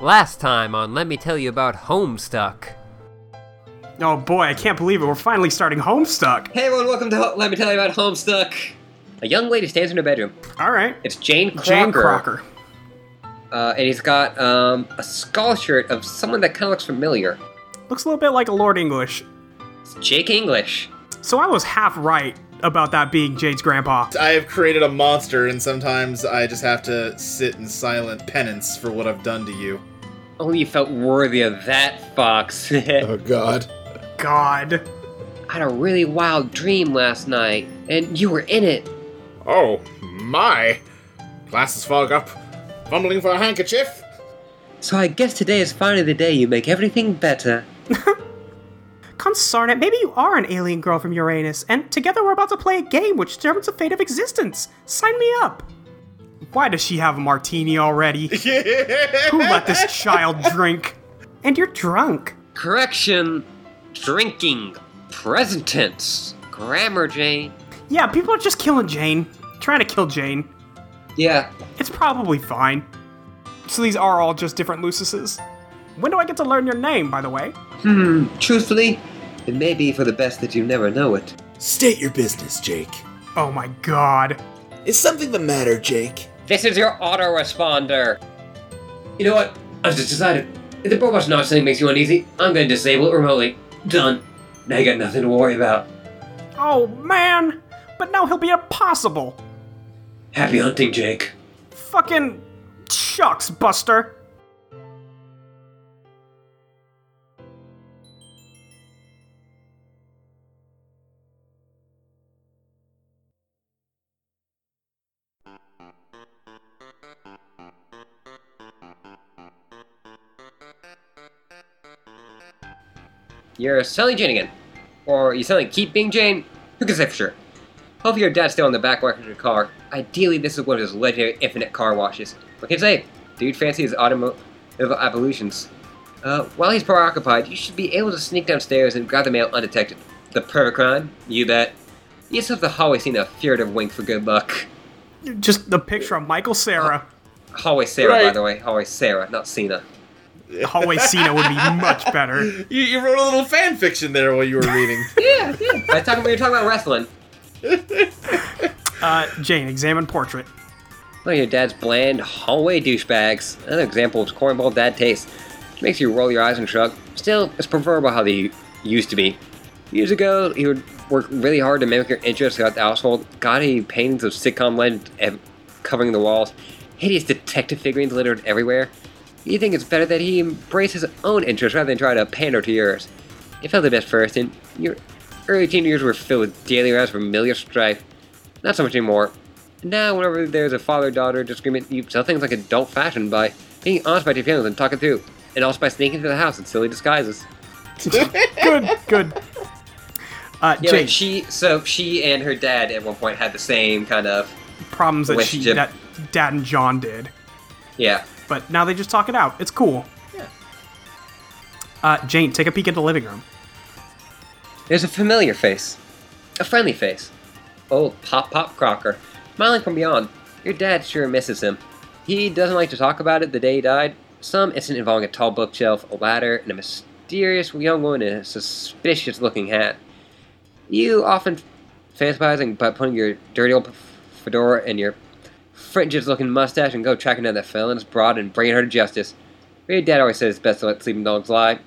Last time on Let Me Tell You About Homestuck. Oh boy, I can't believe it. We're finally starting Homestuck. Hey everyone, welcome to Ho- Let Me Tell You About Homestuck. A young lady stands in her bedroom. All right. It's Jane Crocker. Jane Crocker. Uh, and he's got um, a skull shirt of someone that kind of looks familiar. Looks a little bit like a Lord English. It's Jake English. So I was half right about that being Jade's grandpa. I have created a monster, and sometimes I just have to sit in silent penance for what I've done to you. Only Oh, you felt worthy of that, Fox. I Oh God. God. had a really wild dream last night, and you were in it. Oh my! Glasses fog up. Fumbling for a handkerchief. So I guess today is finally the day you make everything better. Come, Sarnet, maybe you are an alien girl from Uranus, and together we're about to play a game which determines the fate of existence. Sign me up. Why does she have a martini already? Who let this child drink? And you're drunk. Correction, drinking, present tense, grammar, Jane. Yeah, people are just killing Jane. Trying to kill Jane. Yeah, It's probably fine. So these are all just different Lucises. When do I get to learn your name, by the way? hmm, truthfully, it may be for the best that you never know it. State your business, Jake. Oh my god. Is something the matter, Jake? This is your autoresponder. You know what? I've just decided. If the robot's not saying makes you uneasy, I'm gonna disable it remotely. Done. Now you got nothing to worry about. Oh man! But now he'll be impossible! Happy hunting, Jake. Fucking shucks, Buster! You're selling Jane again. Or you're selling Keep Being Jane? Who can say for sure? Hopefully your dad's still in the back of your car. Ideally, this is one of his legendary infinite car washes. What can you say? Dude fancy his automotive evolutions. Uh, while he's preoccupied, you should be able to sneak downstairs and grab the mail undetected. The perfect crime? You bet. You just have the hallway scene a furtive wink for good luck. Just the picture of Michael Sarah. Hallway Sarah, by Right. the way. Hallway Sarah, not Cena. Hallway Cena would be much better. You, you wrote a little fan fiction there while you were reading. Yeah, yeah. I talking, we were talking about wrestling. Uh, Jane, examine portrait. Well, your dad's bland hallway douchebags. Another example of cornball dad taste. It makes you roll your eyes and shrug. Still, it's preferable how they used to be. Years ago, he would work really hard to mimic your interests throughout the household. Got any paintings of sitcom legends ev- covering the walls. Hideous detective figurines littered everywhere. You think it's better that he embrace his own interests rather than try to pander to yours. It felt the best first, and your early teen years were filled with daily rounds of familiar strife. Not so much anymore. Now, whenever there's a father-daughter disagreement, you sell things like adult fashion by being honest about your feelings and talking through, and also by sneaking into the house in silly disguises. Good, good. Uh, Yeah, Jane, like she, so she and her dad at one point had the same kind of, problems that with she, Jim. that Dad and John did. yeah. But now they just talk it out. It's cool. Uh, Jane, take a peek at the living room. There's a familiar face, a friendly face. Old Pop Pop Crocker, smiling from beyond. Your dad sure misses him. He doesn't like to talk about it the day he died. Some incident involving a tall bookshelf, a ladder, and a mysterious young woman in a suspicious looking hat. You often fantasizing by putting your dirty old fedora and your fringes looking mustache and go tracking down that felon's broad and bringing her to justice. But your dad always says it's best to let sleeping dogs lie.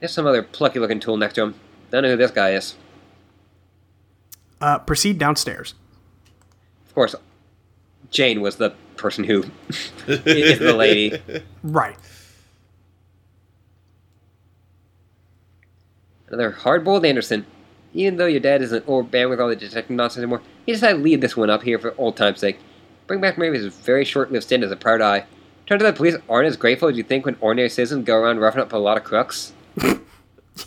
There's some other plucky looking tool next to him. Don't know who this guy is. Uh, proceed downstairs. Of course, Jane was the person who is the lady. Right. Another hard-boiled Anderson. Even though your dad isn't old band with all the detective nonsense anymore, he decided to leave this one up here for old time's sake. Bring back maybe his very short-lived stint as a proud eye. Turns out the police aren't as grateful as you think when ordinary citizens go around roughing up a lot of crooks.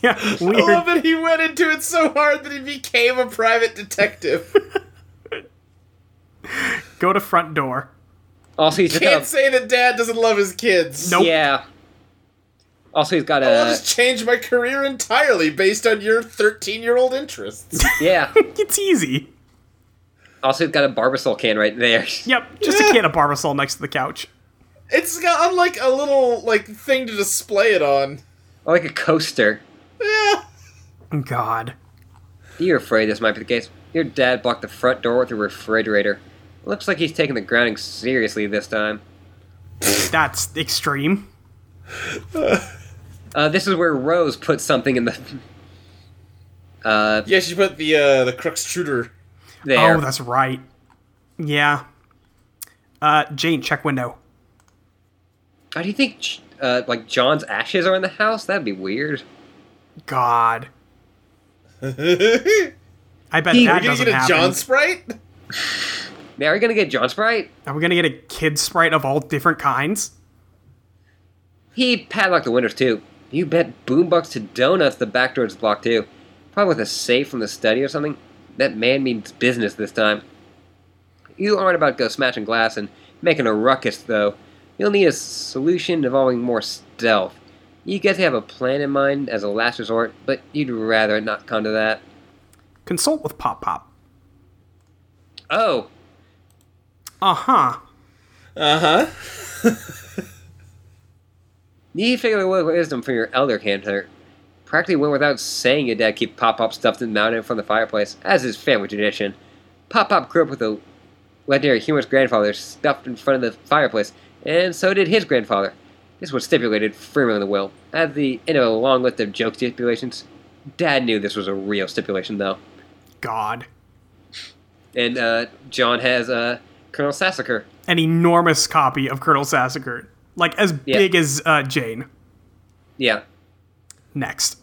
Yeah, I love weird. that Oh, he went into it so hard that he became a private detective. Go to front door. Also, he's just got Can't a, say that dad doesn't love his kids. Nope. yeah. Also, he's got I'll a just change my career entirely based on your 13 year old interests. yeah. It's easy. Also, he's got a barbasol can right there. Yep, just a can of Barbasol next to the couch. It's got unlike a little like thing to display it on. Or like a coaster. Yeah. God. You're afraid this might be the case. Your dad blocked the front door with a refrigerator. Looks like he's taking the grounding seriously this time. That's extreme. Uh, this is where Rose put something in the. Uh, Yeah, she put the uh the crux shooter. there. Oh, that's right. Yeah. Uh, Jane, check window. How do you think, uh, like, John's ashes are in the house? That'd be weird. God. We're I bet He- that gonna doesn't get a happen. John Sprite? Now, are we gonna get John Sprite? Are we gonna get a kid sprite of all different kinds? He padlocked the windows, too. You bet boombox to donuts the back door is blocked, too. Probably with a safe from the study or something. That man means business this time. You aren't about to go smashing glass and making a ruckus, though. You'll need a solution involving more stealth. You guys have a plan in mind as a last resort, but you'd rather it not come to that. Consult with Pop Pop. Oh, Uh huh. Uh-huh. You figure the word wisdom from your elder cantor. Practically went without saying your dad keep Pop Pop stuffed and mounted in front of the fireplace, as is family tradition. Pop Pop grew up with a legendary humorous grandfather stuffed in front of the fireplace, and so did his grandfather. This was stipulated firmly in the will. At the end of a long list of joke stipulations, Dad knew this was a real stipulation, though. God. And uh, John has uh, Colonel Sassaker. An enormous copy of Colonel Sassaker. Like, as Yeah. big as uh, Jane. Yeah. Next.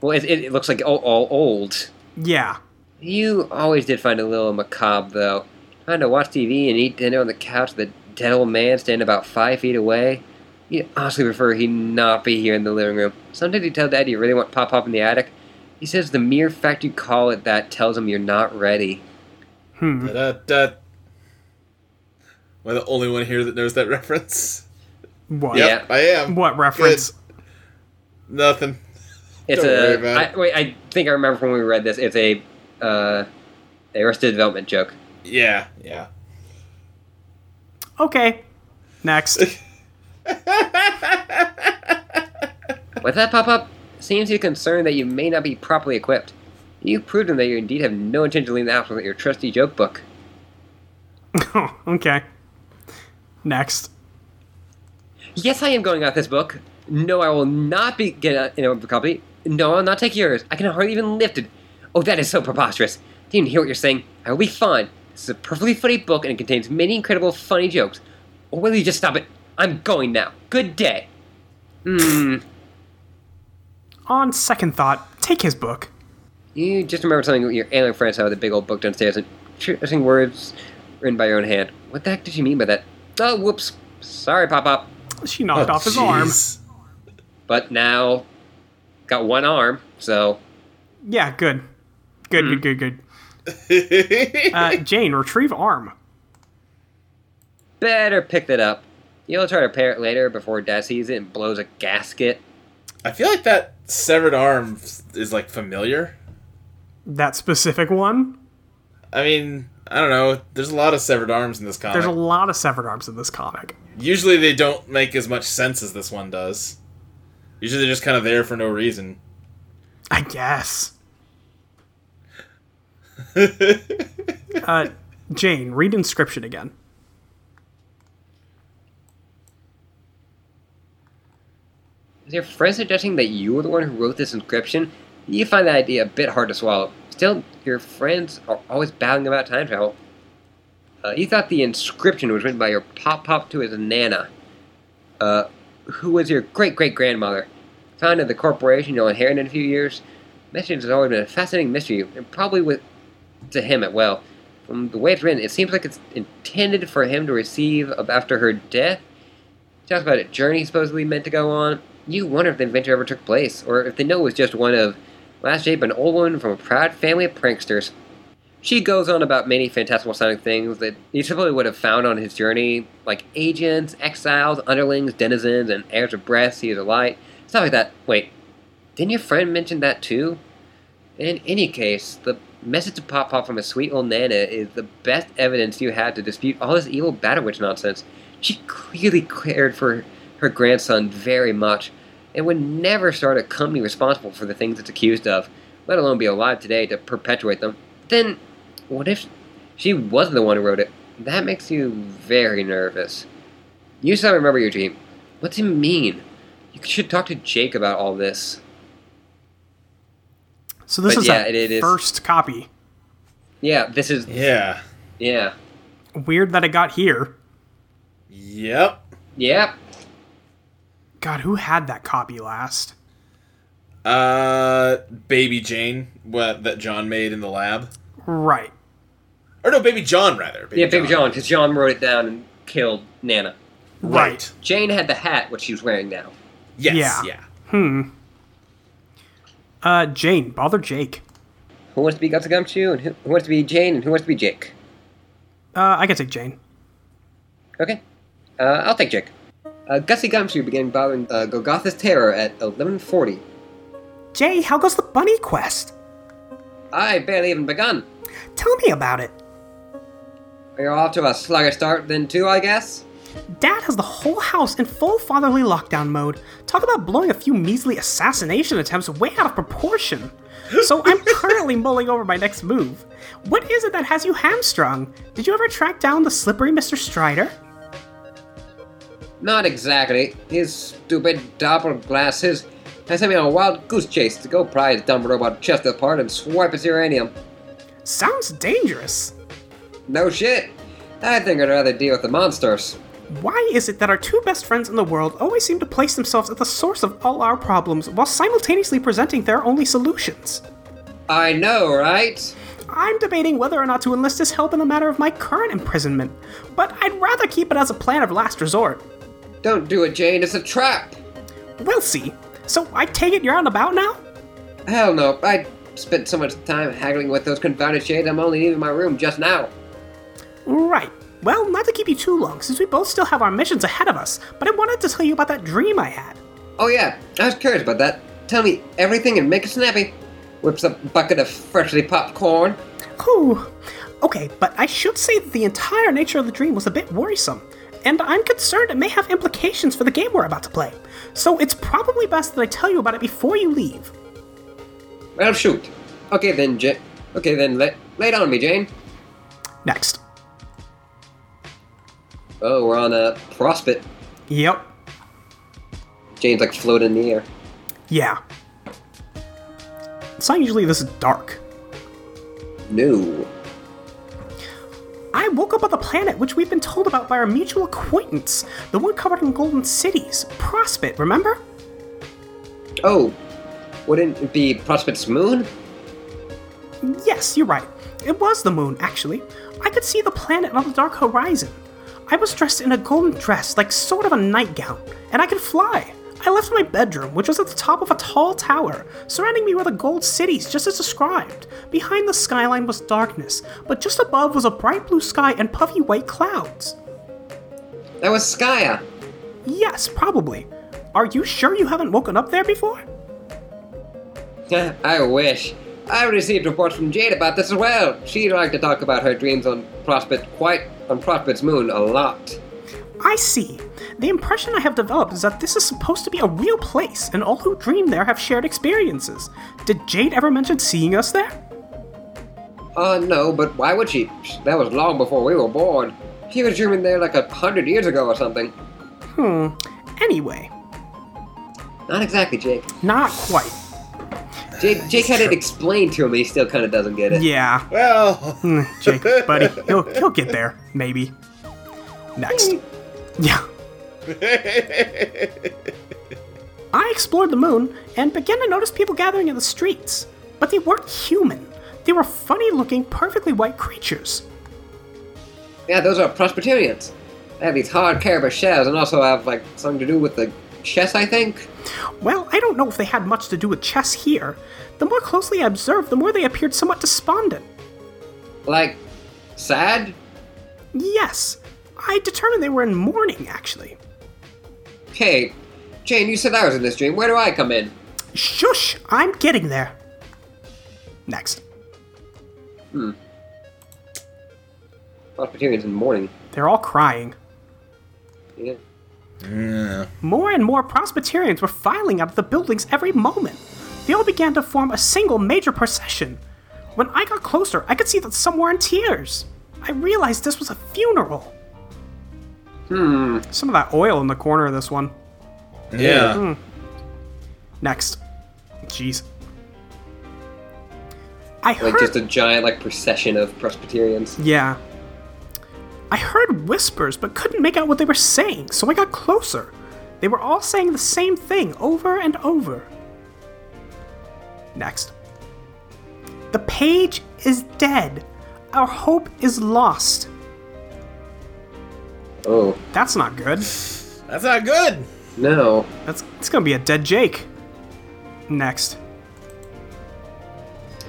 Well, it, it, it looks like all, all old. Yeah. You always did find a little macabre, though. Trying to watch TV and eat dinner on the couch with a dead old man standing about five feet away. You'd honestly prefer he not be here in the living room. Sometimes you tell Dad you really want Pop Pop in the attic. He says the mere fact you call it that tells him you're not ready. Hmm. Da-da-da. Am I the only one here that knows that reference? What? Yeah. Yep, I am. What reference? Nothing. It's Don't worry a. about I, it. wait, I think I remember from when we read this. It's a uh, Arrested Development joke. Yeah, yeah. Okay. Next. With that pop up, seems he's concerned that you may not be properly equipped. You proved to him that you indeed have no intention of leaving the house without your trusty joke book. okay. Next. Yes, I am going out this book. No, I will not be getting out in a copy. No, I'll not take yours. I can hardly even lift it. Oh, that is so preposterous. Do you hear what you're saying? I will be fine. This is a perfectly funny book and it contains many incredible funny jokes. Or will you just stop it? I'm going now. Good day. Hmm. On second thought, take his book. You just remember something with your alien friends had with a big old book downstairs and choosing words written by your own hand. What the heck did you mean by that? Oh, whoops. Sorry, Pop Pop. She knocked Oh, off his arm. jeez. But now, got one arm, so Yeah, good. Good, Hmm. good, good, good. Uh, Jane, retrieve arm. better pick that up. You'll try to repair it later before Dad sees it and blows a gasket. I feel like that severed arm is like familiar. That specific one. I mean, I don't know. There's a lot of severed arms in this comic. There's a lot of severed arms in this comic. Usually they don't make as much sense as this one does. Usually they're just kind of there for no reason. I guess. Wait, Uh, Jane, read inscription again. Is your friend suggesting that you were the one who wrote this inscription? You find that idea a bit hard to swallow. Still, your friends are always babbling about time travel. Uh, you thought the inscription was written by your pop pop to his nana, uh, who was your great great grandmother. Founded the corporation you'll inherit in a few years. Message has always been a fascinating mystery, and probably with to him as well. From the way it's written, it seems like it's intended for him to receive of after her death talks about a journey supposedly meant to go on. You wonder if the adventure ever took place, or if they know it was just one of Last Jape, an old woman from a proud family of pranksters. She goes on about many fantastical sounding things that he probably would have found on his journey, like agents, exiles, underlings, denizens, and heirs of breath, seers of light, stuff like that. Wait, didn't your friend mention that too? In any case, the message to Pop Pop from his sweet old Nana is the best evidence you have to dispute all this evil Battle Witch nonsense. She clearly cared for her grandson very much and would never start a company responsible for the things it's accused of, let alone be alive today to perpetuate them. Then, what if she wasn't the one who wrote it? That makes you very nervous. You sound remember your dream. What's it mean? You should talk to Jake about all this. So this But is yeah, a it- it is- first copy. Yeah, this is. Yeah. Yeah. Weird that it got here. Yep. Yep. God, who had that copy last? Uh, Baby Jane, what that John made in the lab, Right. or no, Baby John rather. Yeah, Big John, because John wrote it down and killed Nana. Right. Jane had the hat, which she's wearing now. Yes. Yeah. Yeah. Hmm. Uh, Jane, bother Jake. Who wants to be Guts Gumshoe, and who, who wants to be Jane, and who wants to be Jake? Uh, I can take Jane. Okay. Uh, I'll take Jake. Uh, Gutsy Gumshoe began bothering uh, Golgotha's terror at 1140. Jay, how goes the bunny quest? I barely even begun. Tell me about it. You're off to a sluggish start then, too, I guess? Dad has the whole house in full fatherly lockdown mode. Talk about blowing a few measly assassination attempts way out of proportion. So I'm currently mulling over my next move. What is it that has you hamstrung? Did you ever track down the slippery Mr. Strider? Not exactly. His stupid doppel glasses has sent me on a wild goose chase to go pry his dumb robot chest apart and swipe his uranium. Sounds dangerous. No shit. I think I'd rather deal with the monsters. Why is it that our two best friends in the world always seem to place themselves at the source of all our problems while simultaneously presenting their only solutions? I know, right? I'm debating whether or not to enlist his help in the matter of my current imprisonment, but I'd rather keep it as a plan of last resort. Don't do it, Jane. It's a trap. We'll see. So I take it you're on about now? Hell no. I spent so much time haggling with those confounded shades, I'm only leaving my room just now. Right. Well, not to keep you too long, since we both still have our missions ahead of us, but I wanted to tell you about that dream I had. Oh, yeah. I was curious about that. Tell me everything and make it snappy. Whips up a bucket of freshly popped corn. Whew. Okay, but I should say that the entire nature of the dream was a bit worrisome, and I'm concerned it may have implications for the game we're about to play. So it's probably best that I tell you about it before you leave. Well, shoot. Okay then, Jane. Okay then, lay, lay it on me, Jane. Next. Oh, we're on a prospect. Yep. Jane's like floating in the air. Yeah. It's not usually this dark. No. I woke up on the planet which we've been told about by our mutual acquaintance, the one covered in golden cities, Prospect, remember? Oh, wouldn't it be Prospect's moon? Yes, you're right. It was the moon, actually. I could see the planet on the dark horizon. I was dressed in a golden dress, like sort of a nightgown, and I could fly. I left my bedroom, which was at the top of a tall tower. Surrounding me were the gold cities, just as described. Behind the skyline was darkness, but just above was a bright blue sky and puffy white clouds. That was Skya. Yes, probably. Are you sure you haven't woken up there before? I wish. I received reports from Jade about this as well. She liked to talk about her dreams on Prospect quite on Prospect's moon a lot. I see. The impression I have developed is that this is supposed to be a real place, and all who dream there have shared experiences. Did Jade ever mention seeing us there? Uh, no, but why would she? That was long before we were born. She was dreaming there like a hundred years ago or something. Hmm. Anyway, Not exactly, Jake. not quite. Jake, Jake had it explained to him, and he still kind of doesn't get it. Yeah, Well, Hmm, Jake, buddy, he'll he'll get there, maybe. Next. Yeah. I explored the moon and began to notice people gathering in the streets, but they weren't human. They were funny-looking, perfectly white creatures. Yeah, those are Presbyterians. They have these hard carapace shells, and also have like something to do with the chess, I think. Well, I don't know if they had much to do with chess here. The more closely I observed, the more they appeared somewhat despondent. Like, sad. Yes, I determined they were in mourning, actually. Hey, Jane, you said I was in this dream. Where do I come in? Shush, I'm getting there. Next. Presbyterians in mourning. They're all crying. Yeah. Yeah. More and more Presbyterians were filing out of the buildings every moment. They all began to form a single major procession. When I got closer, I could see that some were in tears. I realized this was a funeral. Hmm. Some of that oil in the corner of this one. Yeah. Next. Jeez. I heard. Like just a giant like procession of Presbyterians. yeah. I heard whispers, but couldn't make out what they were saying, so I got closer. They were all saying the same thing over and over. Next. The page is dead. Our hope is lost. Oh That's not good. That's not good. no. That's it's gonna be a dead Jake. Next.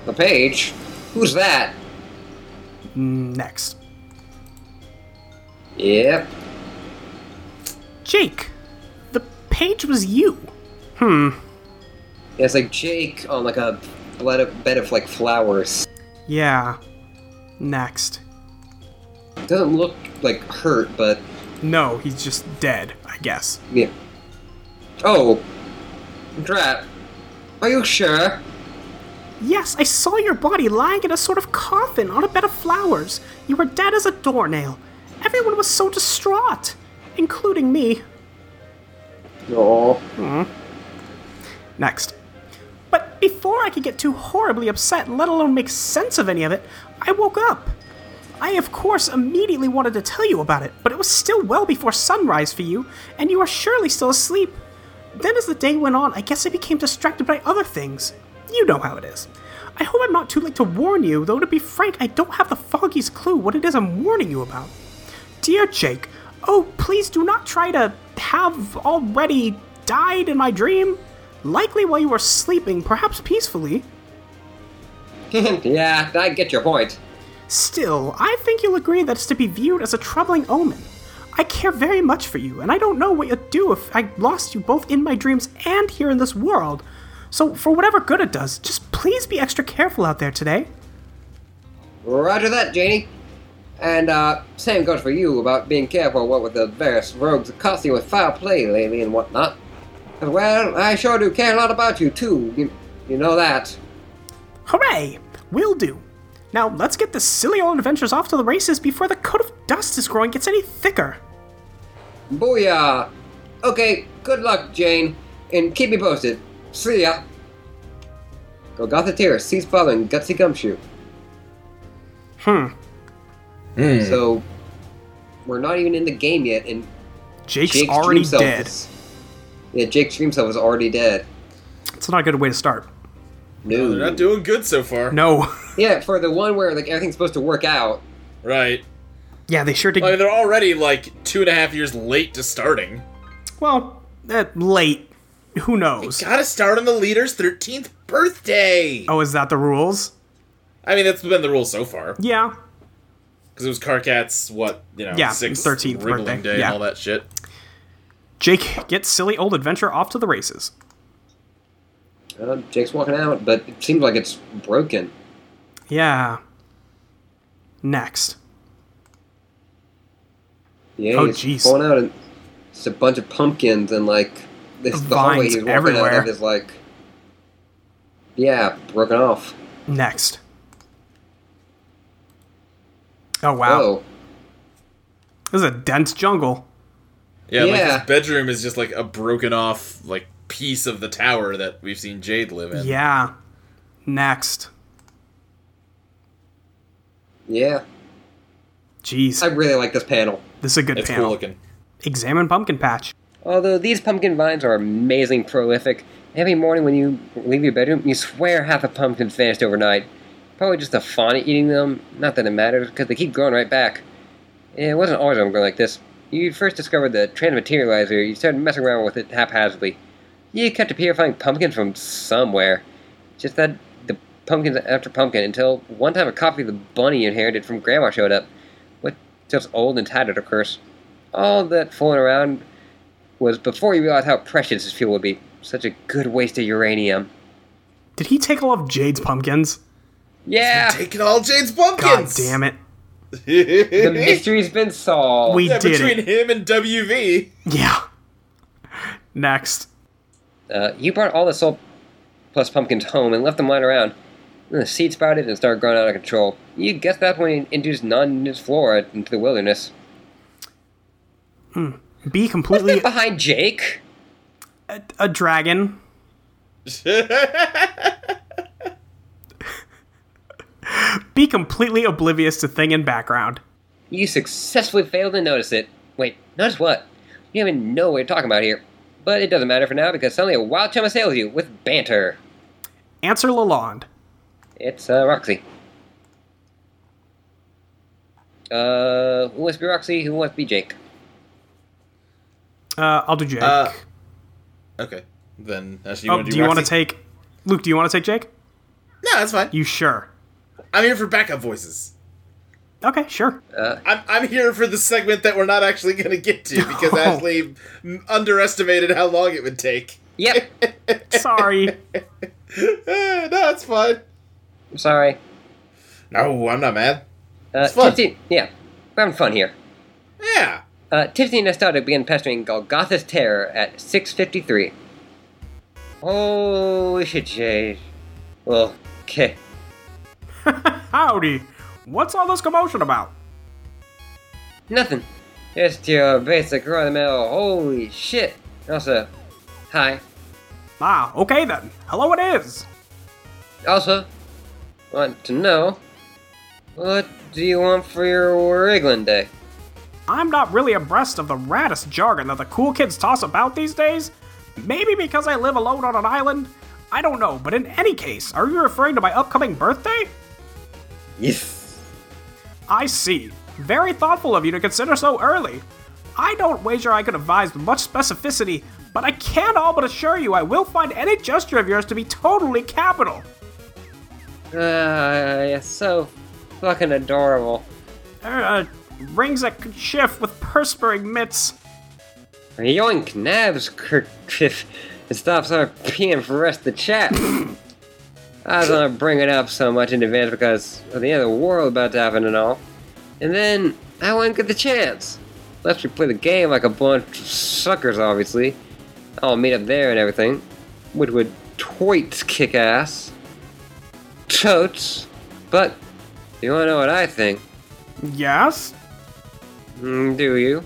The page. Who's that? Next. Yep. Jake, the page was you. Hmm. It's like Jake on like a bed of, bed of like flowers. Yeah. Next. Doesn't look like hurt, but No, he's just dead, I guess. yeah. Oh, Drat. Are you sure? Yes, I saw your body lying in a sort of coffin on a bed of flowers. You were dead as a doornail. Everyone was so distraught, including me. Hmm. No. Next. But before I could get too horribly upset, let alone make sense of any of it, I woke up. I, of course, immediately wanted to tell you about it, but it was still well before sunrise for you, and you are surely still asleep. Then, as the day went on, I guess I became distracted by other things. You know how it is. I hope I'm not too late to warn you, though to be frank, I don't have the foggiest clue what it is I'm warning you about. Dear Jake, oh, please do not try to have already died in my dream. Likely while you were sleeping, perhaps peacefully. yeah, I get your point. Still, I think you'll agree that it's to be viewed as a troubling omen. I care very much for you, and I don't know what you'd do if I lost you both in my dreams and here in this world. So, for whatever good it does, just please be extra careful out there today. Roger that, Janie. And uh, same goes for you about being careful what with the various rogues accost you with foul play lately and whatnot. And well, I sure do care a lot about you too. You, you know that. Hooray! Will do. Now, let's get this silly old adventures off to the races before the coat of dust is growing gets any thicker. Booyah! Okay, good luck, Jane, and keep me posted. See ya. Golgotha Tear, cease bothering Gutsy Gumshoe. Hmm. Hmm. So, we're not even in the game yet, and Jake's Jake's already dream self dead. is- yeah, Jake's dream self is already dead. It's not a good way to start. No. They're not doing good so far. No. Yeah, for the one where like everything's supposed to work out. Right. yeah, they sure did. I mean, they're already like two and a half years late to starting. Well, uh, late. Who knows? Gotta start on the leader's 13th birthday! Oh, is that the rules? I mean, that's been the rule so far. Yeah. Because it was Carcat's, what, you know, Yeah, sixth 13th wriggling birthday, day yeah. and all that shit. Jake gets silly old adventure off to the races. Uh, Jake's walking out, but it seems like it's broken. Yeah. Next. Yeah, Oh, he's jeez. pulling out, and it's a bunch of pumpkins and like this the hallway Vines he's walking everywhere. out of is like, yeah, broken off. Next. Oh wow. Oh, This is a dense jungle. Yeah, Yeah. like his bedroom is just like a broken off, like, piece of the tower that we've seen Jade live in. Yeah. Next. yeah. Jeez. I really like this panel. this is a good It's panel. cool looking. Examine pumpkin patch. Although these pumpkin vines are amazing prolific, every morning when you leave your bedroom, you swear half a pumpkin vanished overnight. Probably just the fauna eating them. Not that it matters, because they keep growing right back. It wasn't always going like this. You first discovered the transmaterializer, you started messing around with it haphazardly. You kept appearing pumpkins from somewhere. Just that the pumpkins after pumpkin until one time a copy of the bunny you inherited from Grandma showed up. What just old and tattered, of course. All that fooling around was before you realized how precious this fuel would be. Such a good waste of uranium. Did he take all of Jade's pumpkins? Yeah! Taking all Jade's God pumpkins! damn it. The mystery's been solved. We yeah, did between it. him and WV. Yeah. Next. Uh, you brought all the soul plus pumpkins home and left them lying around. Then the seed sprouted and started growing out of control. You guessed that when you induced non-indigenous flora into the wilderness. Be What's completely that behind Jake? a, a dragon. Be completely oblivious to thing in background. You successfully failed to notice it. Wait, notice what? You don't even know what you're talking about here. But it doesn't matter for now because suddenly a wild chum assails you with banter. Answer Lalonde. It's uh, Roxy. Uh, who wants to be Roxy? Who wants to be Jake? Uh, I'll do Jake. Uh, okay, then. Actually, you oh, wanna do you want to Roxy? take Luke? Do you want to take Jake? No, that's fine. You sure? I'm here for backup voices. Okay, sure. Uh, I'm, I'm here for the segment that we're not actually going to get to because Oh. Ashley m- underestimated how long it would take. Yep. Sorry. Eh, no, it's fine. I'm sorry. No, I'm not mad. Uh, It's fun. Tipsy, yeah, we're having fun here. Yeah. Uh, Tipsy and Nostalgic began pestering Golgotha's Terror at 6.53. Holy shit, Jade. Well, okay. Howdy. What's all this commotion about? Nothing. Just your basic run of the mill. Holy shit. Also, hi. Ah, okay then. Hello, it is. Also, want to know what do you want for your wriggling day? I'm not really abreast of the raddest jargon that the cool kids toss about these days. Maybe because I live alone on an island? I don't know, but in any case, are you referring to my upcoming birthday? Yes. I see. Very thoughtful of you to consider so early. I don't wager I could advise with much specificity, but I can all but assure you I will find any gesture of yours to be totally capital. Uh, yeah, so fucking adorable. Uh, rings that could shift with perspiring mitts. Yoink nabs Kirkif and stops our peeing for the rest of the chat. I was gonna bring it up so much in advance because of the end of the world about to happen and all. And then I wouldn't get the chance. Unless we play the game like a bunch of suckers, obviously. I'll meet up there and everything. Which would toits kick ass. Totes. But you wanna know what I think? Yes? Mm, do you?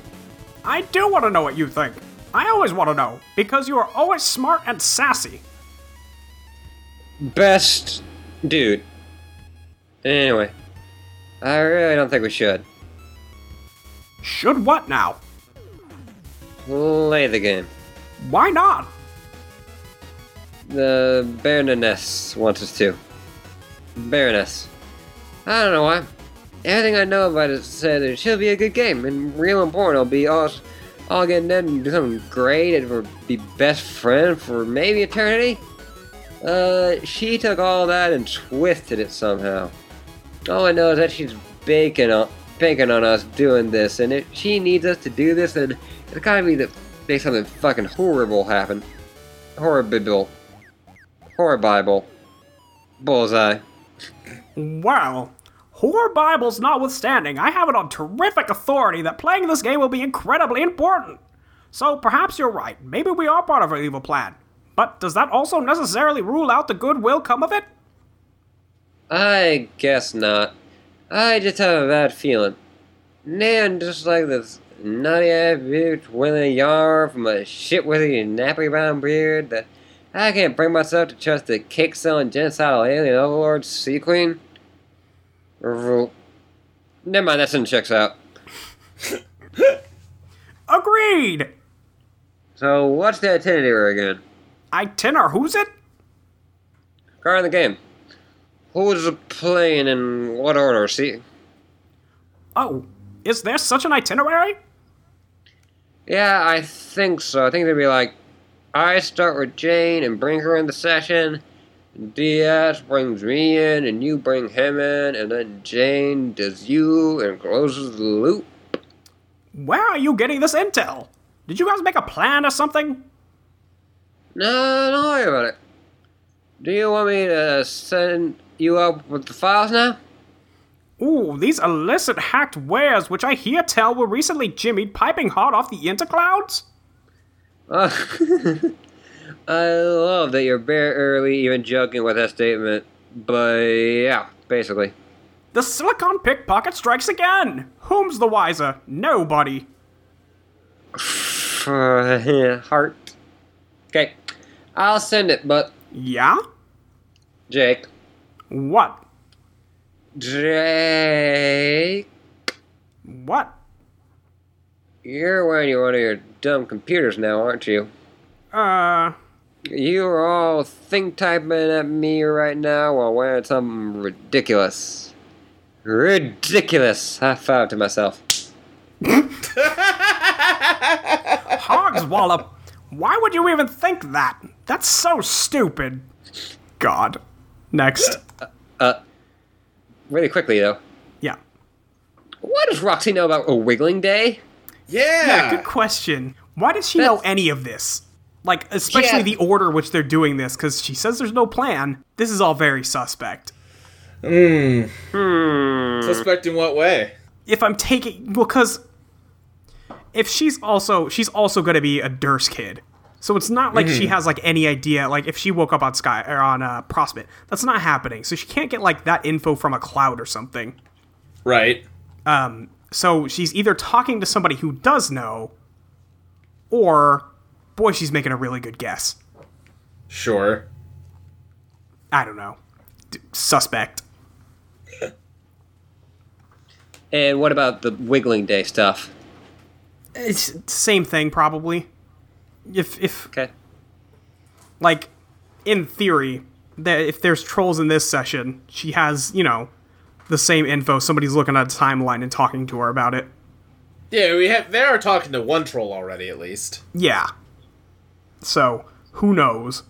I do want to know what you think. I always want to know, because you are always smart and sassy. best dude. Anyway, I really don't think we should Should what now? play the game. Why not? The Baroness wants us to. Baroness. I don't know why. Everything I know about it said it should be a good game, and real important. I'll be all, all getting done and do something great, and we'll be best friend for maybe eternity. Uh, she took all that and twisted it somehow. All I know is that she's banking on, banking on us doing this, and if she needs us to do this, then it's gotta be that make something fucking horrible happen. Horrible. Horrible. Bullseye. Well, whore Bibles notwithstanding, I have it on terrific authority that playing this game will be incredibly important. So perhaps you're right. Maybe we are part of her evil plan. But does that also necessarily rule out the good will come of it? I guess not. I just have a bad feeling. Man, just like this nutty ass bitch with a yarn from a shit with a nappy brown beard that I can't bring myself to trust the cake selling genocidal alien overlord Sea Queen. Ru- Never mind, that sentence checks out. Agreed! So, what's the itinerary again? Itinar, who's it? Card in the game. Who's playing in what order? See? Oh, is there such an itinerary? Yeah, I think so. I think they'd be like, I start with Jane and bring her in the session. Diaz brings me in, and you bring him in, and then Jane does you and closes the loop. Where are you getting this intel? Did you guys make a plan or something? No, don't worry about it. Do you want me to send you up with the files now? Ooh, these illicit hacked wares, which I hear tell were recently jimmied piping hot off the interclouds? I love that you're barely even joking with that statement, but yeah, basically. The silicon pickpocket strikes again! Whom's the wiser? Nobody. Uh, heart. Okay, I'll send it, but Yeah? Jake. What? Jake. What? You're wearing one of your dumb computers now, aren't you? Uh, You are all think typing at me right now while wearing something ridiculous. Ridiculous! High five to myself. hogs wallop. Why would you even think that? That's so stupid. God. Next. Uh, Really quickly though. Yeah. What does Roxy know about a wiggling day? Yeah. Yeah, good question. Why does she know That's- any of this? Like, especially Yeah. the order which they're doing this, because she says there's no plan. This is all very suspect. Suspect in what way? If I'm taking, because if she's also she's also going to be a Durst kid, so it's not like she has like any idea. Like, if she woke up on Sky or on uh, Prospect, that's not happening. So she can't get like that info from a cloud or something. Um, Right. So she's either talking to somebody who does know, or boy, she's making a really good guess. Sure. I don't know. D- suspect. And what about the wiggling day stuff? It's same thing probably. If if Okay. like in theory that if there's trolls in this session, she has, you know, the same info. Somebody's looking at a timeline and talking to her about it. Yeah, we have. They are talking to one troll already, at least. Yeah. So, who knows?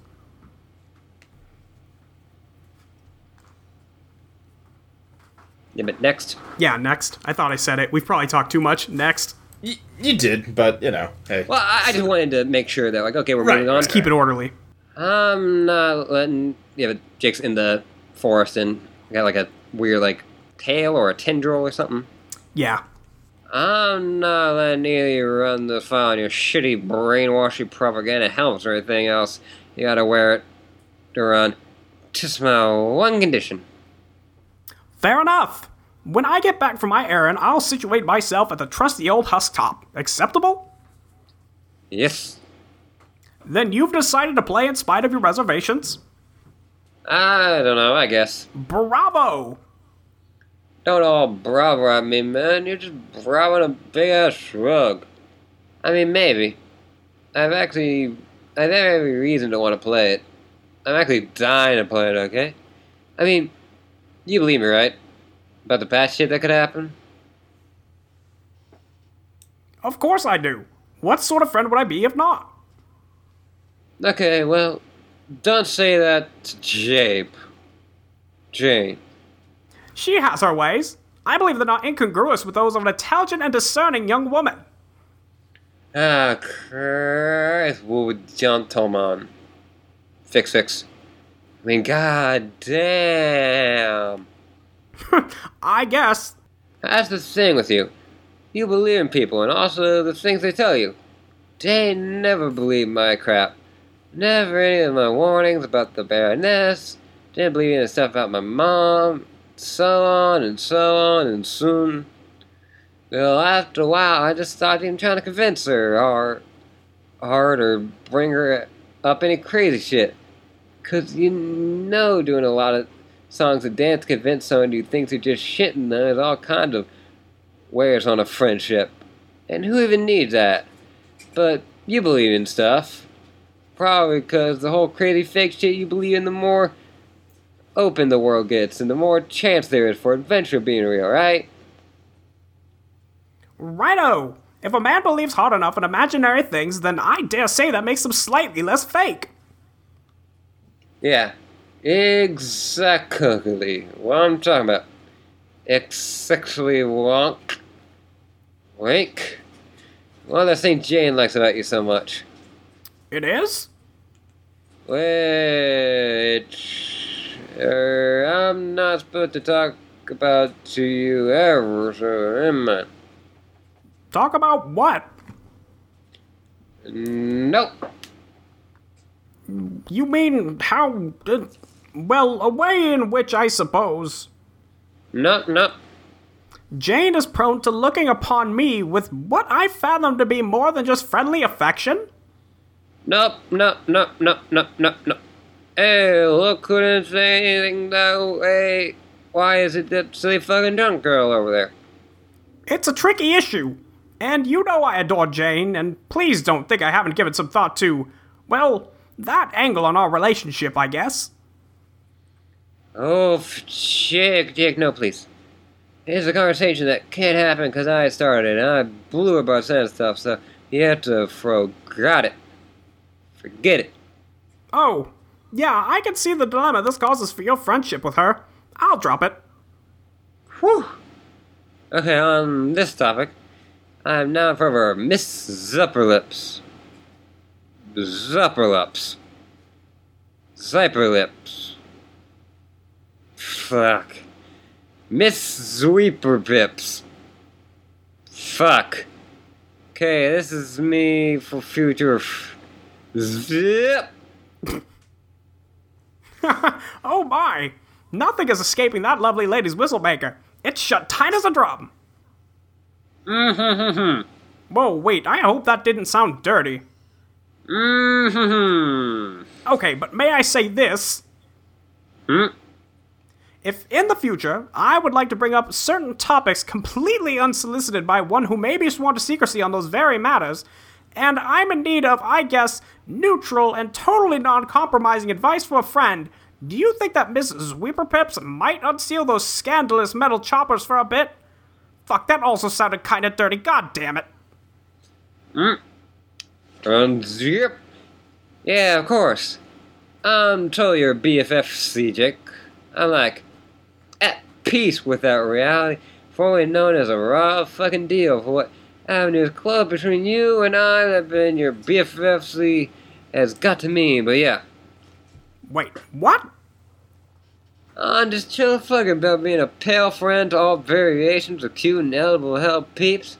Yeah, but next. Yeah, next. I thought I said it. We've probably talked too much. Next. Y- you did, but you know, hey. Well, I, I just wanted to make sure that, like, okay, we're Right. moving on. Let's keep it orderly. I'm not letting. Yeah, but Jake's in the forest and got like a weird like tail or a tendril or something. Yeah. I'm not letting either you run the file on your shitty brainwashy propaganda helmets or anything else. You gotta wear it to run. Just my one condition. Fair enough. When I get back from my errand, I'll situate myself at the trusty old husk top. Acceptable? Yes. Then you've decided to play in spite of your reservations? I don't know, I guess. Bravo! Don't all bravo at me, man. You're just bravoing a big ass shrug. I mean, maybe. I've actually. I have every reason to want to play it. I'm actually dying to play it, okay? I mean, you believe me, right? About the bad shit that could happen? Of course I do. What sort of friend would I be if not? Okay, well, don't say that to Jabe. Jane. She has her ways. I believe they're not incongruous with those of an intelligent and discerning young woman. Ah, Christ, would gentleman. Fix, fix. I mean, god damn. I guess. That's the thing with you. You believe in people and also the things they tell you. They never believed my crap. Never any of my warnings about the Baroness. Didn't believe any of the stuff about my mom. So on and so on and soon. Well, after a while, I just stopped even trying to convince her or hard or bring her up any crazy shit. Because you know doing a lot of songs and dance convince someone who thinks you're just shitting them is all kind of wears on a friendship. And who even needs that? But you believe in stuff. Probably because the whole crazy fake shit you believe in, the more open the world gets and the more chance there is for adventure being real, right? Righto! If a man believes hard enough in imaginary things, then I dare say that makes them slightly less fake. Yeah. Exactly. What I'm talking about. Exactly wonk. Wink. Well, that thing Jane likes about you so much. It is? Which. Er, I'm not supposed to talk talk about to you ever so mm, much. Talk about what? Nope. You mean how. Uh, well, a way in which I suppose. Nope, nope. Jane is prone to looking upon me with what I fathom to be more than just friendly affection? Nope, nope, nope, nope, nope, nope, nope. Hey, look, couldn't say anything that way. Why is it that silly fucking drunk girl over there? It's a tricky issue. And you know I adore Jane, and please don't think I haven't given some thought to, well, that angle on our relationship, I guess. Oh, f- chick, chick, no, please. It's a conversation that can't happen because I started and I blew about that stuff, so you have to forgot it. Forget it. Oh, yeah, I can see the dilemma this causes for your friendship with her. I'll drop it. Whew. Okay, on this topic, I'm now in favor of Miss Zupperlips. Zupperlips. Zyperlips. Fuck. Miss Zweeperbips. Fuck. Okay, this is me for future. F- zip. oh my! Nothing is escaping that lovely lady's whistlemaker. It's shut tight as a drum. Mm-hmm. Whoa, wait, I hope that didn't sound dirty. Mm-hmm. Okay, but may I say this? Hmm? If in the future I would like to bring up certain topics completely unsolicited by one who maybe sworn to secrecy on those very matters, and I'm in need of, I guess, neutral and totally non compromising advice from a friend, do you think that Mrs. Weeperpips might unseal those scandalous metal choppers for a bit? Fuck, that also sounded kinda dirty, god damn it. Unzip. Um, Yeah, of course. I'm totally your BFF, CJ. I'm like at peace with that reality, formerly known as a raw fucking deal for what avenues club between you and I that been your BFFC has got to me. But yeah, Wait, what? Uh, I'm just chill fucking about being a pale friend to all variations of cute and edible hell peeps.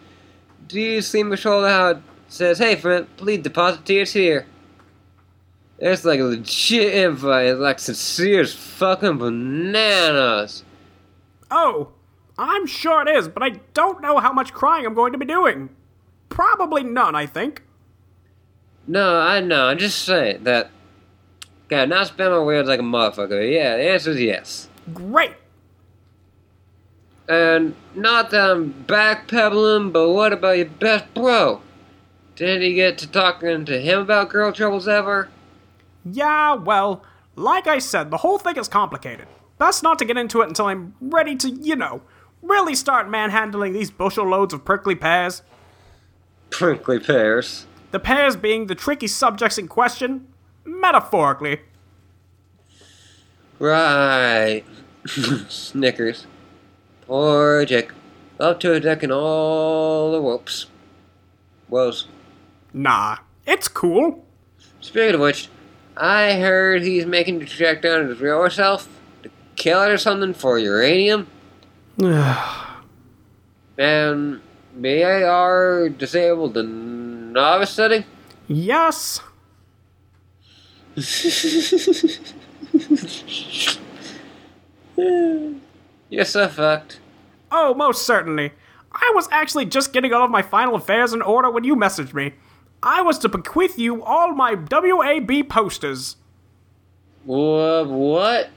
Do you see my shoulder how it says, hey friend, please deposit tears here? It's like a legit invite, it's like sincere as fucking bananas. Oh, I'm sure it is, but I don't know how much crying I'm going to be doing. Probably none, I think. No, I know, I'm just saying that. God, not spam my words like a motherfucker. Yeah, the answer is yes. Great. And not that I'm backpedaling, but what about your best bro? Didn't he get to talking to him about girl troubles ever? Yeah, well, like I said, the whole thing is complicated. Best not to get into it until I'm ready to, you know, really start manhandling these bushel loads of prickly pears. Prinkly pears. The pears being the tricky subjects in question, metaphorically. Right. Snickers. Poor Jake. Up to a deck in all the ropes. Woes. Nah, it's cool. Speaking of which, I heard he's making the track down his real self to kill it or something for uranium. And BAR disabled the novice setting? yes. You're so fucked. Oh, most certainly. I was actually just getting all of my final affairs in order when you messaged me. I was to bequeath you all my WAB posters. Wha what?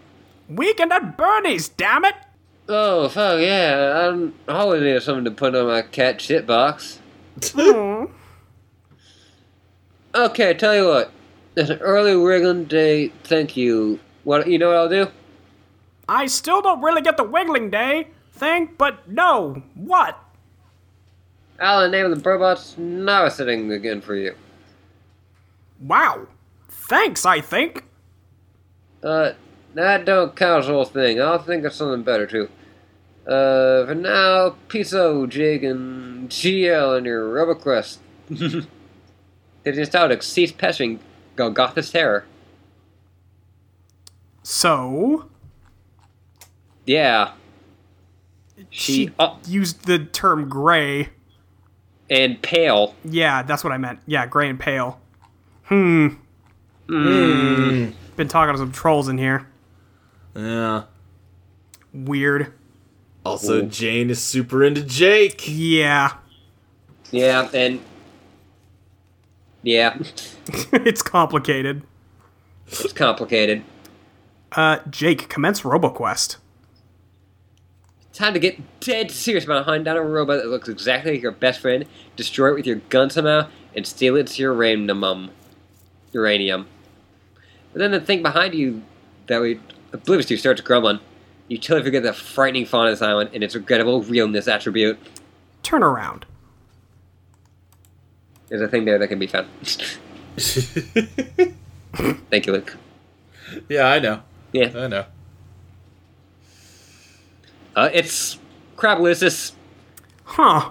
Weekend at Bernie's, damn it! Oh, fuck yeah. I'm I always need something to put on my cat shit box. okay, tell you what. It's an early Wriglin day. Thank you. What you know what I'll do? I still don't really get the wiggling day thing, but no. What? I'll name of the robots now sitting again for you. Wow. Thanks, I think. Uh, that don't count as a whole thing. I'll think of something better too. Uh, for now, peace out, Jake and GL and your RoboQuest. Did you start to cease pestering Golgotha's terror? So, Yeah. She, She- uh- used the term gray. and pale. Yeah, that's what I meant. Yeah, gray and pale. Hmm. Hmm. Been talking to some trolls in here. Yeah. Weird. Also, Jane is super into Jake. Yeah. Yeah, and yeah, it's complicated. it's complicated. Uh, Jake, commence RoboQuest. Time to get dead serious about hunting down a robot that looks exactly like your best friend, destroy it with your gun somehow, and steal its uranium. um, Uranium. But then the thing behind you that we oblivious to starts grumbling. You totally forget the frightening fauna of this island and its regrettable realness attribute. Turn around. There's a thing there that can be found. Thank you, Luke. Yeah, I know. Yeah. I know. Uh, it's Crablusis. Huh.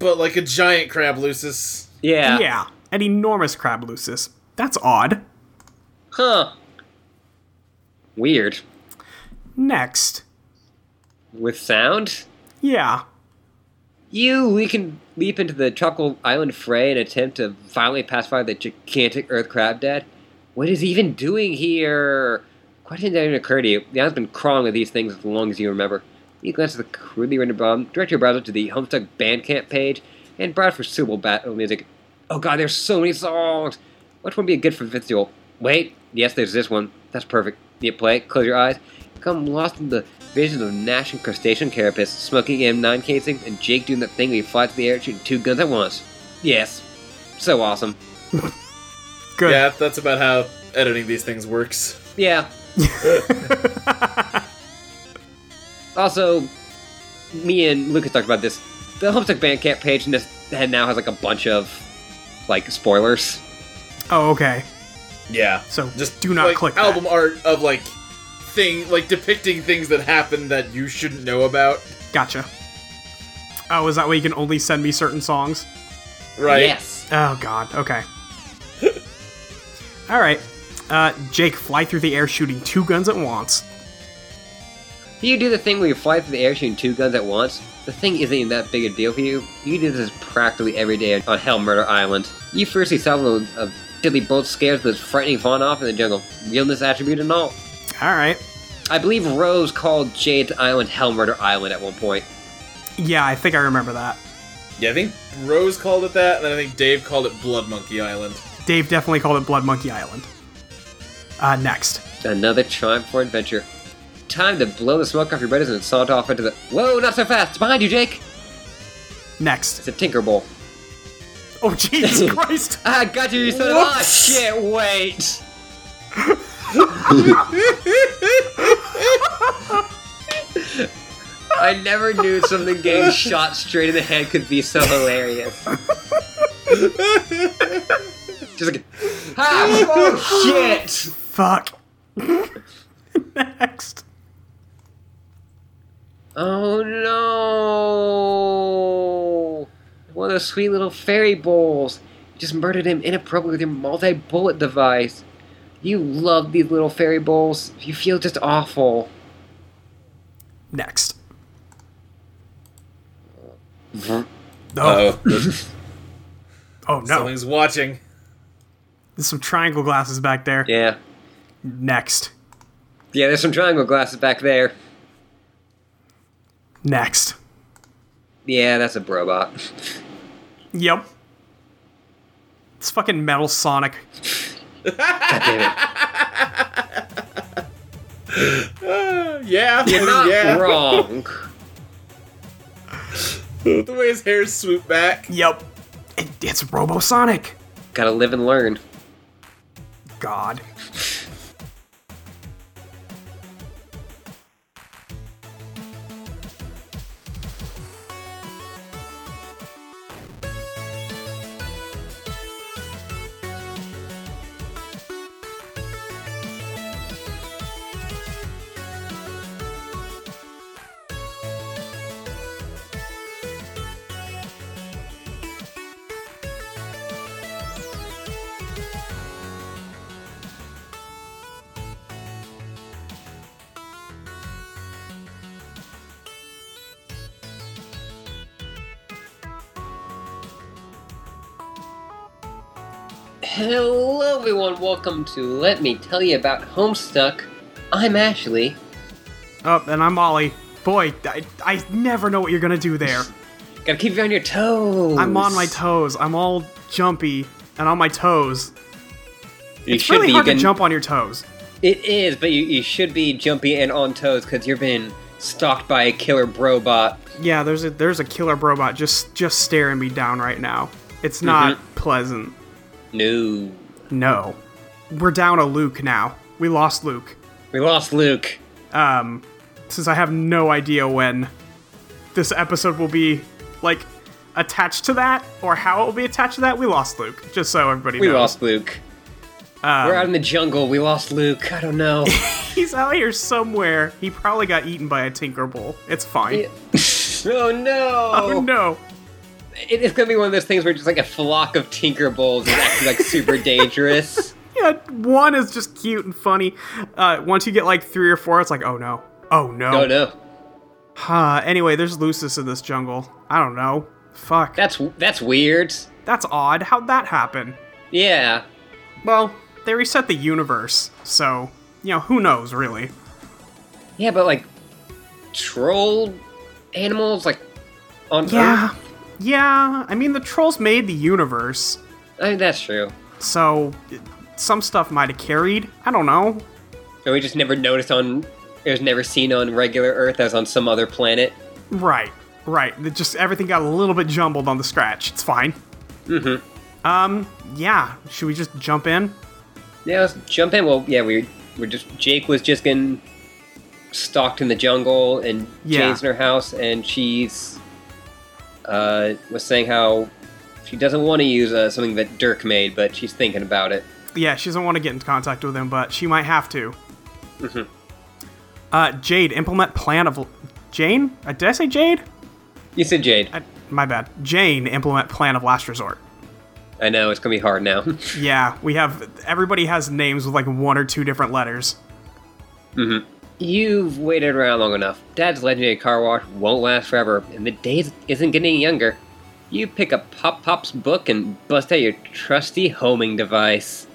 But like a giant crab lucis. Yeah. Yeah. An enormous Crablusis. That's odd. Huh. Weird. Next. With sound? Yeah. You, we can leap into the tropical island fray and attempt to finally pacify the gigantic Earth Crab Dad. What is he even doing here? Question that even occur to you. The island's been crawling with these things as long as you remember. You glance at the crudely rendered bomb, direct your browser to the Homestuck Bandcamp page, and browse for suitable battle music. Oh god, there's so many songs! Which one would be good for Visual? Wait, yes, there's this one. That's perfect. You play, it, close your eyes, become lost in the visions of Nash and crustacean carapace, smoking M9 casings, and Jake doing that thing where he flies to the air shooting two guns at once. Yes. So awesome. Good. Yeah, that's about how editing these things works. Yeah. also, me and Lucas talked about this. The Homestuck Bandcamp page and this head now has like a bunch of like spoilers. Oh, okay. Yeah. So Just do not like, click that. album art of like thing like depicting things that happen that you shouldn't know about. Gotcha. Oh, is that way you can only send me certain songs? Right. Yes. Oh God. Okay. All right. Uh, Jake, fly through the air, shooting two guns at once. If you do the thing where you fly through the air shooting two guns at once, the thing isn't even that big a deal for you. You do this practically every day on Hell Murder Island. You fiercely salvo a deadly bolt scares those frightening fawn off in the jungle, realness attribute and all. All right. I believe Rose called Jade's Island Hell Murder Island at one point. Yeah, I think I remember that. Yeah, I think Rose called it that, and then I think Dave called it Blood Monkey Island. Dave definitely called it Blood Monkey Island. Uh, next. Another time for adventure. Time to blow the smoke off your buddies and saunter off into the. Whoa, not so fast! It's behind you, Jake! Next. It's a Tinkerbell. Oh, Jesus Christ. I got you, you son of Whoops. Ah, shit, wait! I never knew something getting shot straight in the head could be so hilarious. Just like, ah, oh shit! Fuck. next. Oh no! One of those sweet little fairy bowls. You just murdered him inappropriately with your multi bullet device. You love these little fairy bowls. You feel just awful. Next. Vroom. Uh, Oh. Oh no. Something's watching. There's some triangle glasses back there. Yeah. Next. Yeah, there's some triangle glasses back there. Next. Yeah, that's a brobot. Yep. It's fucking Metal Sonic. God damn it. Uh, yeah. You're not yeah. wrong. The way his hair swooped back. Yep. It, it's Robo Sonic. Gotta live and learn. God. Hello, everyone. Welcome to Let Me Tell You About Homestuck. I'm Ashley. Oh, and I'm Ollie. Boy, I, I never know what you're gonna do there. Gotta keep you on your toes. I'm on my toes. I'm all jumpy and on my toes. You It's should really be. hard You've been, to jump on your toes. It is, but you, you should be jumpy and on toes because you've been stalked by a killer brobot. Yeah, there's a there's a killer robot just just staring me down right now. It's not Mm-hmm. pleasant. No. No. We're down a Luke now. We lost Luke. We lost Luke. Um since I have no idea when this episode will be like attached to that or how it will be attached to that, we lost Luke. Just so everybody We knows. lost Luke. Um, We're out in the jungle. We lost Luke. I don't know. He's out here somewhere. He probably got eaten by a Tinkerbell. It's fine. oh no! Oh no. It- It's gonna be one of those things where just like a flock of Tinkerbulls is actually like super dangerous. Yeah, one is just cute and funny. Uh, once you get like three or four, it's like, oh no. Oh no. Oh no, Huh, anyway, there's Lucis in this jungle. I don't know. Fuck. that's that's weird. That's odd. How'd that happen? Yeah, Well, they reset the universe, so, you know, who knows, really? yeah, but like troll animals like on Earth? Yeah, I mean, the trolls made the universe, I mean that's true. so it- some stuff might have carried. I don't know. And we just never noticed on. It was never seen on regular Earth as on some other planet. Right, right. It just everything got a little bit jumbled on the scratch. It's fine. Mm-hmm. Um, yeah. Should we just jump in? Yeah, let's jump in. Well, yeah, we we're just Jake was just getting stalked in the jungle, and Yeah. Jane's in her house, and she's uh was saying how she doesn't want to use uh, something that Dirk made, but she's thinking about it. Yeah, she doesn't want to get in contact with him, but she might have to. Mm-hmm. Uh, Jade, implement plan of. Jane? Uh, Did I say Jade? You said Jade. I, I, my bad. Jane, implement plan of last resort. know it's gonna be hard now. Yeah, we have. Everybody has names with like one or two different letters. You've waited around long enough. Dad's legendary car wash won't last forever, and the days isn't getting any younger. You pick up Pop Pop's book and bust out your trusty homing device.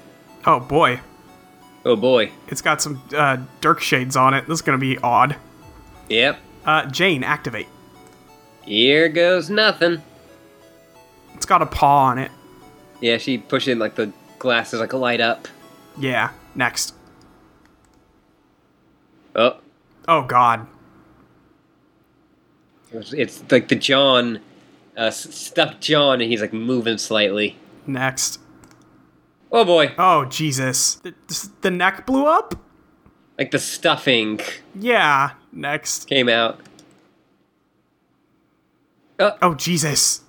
Oh boy. Oh boy. It's got some uh, Dirk shades on it. This is gonna be odd. Yep. Uh, Jane, activate. Here goes nothing. It's got a paw on it. Yeah, she pushed in like the glasses like light up. Yeah, next. Oh, Oh god. it's, it's like the John, uh, s- stuffed John, and he's like moving slightly. Next. Oh boy, Oh Jesus. The, the neck blew up? like the stuffing Yeah, next. came out. Oh Jesus.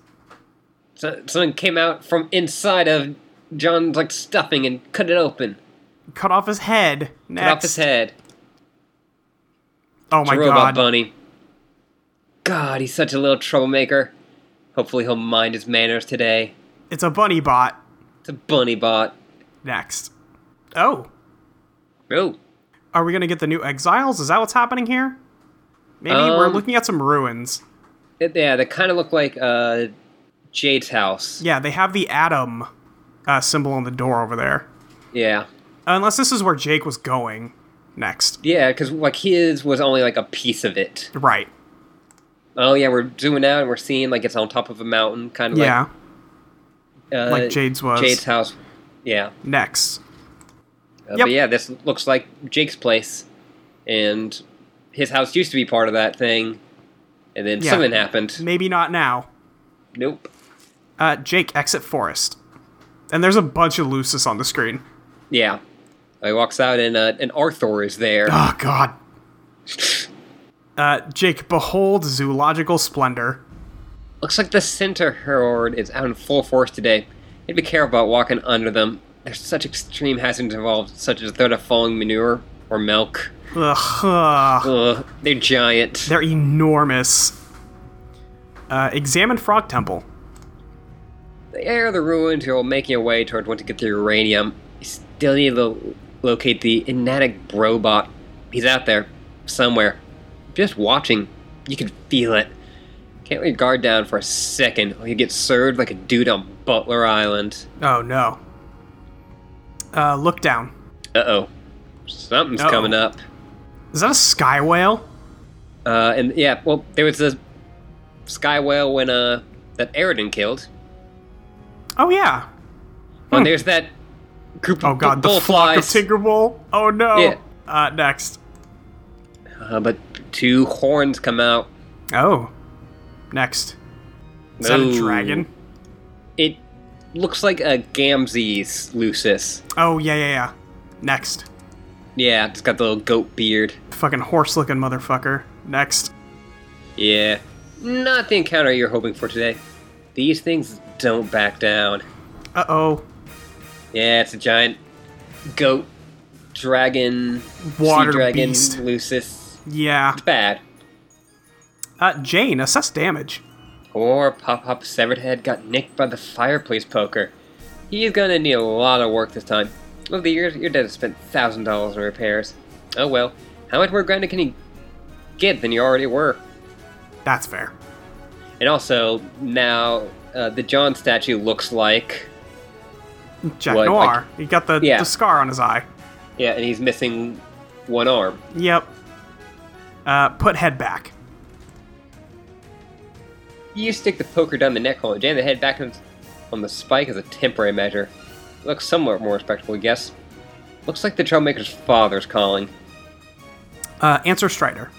So, something came out from inside of John's like stuffing and cut it open. Cut off his head. Next. Cut off his head. Oh It's my a robot god. bunny. God, he's such a little troublemaker. Hopefully, he'll mind his manners today. It's a bunny bot. It's a bunny bot. Next. Oh. Oh, Are we gonna get the new exiles? Is that what's happening here? Maybe we're Um, looking at some ruins. It- yeah, they kind of look like uh, Jade's house. Yeah, they have the atom uh, symbol on the door over there. Yeah. Unless this is where Jake was going. Next. Yeah, because like his was only like a piece of it. Right. Oh yeah, we're zooming out and we're seeing like it's on top of a mountain, kind of yeah. like, uh, like Jade's was. Jade's house. Yeah, Next. Uh, Yep. but yeah, this looks like Jake's place, and his house used to be part of that thing, and then Yeah. something happened. Maybe not now. Nope. Uh, Jake, exit forest. And there's a bunch of Lucis on the screen. Yeah, he walks out and uh, and Arthur is there. Oh, God. Uh, Jake, behold zoological splendor. Looks like the center horde is out in full force today. You'd be careful about walking under them. There's such extreme hazards involved, such as a threat of falling manure or milk. Ugh, ugh. Ugh, they're giant. They're enormous. Uh, examine frog temple. The air of the ruins, you're making your way towards once you get the uranium. You still need to locate the inatic robot. He's out there, somewhere. Just watching. You can feel it. Can't let your guard down for a second, or you get served like a dude on Butler Island. Oh, no. uh, look down. Uh oh. Something's Uh-oh. coming up. Is that a sky whale? Uh, and yeah, well, there was the sky whale when uh that Aridin killed. Oh yeah. And there's that group of Hmm. Oh god, bu- the flock of bullflies. Tinkerbell. Oh no. Yeah. Uh, next. uh, but two horns come out. Oh. Next. Is that a Ooh. dragon? It looks like a Gamzee's Lucis. Oh yeah yeah yeah. Next. Yeah, it's got the little goat beard. Fucking horse-looking motherfucker. Next. Yeah. Not the encounter you're hoping for today. These things don't back down. Uh oh. Yeah, it's a giant goat dragon Water sea dragon beast. Lucis. Yeah. It's bad. Uh, Jane, assess damage. Or Pop Pop's severed head got nicked by the fireplace poker. He's gonna need a lot of work this time. Over the years, your dad has spent thousand dollars on repairs. Oh well, how much more grounded can you get than you already were? That's fair. And also, now uh, the John statue looks like Jack Like- Noir. like- he got the, Yeah. the scar on his eye. yeah, and he's missing one arm. Yep. Uh, put head back. You stick the poker down the neck hole and jam the head back on- on the spike as a temporary measure. Looks somewhat more respectable, I guess. Looks like the troublemaker's father's calling. Uh, answer Strider.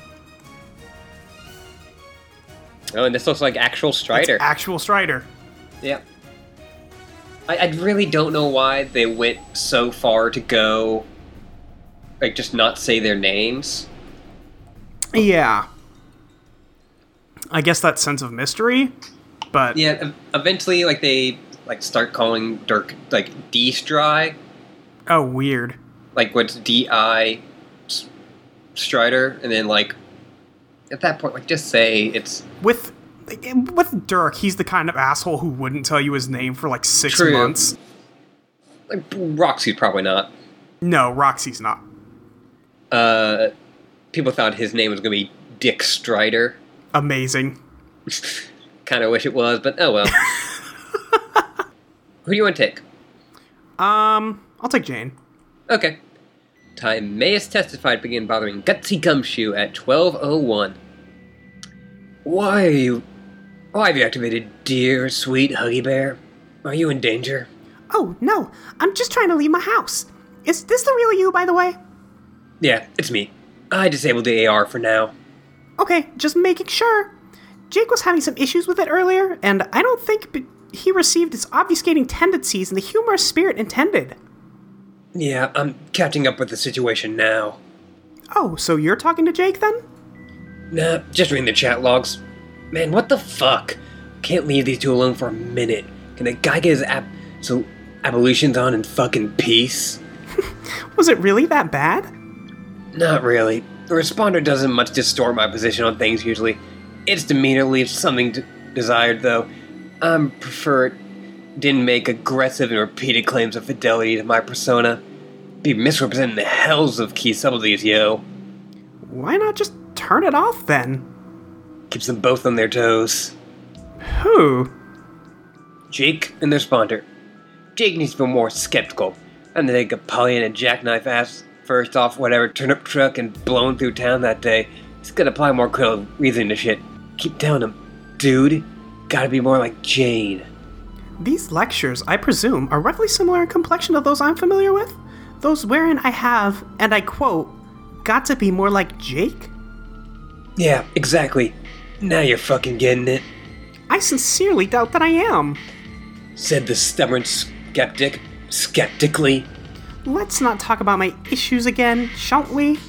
Oh, and this looks like actual That's Strider. actual Strider. Yeah. I, I really don't know why they went so far to go, like, just not say their names. Yeah. I guess that sense of mystery, but Yeah, ev- eventually, like, they, like, start calling Dirk, like, D-Stry, oh, weird. like, what's D-I S- Strider, and then, like, at that point, like, just say it's With with Dirk, he's the kind of asshole who wouldn't tell you his name for like six True. months. Like, Roxy's probably not. No, Roxy's not. Uh, people thought his name was gonna be Dick Strider. Amazing. Kind of wish it was, but oh well. Who do you want to take? Um, I'll take Jane. Okay. Timaeus testified began bothering Gutsy Gumshoe at 1201. Why are you... Why have you activated dear, sweet Huggy Bear? Are you in danger? Oh no, I'm just trying to leave my house. Is this the real you, by the way? Yeah, it's me. I disabled the AR for now. Okay, just making sure. Jake was having some issues with it earlier, and I don't think b- he received its obfuscating tendencies and the humorous spirit intended. Yeah, I'm catching up with the situation now. Oh, so you're talking to Jake then? Nah, just reading the chat logs. Man, what the fuck? Can't leave these two alone for a minute. Can the guy get his app so ablutions on in fucking peace? Was it really that bad? Not really. The responder doesn't much distort my position on things usually. Its demeanor leaves something d- desired, though. I am prefer it didn't make aggressive and repeated claims of fidelity to my persona. Be misrepresenting the hells of key subtleties, yo. Why not just turn it off then? Keeps them both on their toes. Who? Jake and the responder. Jake needs to be more skeptical. And they think of Polly and a jackknife ass first off whatever turnip truck and blown through town that day. He's gonna apply more critical reasoning to shit. Keep telling him, dude, gotta be more like Jane. These lectures, I presume, are roughly similar in complexion to those I'm familiar with? Those wherein I have, and I quote, got to be more like Jake? Yeah, exactly. Now you're fucking getting it, I sincerely doubt that I am. said the stubborn skeptic, skeptically. Let's not talk about my issues again, shall we?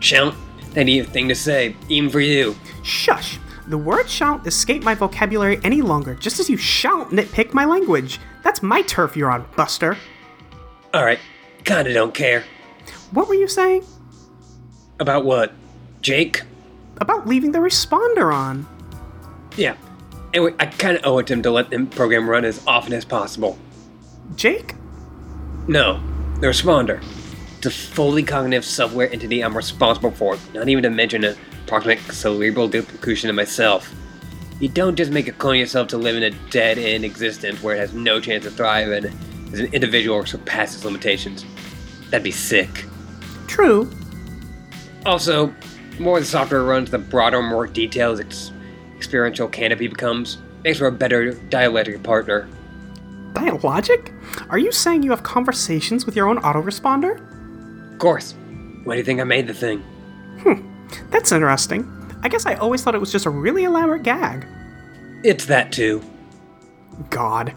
Shout, that ain't a thing to say, even for you. Shush! The word shall escape my vocabulary any longer, just as you shall nitpick my language. That's my turf you're on, Buster. Alright, kinda don't care. What were you saying? About what? Jake? About leaving the responder on. Yeah. Anyway, I kind of owe it to him to let the program run as often as possible. Jake? No, the responder. It's a fully cognitive software entity I'm responsible for, not even to mention a proximate cerebral duplication of myself. You don't just make a clone yourself to live in a dead end existence where it has no chance to thrive and as an individual or surpass his limitations. That'd be sick. True. Also, the more the software runs, the broader, more detailed its experiential canopy becomes. Makes for a better dialectic partner. Dialogic? Are you saying you have conversations with your own autoresponder? Of course. Why do you think I made the thing? That's interesting. I guess I always thought it was just a really elaborate gag. It's that too. God.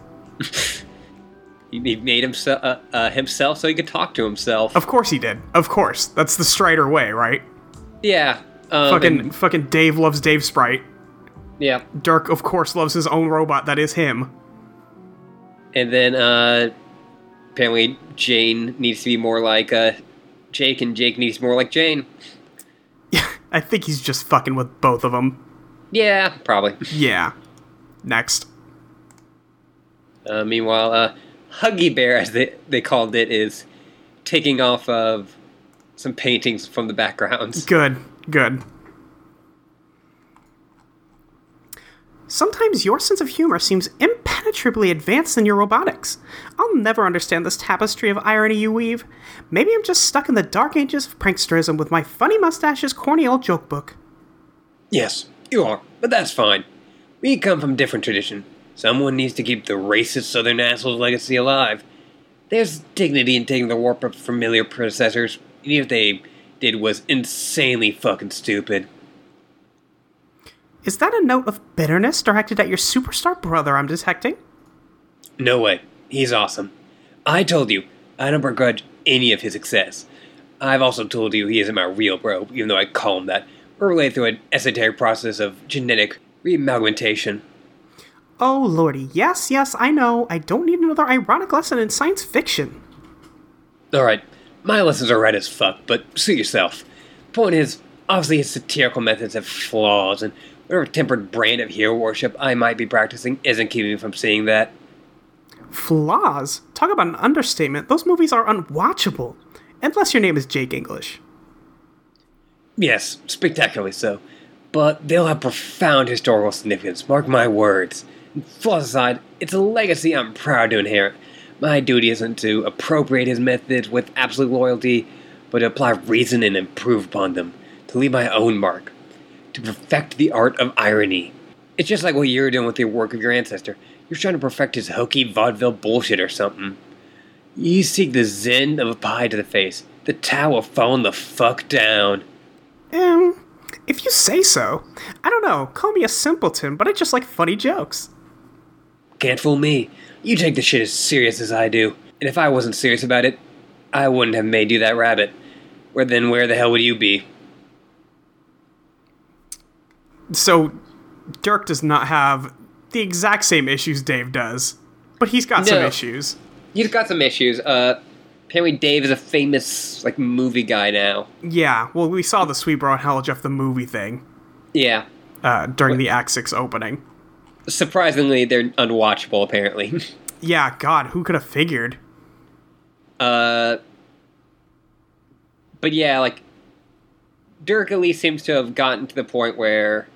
He he made himself uh, uh, himself so he could talk to himself. Of course he did. Of course. That's the Strider way, right? Yeah. Um, fucking and- fucking Dave loves Dave Sprite. yeah. Dirk, of course, loves his own robot that is him. And then uh, apparently Jane needs to be more like uh, Jake, and Jake needs more like Jane. I think he's just fucking with both of them. Yeah, probably. Yeah. Next. Uh, meanwhile, uh, Huggy Bear, as they, they called it, is taking off of some paintings from the backgrounds. Good. Good. Sometimes your sense of humor seems impenetrably advanced in your robotics. I'll never understand this tapestry of irony you weave. Maybe I'm just stuck in the dark ages of pranksterism with my funny mustache's corny old joke book. Yes, you are, but that's fine. We come from different tradition. Someone needs to keep the racist Southern asshole's legacy alive. There's dignity in taking the warp of familiar predecessors, even if they did was insanely fucking stupid. Is that a note of bitterness directed at your superstar brother I'm detecting? No way. He's awesome. I told you, I don't begrudge any of his success. I've also told you he isn't my real bro, even though I call him that. We're related through an esoteric process of genetic reamalgamation. Oh lordy, yes, yes, I know. I don't need another ironic lesson in science fiction. Alright, my lessons are right as fuck, but suit yourself. Point is, obviously his satirical methods have flaws, and whatever tempered brand of hero worship I might be practicing isn't keeping me from seeing that. Flaws? Talk about an understatement. Those movies are unwatchable. Unless your name is Jake English. Yes, spectacularly so. But they'll have profound historical significance, mark my words. Flaws aside, it's a legacy I'm proud to inherit. My duty isn't to appropriate his methods with absolute loyalty, but to apply reason and improve upon them, to leave my own mark, to perfect the art of irony. It's just like what you're doing with the work of your ancestor. You're trying to perfect his hokey vaudeville bullshit or something. You seek the zen of a pie to the face, the Tao of falling the fuck down. Um, if you say so. I don't know, call me a simpleton, but I just like funny jokes. Can't fool me. You take the shit as serious as I do. And if I wasn't serious about it, I wouldn't have made you that rabbit. Where then where the hell would you be? So, Dirk does not have the exact same issues Dave does, but he's got some No. issues. You've got some issues. Uh apparently Dave is a famous like movie guy now. Yeah, well, we saw the Sweet Bro and Hell Jeff the movie thing Yeah. uh, during the Act 6 opening. Surprisingly they're unwatchable apparently. Yeah, God, who could have figured? Uh but yeah, like Dirk at least seems to have gotten to the point where,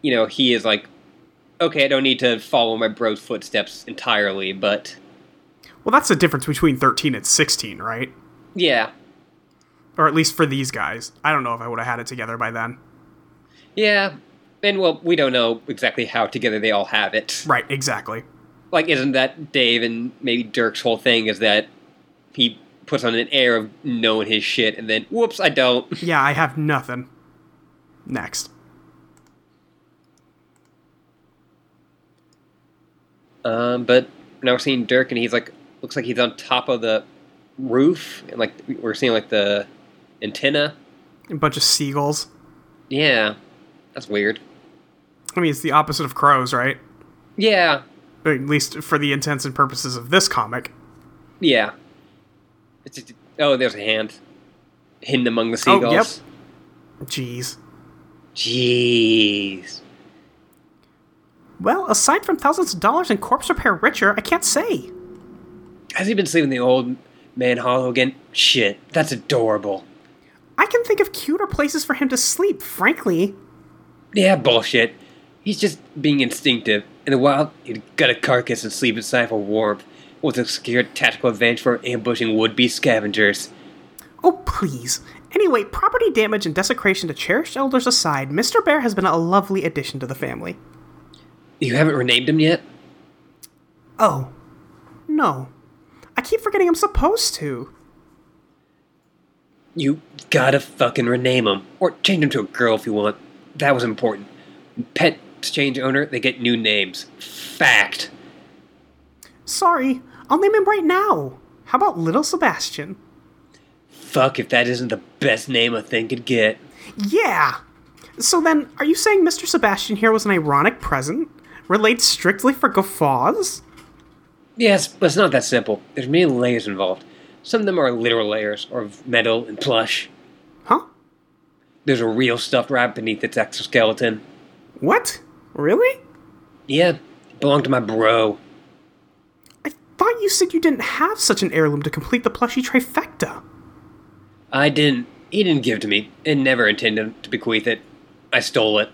you know, he is like, okay, I don't need to follow my bro's footsteps entirely, but Well, that's the difference between 13 and 16, right? yeah, Or at least for these guys. I don't know if I would have had it together by then. yeah. And well, we don't know exactly how together they all have it. Right, exactly. Like, isn't that Dave and maybe Dirk's whole thing is that he puts on an air of knowing his shit, and then whoops, I don't. Yeah, I have nothing. Next. Um, but now we're seeing Dirk, and he's like, looks like he's on top of the roof, and like we're seeing like the antenna. A bunch of seagulls. Yeah, that's weird. I mean, it's the opposite of crows, right? Yeah, Or at least for the intents and purposes of this comic. yeah. It's just, oh, there's a hand hidden among the Oh, seagulls. yep. Jeez. Jeez. Well, aside from thousands of dollars in corpse repair richer, I can't say. Has he been sleeping in the old man hollow again? Shit, that's adorable. I can think of cuter places for him to sleep, frankly. Yeah, bullshit. He's just being instinctive. In the wild, he'd gut a carcass and sleep inside for warmth. with obscure tactical advantage for ambushing would-be scavengers. Oh, please. Anyway, property damage and desecration to cherished elders aside, Mr. Bear has been a lovely addition to the family. You haven't renamed him yet? Oh. No. I keep forgetting I'm supposed to. You gotta fucking rename him. Or change him to a girl if you want. That was important. Pets change owner, they get new names. Fact. Sorry, I'll name him right now. How about Little Sebastian? Fuck if that isn't the best name a thing could get. Yeah! So then, are you saying Mr. Sebastian here was an ironic present? Related strictly for guffaws? Yes, but it's not that simple. There's many layers involved. Some of them are literal layers, or of metal and plush. Huh? There's a real stuffed rabbit beneath its exoskeleton. What? Really? Yeah, it belonged to my bro. I thought you said you didn't have such an heirloom to complete the plushie trifecta. I didn't. He didn't give it to me, and never intended to bequeath it. I stole it.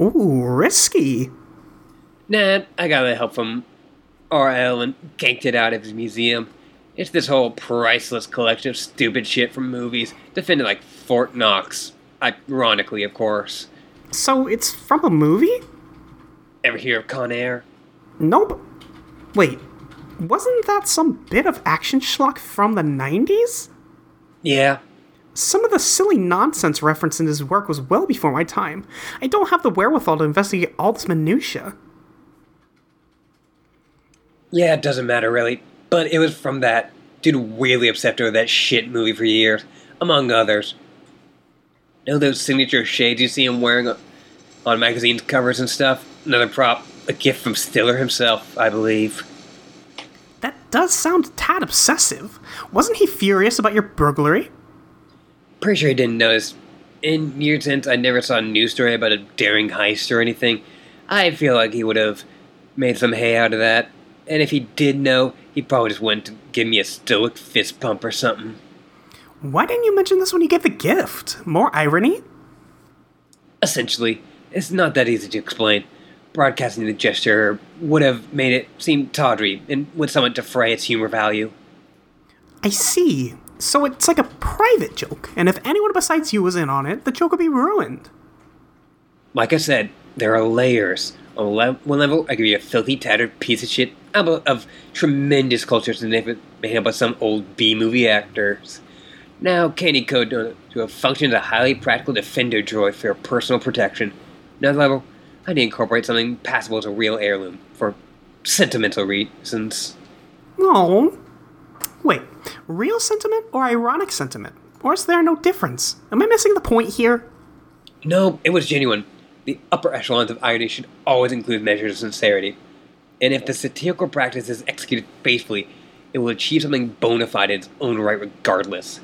Ooh, risky. Nah, I got the help from R.L. and ganked it out of his museum. It's this whole priceless collection of stupid shit from movies, defended like Fort Knox. Ironically, of course. So it's from a movie? Ever hear of Con Air? Nope. Wait, wasn't that some bit of action schlock from the 90s? Yeah. Some of the silly nonsense referenced in his work was well before my time. I don't have the wherewithal to investigate all this minutia. Yeah, it doesn't matter really. But it was from that dude really obsessed over that shit movie for years, among others. Know those signature shades you see him wearing on magazine covers and stuff? Another prop, a gift from Stiller himself, I believe. That does sound a tad obsessive. Wasn't he furious about your burglary? Pretty sure he didn't notice. In years since, I never saw a news story about a daring heist or anything. I feel like he would have made some hay out of that. And if he did know, he probably just went to give me a stoic fist pump or something. Why didn't you mention this when you gave the gift? More irony? Essentially, it's not that easy to explain. Broadcasting the gesture would have made it seem tawdry and would somewhat defray its humor value. I see. So it's like a private joke, and if anyone besides you was in on it, the joke would be ruined. Like I said, there are layers. On le- one level, I could be a filthy, tattered piece of shit album of tremendous culture significance made up by some old B movie actors. Now, Candy Code to, to have functioned as a highly practical defender droid for your personal protection. Another level, I need to incorporate something passable as a real heirloom for sentimental reasons. No. Wait, real sentiment or ironic sentiment? Or is there no difference? Am I missing the point here? No, it was genuine. The upper echelons of irony should always include measures of sincerity. And if the satirical practice is executed faithfully, it will achieve something bona fide in its own right regardless.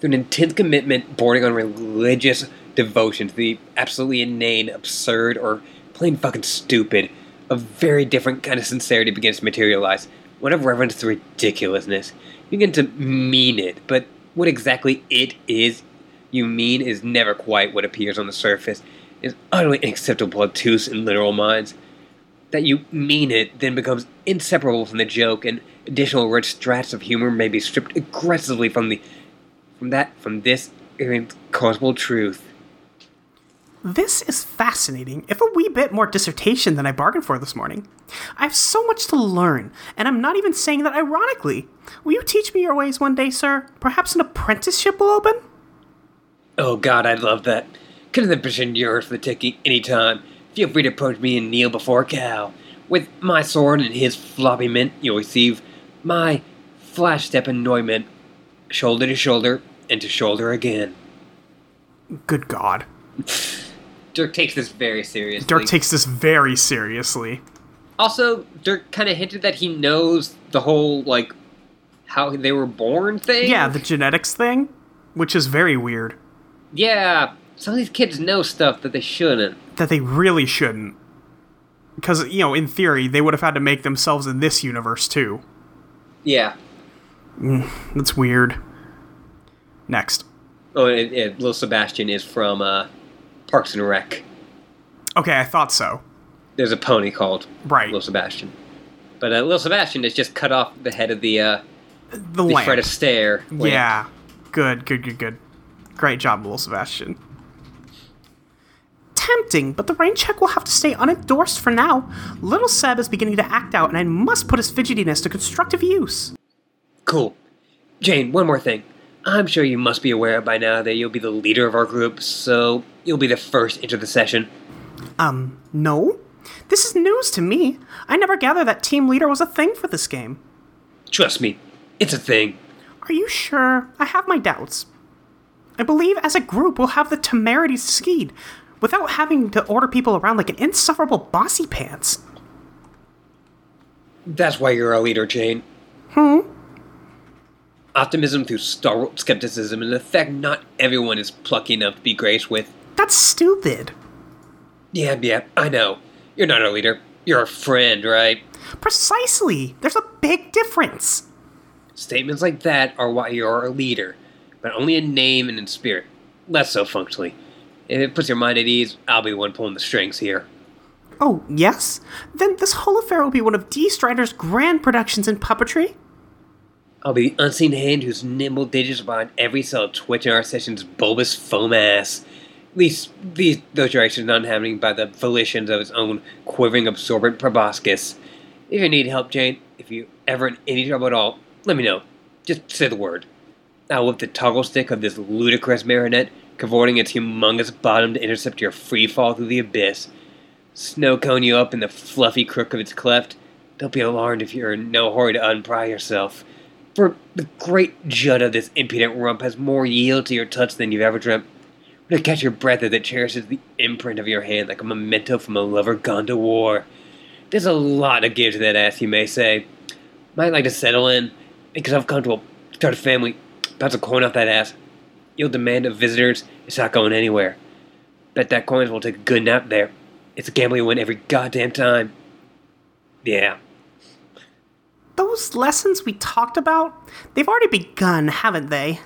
Through an intense commitment bordering on religious devotion to the absolutely inane, absurd, or plain fucking stupid, a very different kind of sincerity begins to materialize. One of reverence to ridiculousness. You begin to mean it, but what exactly it is you mean is never quite what appears on the surface. It is utterly unacceptable, obtuse, and literal minds. That you mean it then becomes inseparable from the joke, and additional rich strats of humor may be stripped aggressively from the from that from this irreconcilable truth. This is fascinating, if a wee bit more dissertation than I bargained for this morning. I have so much to learn, and I'm not even saying that ironically. Will you teach me your ways one day, sir? Perhaps an apprenticeship will open? Oh God, I love that. Come to the position you're for the taking anytime. Feel free to approach me and kneel before a cow. With my sword and his floppy mint, you'll receive my flash step annoyment, shoulder to shoulder and to shoulder again. Good God. Dirk takes this very seriously. Dirk takes this very seriously. also Dirk kind of hinted that he knows the whole like how they were born thing. Yeah, the genetics thing, which is very weird. yeah. Some of these kids know stuff that they shouldn't. that they really shouldn't. Because, you know, in theory, they would have had to make themselves in this universe too. Yeah. That's weird. Next. Oh, and, and little Sebastian is from uh, Parks and Rec. Okay, I thought so. There's a pony called Right. Little Sebastian. But uh, little Sebastian has just cut off the head of the uh, The, the lamp. Fred Astaire. lamp. Yeah. Good, good, good, good. Great job, little Sebastian. Tempting, but the rain check will have to stay unendorsed for now. Little Seb is beginning to act out, and I must put his fidgetiness to constructive use. Cool. Jane, one more thing. I'm sure you must be aware by now that you'll be the leader of our group, so you'll be the first into the session. Um, no? This is news to me. I never gathered that team leader was a thing for this game. Trust me, it's a thing. Are you sure? I have my doubts. I believe as a group we'll have the temerity to succeed without having to order people around like an insufferable bossy pants. That's why you're our leader, Jane. Hmm? Optimism through stalwart skepticism is an effect not everyone is plucky enough to be graced with. That's stupid. Yeah, yeah, I know. You're not our leader. You're our friend, right? Precisely. There's a big difference. Statements like that are why you're our leader, but only in name and in spirit, less so functionally. If it puts your mind at ease, I'll be the one pulling the strings here. Oh, yes? Then this whole affair will be one of D. Strider's grand productions in puppetry? I'll be the unseen hand whose nimble digits bind every cell twitching our session's bulbous foam ass. These, these, those directions not happening by the volitions of its own quivering absorbent proboscis. If you need help, Jane, if you ever in any trouble at all, let me know. Just say the word. I'll whip the toggle stick of this ludicrous marionette, cavorting its humongous bottom to intercept your free fall through the abyss. Snow cone you up in the fluffy crook of its cleft. Don't be alarmed if you're in no hurry to unpry yourself. For the great jut of this impudent rump has more yield to your touch than you've ever dreamt. When I catch your breath as it cherishes the imprint of your hand like a memento from a lover gone to war. There's a lot of give to that ass, you may say. Might like to settle in, make yourself comfortable, start a family, bounce a coin off that ass. You'll demand of visitors, it's not going anywhere. Bet that coins will take a good nap there. It's a gamble you win every goddamn time. Yeah. Those lessons we talked about, they've already begun, haven't they?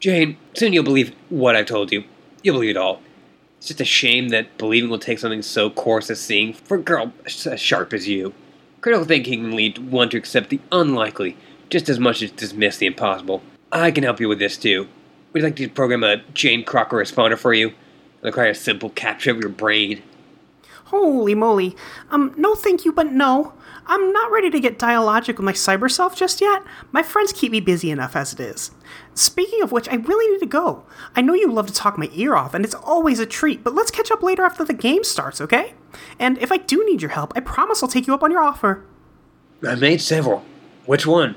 Jane, soon you'll believe what I've told you. You'll believe it all. It's just a shame that believing will take something so coarse as seeing for a girl s- as sharp as you. Critical thinking can lead one to accept the unlikely just as much as dismiss the impossible. I can help you with this too. We'd like to program a Jane Crocker responder for you. It'll require a simple capture of your brain. Holy moly. Um, no thank you, but no. I'm not ready to get dialogic with my cyber self just yet. My friends keep me busy enough as it is. Speaking of which, I really need to go. I know you love to talk my ear off, and it's always a treat, but let's catch up later after the game starts, okay? And if I do need your help, I promise I'll take you up on your offer. I made several. Which one?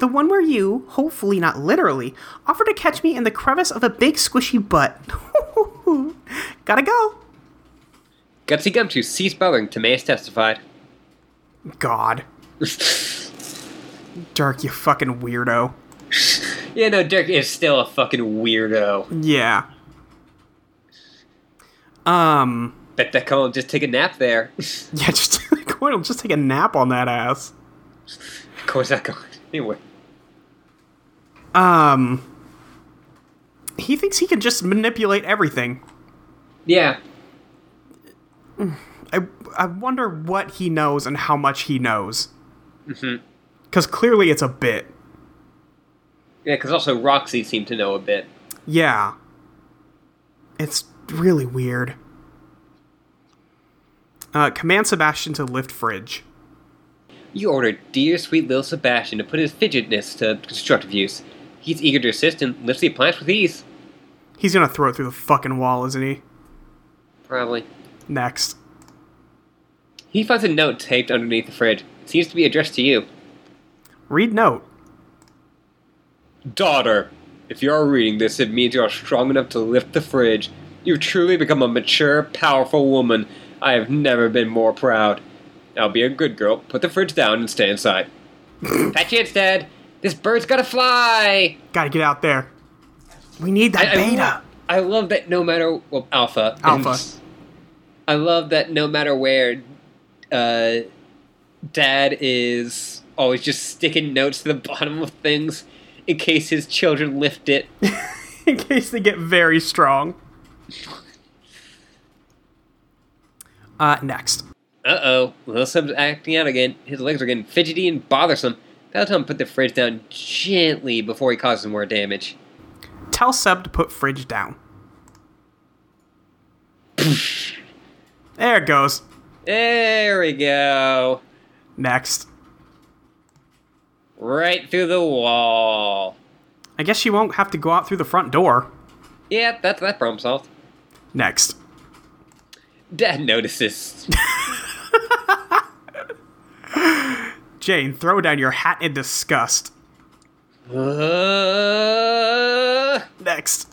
The one where you, hopefully not literally, offer to catch me in the crevice of a big squishy butt. Gotta go. Gutsy Gumshoe ceased bothering. Timaeus testified. God. Dirk, you fucking weirdo. Yeah, no, Dirk is still a fucking weirdo. Yeah. Um. Bet that cone just take a nap there. Yeah. Just Cornel, just take a nap on that ass. Of course not going anywhere. Um. He thinks he can just manipulate everything. Yeah. I I wonder what he knows and how much he knows. Because clearly it's a bit. Yeah, because also Roxy seemed to know a bit. Yeah. It's really weird. Uh, command Sebastian to lift fridge. You ordered dear sweet little Sebastian to put his fidgetness to constructive use. He's eager to assist and lifts the appliance with ease. He's gonna throw it through the fucking wall, isn't he? Probably. Next. He finds a note taped underneath the fridge. It seems to be addressed to you. Read note. Daughter, if you are reading this, it means you are strong enough to lift the fridge. You've truly become a mature, powerful woman. I have never been more proud. Now be a good girl, put the fridge down, and stay inside. Patchy instead! This bird's gotta fly! Gotta get out there. We need that beta. love, I love that no matter well, alpha. and Alpha. I love that no matter where, uh, dad is always just sticking notes to the bottom of things in case his children lift it. in case they get very strong. Uh, next. uh oh, Lil Sim's acting out again. His legs are getting fidgety and bothersome. That'll tell him to put the fridge down gently before he causes more damage. Tell Seb to put fridge down. there it goes. There we go. Next. Right through the wall. I guess she won't have to go out through the front door. Yep, that's that problem solved. Next. Dad notices. Jane, throw down your hat in disgust. Uh, Next.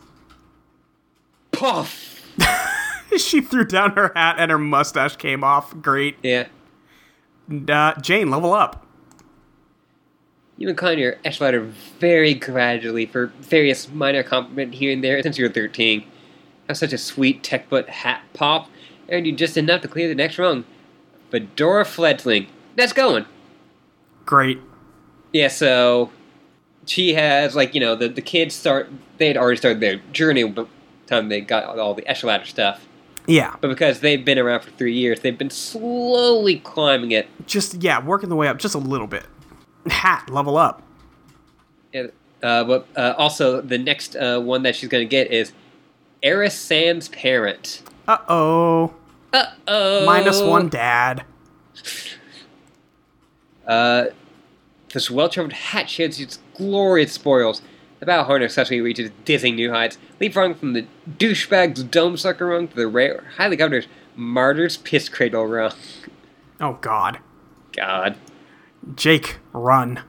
puff. she threw down her hat and her mustache came off. Great. Yeah. Uh, Jane, level up. You've been calling your Eschweiler very gradually for various minor compliment here and there since you were 13. Have such a sweet tech butt hat pop, and you just enough to clear the next rung. Fedora fledgling. That's going. Great. Yeah, so she has like you know the the kids start they had already started their journey by the time they got all the Eschweiler stuff, Yeah. but because they've been around for three years, they've been slowly climbing it. Just, yeah, working the way up just a little bit. Hat, level up. Uh, but uh, also the next uh, one that she's gonna get is Eris Sans parent. Uh oh. Uh oh. Minus one dad. Uh, this well-trimmed hat sheds its glorious spoils. The battle horn accessory reaches dizzying new heights, leapfrogging from the douchebag's dome sucker rung to the rare, highly coveted martyr's piss cradle rung. Oh god. God, Jake, run.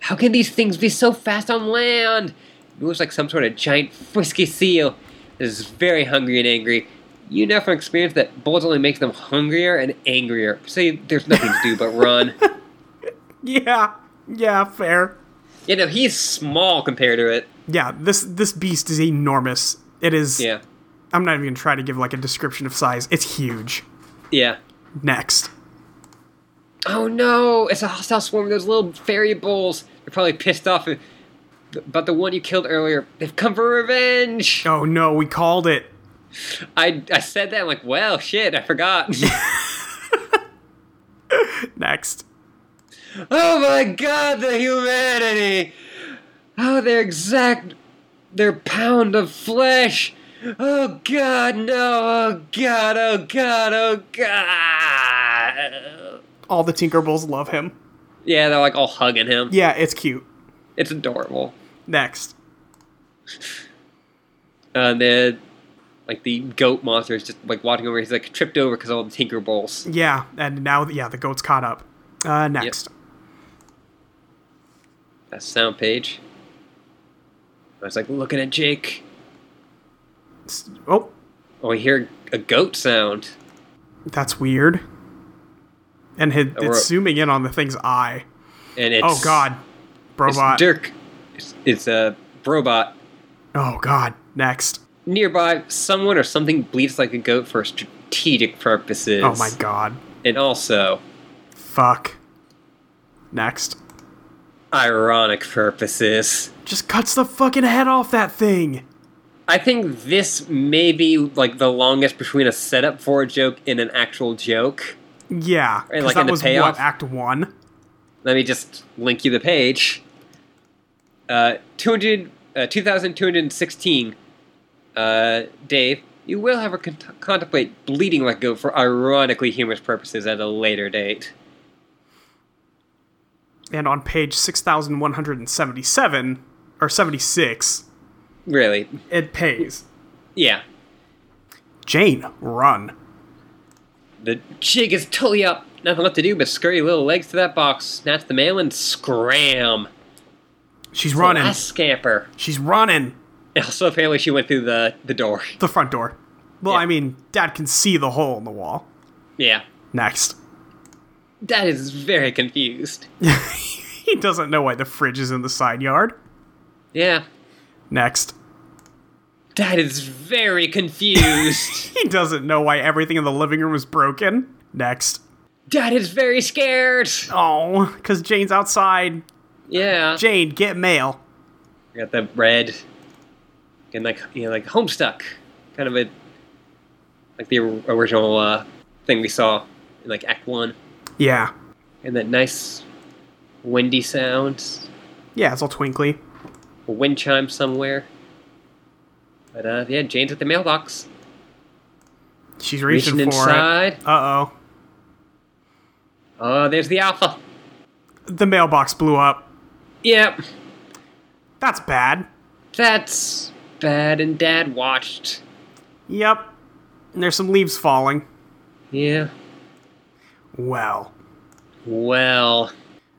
how can these things be so fast on land? It moves like some sort of giant frisky seal. It is very hungry and angry. You know from experience that bulls only make them hungrier and angrier. So there's nothing to do but run. Yeah. Yeah, fair. you know he's small compared to it. Yeah, this this beast is enormous. It is Yeah, I'm not even gonna try to give like a description of size. It's huge. yeah. Next. Oh no, it's a hostile swarm of those little fairy bulls. They're probably pissed off about the one you killed earlier. They've come for revenge. Oh no, we called it. I, I said that, I'm like, well, shit, I forgot. Next. oh my god, the humanity! Oh, their exact. their pound of flesh! Oh god, no! Oh god, oh god, oh god! All the Tinkerbulls love him. Yeah, they're like all hugging him. Yeah, it's cute. It's adorable. Next. And then, Uh, like, the goat monster is just, like, walking over. He's, like, tripped over because all the Tinker Bowls. Yeah, and now yeah, the goat's caught up. Uh next. That's sound page. I was, like, looking at Jake. S- Oh, Oh, I hear a goat sound. that's weird. And hi- we're- it's zooming in on the thing's eye. And it's. oh god. It's Brobot. Dirk. It's, it's a robot. Oh god. Next. Nearby, someone or something bleats like a goat for strategic purposes. Oh my god. And also, Fuck. Next. ironic purposes. Just cuts the fucking head off that thing. I think this may be like the longest between a setup for a joke and an actual joke. Yeah. And, 'cause like, in that the was payoff? what act one. Let me just link you the page. Uh, 200, uh, 2216. Uh, Dave, you will have to cont- contemplate bleeding like goat for ironically humorous purposes at a later date. And on page six thousand one hundred and seventy seven or seventy six, Really? it pays. Yeah. Jane, run. The jig is totally up. Nothing left to do but scurry little legs to that box, snatch the mail, and scram. She's running. Last scamper. She's running. Also, apparently, she went through the, the door. The front door. Well, Yeah. I mean, Dad can see the hole in the wall. Yeah. Next. Dad is very confused. He doesn't know why the fridge is in the side yard. Yeah. Next. Dad is very confused. He doesn't know why everything in the living room is broken. Next. Dad is very scared. Oh, because Jane's outside. Yeah. Jane, get mail. I got the bread. And like you know, like Homestuck, kind of a like the original uh, thing we saw in like Act One, Yeah. and that nice windy sound, Yeah, it's all twinkly. a wind chime somewhere. But uh, yeah, Jane's at the mailbox, She's reaching, reaching for inside. it. Uh oh. Oh, there's the alpha. The mailbox blew up. Yep, That's bad. that's bad. And Dad watched. Yep. And there's some leaves falling. Yeah. Well, Well.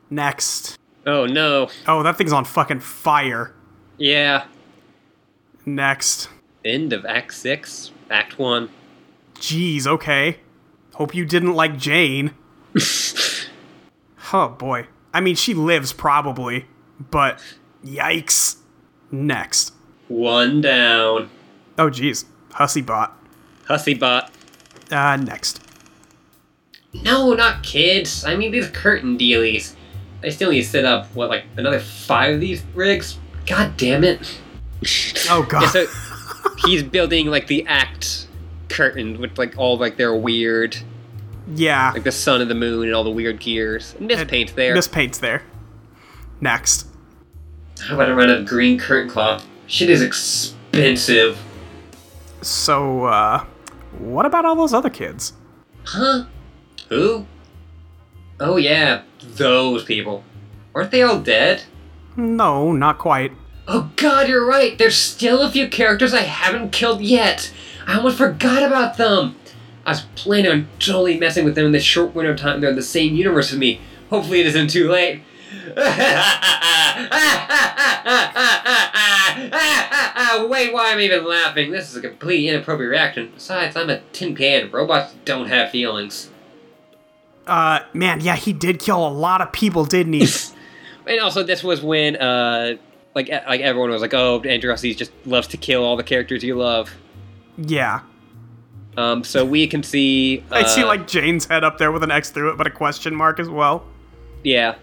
next. Oh no. Oh, that thing's on fucking fire. Yeah. Next. End of Act Six, Act One. Jeez, okay. Hope you didn't like Jane. oh boy. I mean, she lives probably, but yikes. Next. One down. Oh jeez. Hussybot. Hussybot. Uh, next. No, not kids. I mean these curtain dealies. I still need to set up what like another five of these rigs. God damn it! Oh god. so he's building like the act curtain with like all like their weird, yeah. like the sun and the moon and all the weird gears. And Miss And Paint's there. Miss Paint's there. Next. How about I run a green curtain cloth? Shit is expensive. So, uh, what about all those other kids? Huh? Who? Oh yeah, those people. Aren't they all dead? No, not quite. Oh god, you're right. There's still a few characters I haven't killed yet. I almost forgot about them. I was planning on totally messing with them in the short window of time they're in the same universe as me. Hopefully it isn't too late. Wait, why am I even laughing? This is a completely inappropriate reaction. Besides, I'm a tin can. Robots don't have feelings. Uh, man, yeah, he did kill a lot of people, didn't he? And also, this was when, uh, like, e- like everyone was like, "Oh, Andrew Hussey just loves to kill all the characters you love." yeah. Um, so we can see. Uh, I see, like, Jane's head up there with an X through it, but a question mark as well. yeah,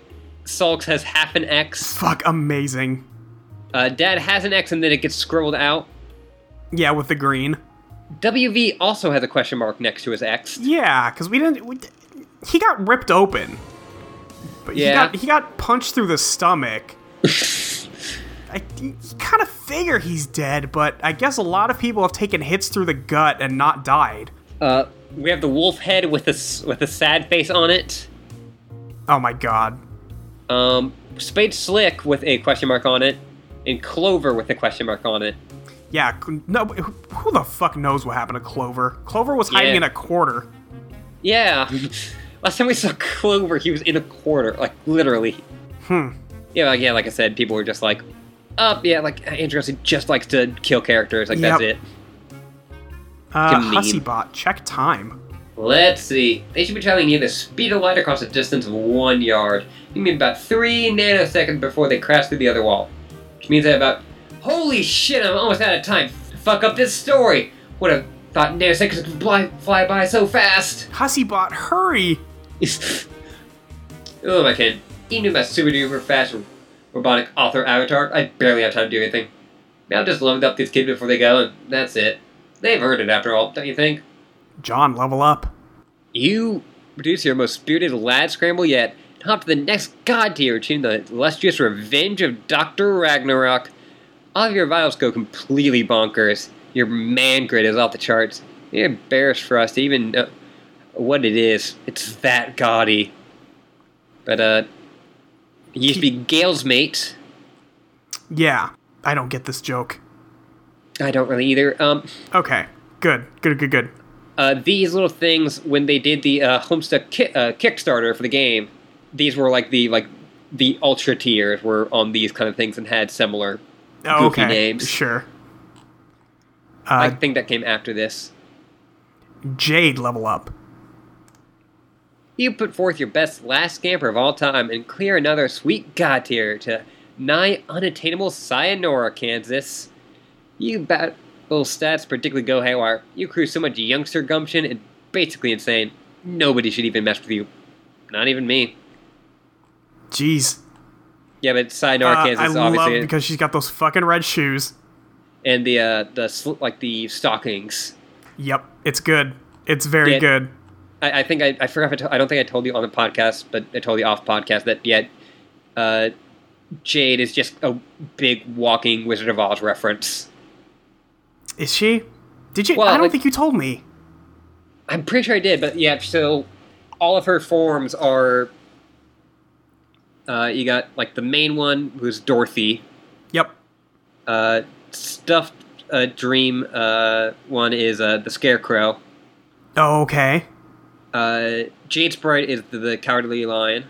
Sulks has half an X. Fuck, amazing. Uh, Dad has an X, and then it gets scribbled out. Yeah, with the green. WV also has a question mark next to his X. Yeah, because we didn't. We, d- he got ripped open. But Yeah. he, got, he got punched through the stomach. I you kind of figure he's dead, but I guess a lot of people have taken hits through the gut and not died. Uh, we have the wolf head with a s- with a sad face on it. Oh my god. Um, Spade Slick with a question mark on it, and Clover with a question mark on it. Yeah, c- no, who who the fuck knows what happened to Clover? Clover was hiding Yeah. in a quarter. Yeah. Last time we saw Clover, he was in a quarter, like literally. Hmm. Yeah, like, yeah. Like I said, people were just like, "Up, yeah." Like Andrew Hussey just likes to kill characters. Like that's Yep. it. Uh, Can leave. Hussybot, check time. Let's see. They should be traveling near the speed of light across a distance of one yard. You mean about three nanoseconds before they crash through the other wall, which means that about. Holy shit! I'm almost out of time. Fuck up this story. Would have thought nanoseconds could fly, fly by so fast. Hussybot, hurry! oh my kid. Even with my super duper fast robotic author avatar, I barely have time to do anything. Now I'll just load up these kids before they go, and that's it. They've earned it after all, don't you think? John, level up. You produce your most spirited lad scramble yet, and hop to the next god tier, achieving the illustrious revenge of Dr. Ragnarok. All of your vitals go completely bonkers. Your man grid is off the charts. You're embarrassed for us to even know what it is. It's that gaudy. But, uh, you used to be Gale's mate. Yeah, I don't get this joke. I don't really either. Um, Okay, good, good, good, good. uh, these little things when they did the uh, Homestuck ki- uh, Kickstarter for the game, these were like the like the ultra tiers were on these kind of things and had similar. Oh, Goofy okay, names. sure. I Uh, think that came after this. Jade, level up. You put forth your best last scamper of all time and clear another sweet god tier to nigh unattainable Sayonara, Kansas. You battle stats particularly go haywire. You crew so much youngster gumption and basically insane. Nobody should even mess with you. Not even me. Jeez. Yeah, but Sayonara, Uh, I Kansas is love obviously. because she's got those fucking red shoes. and the uh, the sl- like the stockings. Yep, it's good. It's very Yeah. good. I, I think I, I forgot. If I, to, I don't think I told you on the podcast, but I told you off podcast that yet uh, Jade is just a big walking Wizard of Oz reference. Is she? Did you? Well, I don't like- think you told me. I'm pretty sure I did, but yeah. So all of her forms are. Uh, you got like the main one who's Dorothy. Yep. Uh, stuffed uh, dream uh, one is uh, the Scarecrow. Oh, Okay. Uh, Jade Sprite is the, the Cowardly Lion.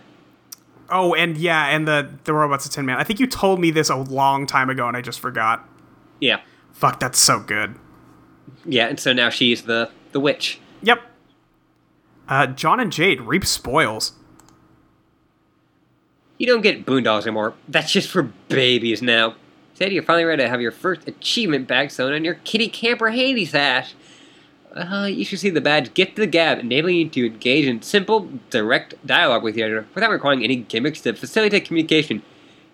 Oh, and yeah, and the the robots of Tin Man. I think you told me this a long time ago, and I just forgot. Yeah, Fuck, that's so good. yeah, and so now she's the the witch. Yep. Uh, John and Jade reap spoils. You don't get boondogs anymore. That's just for babies now. Ted, you're finally ready to have your first achievement badge sewn on your kitty camper Hades sash. Uh, you should see the badge Get to the Gab, enabling you to engage in simple, direct dialogue with your editor without requiring any gimmicks to facilitate communication.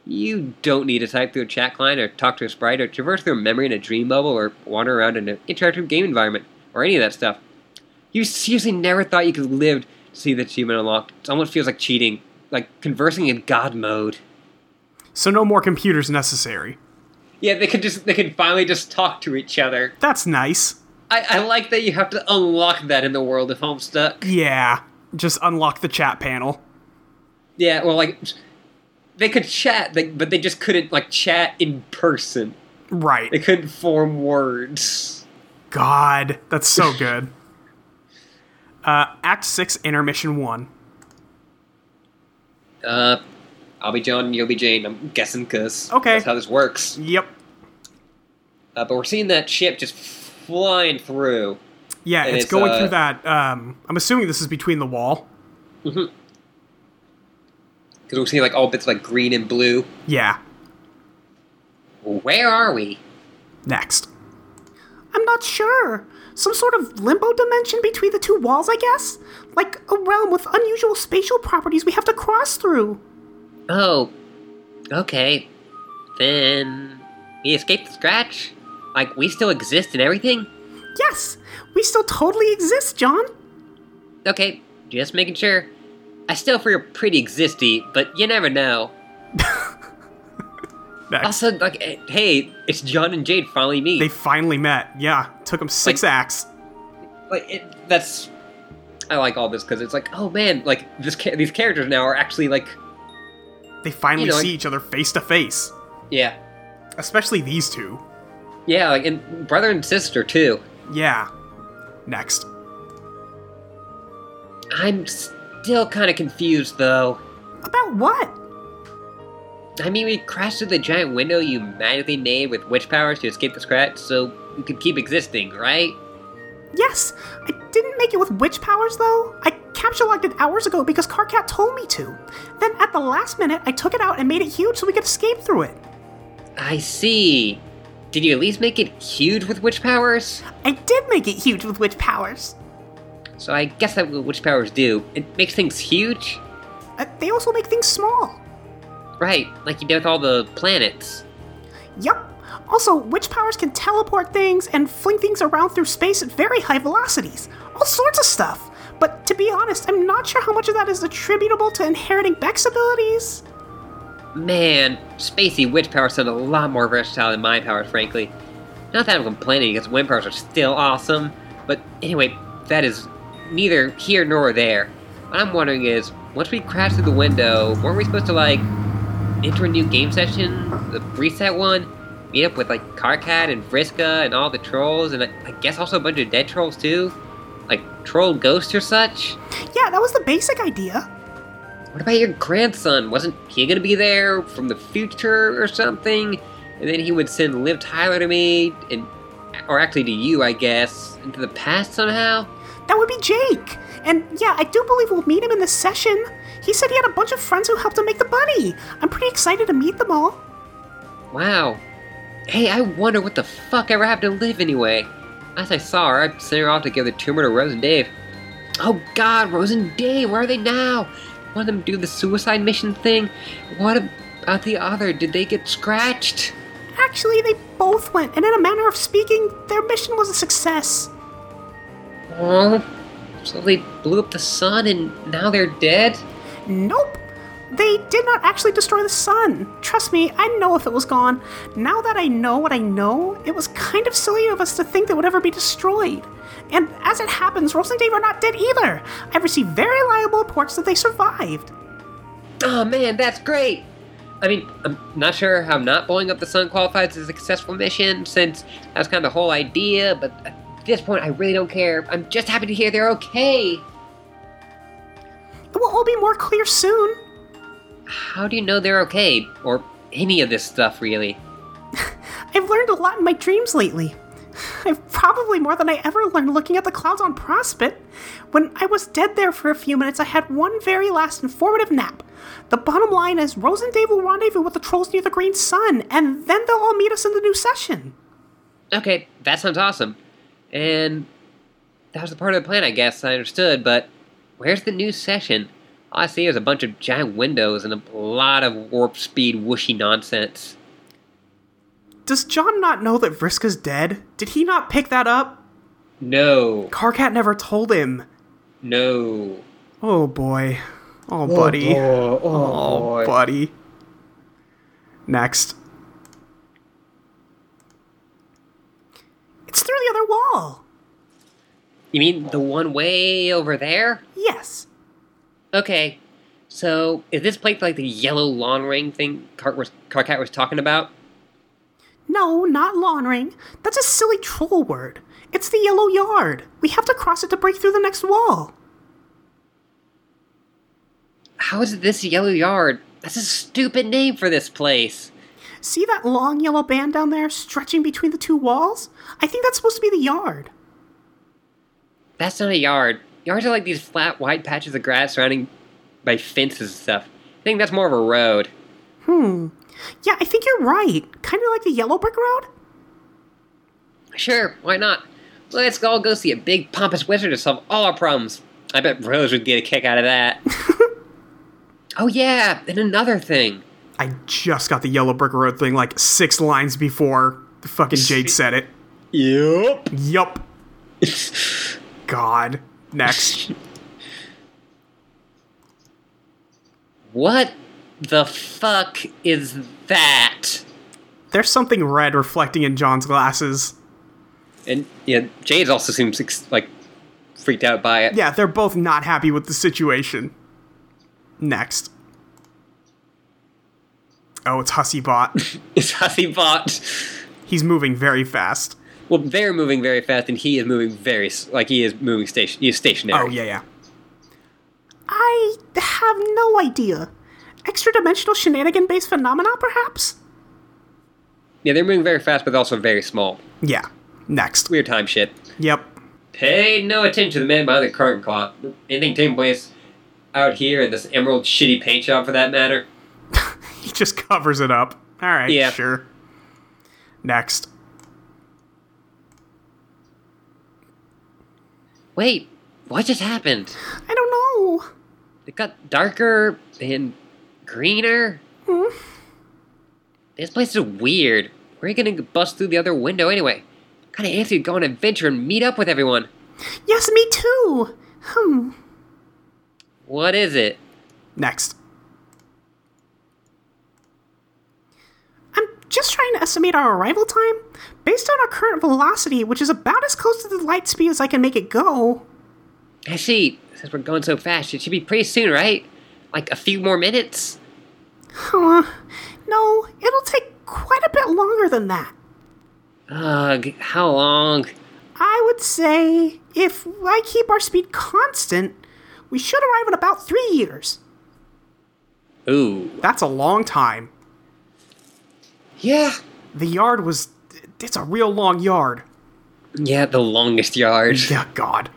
You don't need to type through a chat client or talk to a sprite or traverse through a memory in a dream bubble or wander around in an interactive game environment or any of that stuff. You seriously never thought you could live to see the achievement unlocked. It almost feels like cheating, like conversing in God mode. So no more computers necessary. Yeah, they could just they could finally just talk to each other. That's nice. I, I like that you have to unlock that in the world of Homestuck. Yeah. Just unlock the chat panel. Yeah, well, like they could chat, they, but they just couldn't like chat in person. They Right. couldn't form words. God, that's so good. Uh, Act 6, Intermission 1. Uh, I'll be John, you'll be Jane. I'm guessing because Okay. that's how this works. Yep. Uh, but we're seeing that ship just flying through. Yeah, And it's, it's, going uh, through that. Um, I'm assuming this is between the wall. Mm-hmm. Because we're seeing like all bits of, like green and blue. Yeah. Where are we? Next. I'm not sure. Some sort of limbo dimension between the two walls, I guess? Like a realm with unusual spatial properties we have to cross through. Oh, okay. Then we escaped the scratch. Like we still exist and everything. Yes, we still totally exist, John. Okay, just making sure. I still feel pretty existy, but you never know. Next. Also, like, eh, hey, it's John and Jade finally meet. They finally met. Yeah, took them six Like- acts. like it, that's I like all this because it's like, oh man, like this ca- these characters now are actually like, They finally you know, see each other face to face. yeah, Especially these two. yeah, like and brother and sister too. Yeah. Next. I'm still kind of confused though. About what? I mean, we crashed through the giant window you magically made with witch powers to escape the scratch, so we could keep existing, right? Yes, I didn't make it with witch powers though. I capture locked it hours ago because Carcat told me to. Then at the last minute, I took it out and made it huge so we could escape through it. I see. Did you at least make it huge with witch powers? I did make it huge with witch powers. So I guess that's what witch powers do. It makes things huge? Uh, they also make things small. Right, like you did with all the planets. Yep. Also, witch powers can teleport things and fling things around through space at very high velocities. All sorts of stuff. But to be honest, I'm not sure how much of that is attributable to inheriting Beck's abilities. Man, spacey witch powers sound a lot more versatile than my powers, frankly. Not that I'm complaining, because wind powers are still awesome, but anyway, that is neither here nor there. What I'm wondering is, once we crashed through the window, weren't we supposed to, like, enter a new game session? The reset one? Meet up with, like, Carcat and Vriska and all the trolls, and I, I guess also a bunch of dead trolls, too? Like, troll ghosts or such? Yeah, that was the basic idea. What about your grandson? Wasn't he gonna be there from the future or something? And then he would send Liv Tyler to me, and or actually to you, I guess, into the past somehow. That would be Jake. And yeah, I do believe we'll meet him in this session. He said he had a bunch of friends who helped him make the bunny. I'm pretty excited to meet them all. Wow. Hey, I wonder what the fuck ever happened to Liv anyway. As I saw her, I sent her off to give the tumor to Rose and Dave. Oh God, Rose and Dave, where are they now? One of them do the suicide mission thing. What about the other? Did they get scratched? Actually, they both went, and in a manner of speaking, their mission was a success. Oh, So they blew up the sun and now they're dead? Nope. They did not actually destroy the sun. Trust me, I know if it was gone. Now that I know what I know, it was kind of silly of us to think that it would ever be destroyed. And as it happens, Rose and Dave are not dead either. I've received very reliable reports that they survived. Oh man, that's great! I mean, I'm not sure how not blowing up the sun qualifies as a successful mission, since that's kind of the whole idea, but at this point, I really don't care. I'm just happy to hear they're okay! It will all be more clear soon. How do you know they're okay? Or any of this stuff, really? I've learned a lot in my dreams lately. I've probably more than I ever learned looking at the clouds on Prospect. When I was dead there for a few minutes, I had one very last informative nap. The bottom line is Rose and Dave will rendezvous with the trolls near the Green Sun, and then they'll all meet us in the new session. Okay, that sounds awesome. And that was the part of the plan, I guess, I understood, but where's the new session? All I see is a bunch of giant windows and a lot of warp speed whooshy nonsense. Does John not know that Vriska's dead? Did he not pick that up? No, Carcat never told him. no. Oh boy. Oh, buddy. Oh, Oh, buddy. Next. It's through the other wall. You mean the one way over there? Yes. Okay. So, is this place like the yellow lawn ring thing Cart was, Carcat was talking about? No, not lawn ring. That's a silly troll word. It's the yellow yard. We have to cross it to break through the next wall. How is it this yellow yard? That's a stupid name for this place. See that long yellow band down there stretching between the two walls? I think that's supposed to be the yard. That's not a yard. Yards are like these flat, wide patches of grass surrounding by fences and stuff. I think that's more of a road. Hmm. Yeah, I think you're right. Kind of like the yellow brick road? Sure, why not? Let's all go see a big pompous wizard to solve all our problems. I bet Rose would get a kick out of that. oh yeah, and another thing. I just got the yellow brick road thing like six lines before fucking Jade said it. Yup. Yup. God. Next. What the fuck is that? There's something red reflecting in John's glasses. And yeah, Jade also seems ex- like freaked out by it. Yeah, they're both not happy with the situation. Next. Oh, it's Hussybot. It's Hussybot. He's moving very fast. Well, they're moving very fast, and he is moving very s- like he is moving station. He is stationary. Oh, yeah, yeah. I have no idea. Extra dimensional shenanigan based phenomena, perhaps? yeah. They're moving very fast, but also very small. Yeah. Next. Weird time shit. Yep. Pay no attention to the man behind the curtain cloth. Anything taking place out here in this emerald shitty paint job, for that matter. He just covers it up. All right, Yeah. sure. Next. Wait, what just happened? I don't know. It got darker and greener. Hmm. This place is weird. We're gonna bust through the other window anyway. Kind of antsy to go on an adventure and meet up with everyone. Yes, me too. Hmm. What is it? Next. I'm just trying to estimate our arrival time. Based on our current velocity, which is about as close to the light speed as I can make it go. I see. Since we're going so fast, it should be pretty soon, right? Like a few more minutes? Huh. No, it'll take quite a bit longer than that. Ugh, how long? I would say if I keep our speed constant, we should arrive in about three years. Ooh. That's a long time. Yeah. The yard was. It's a real long yard. Yeah, the longest yard. Yeah, God.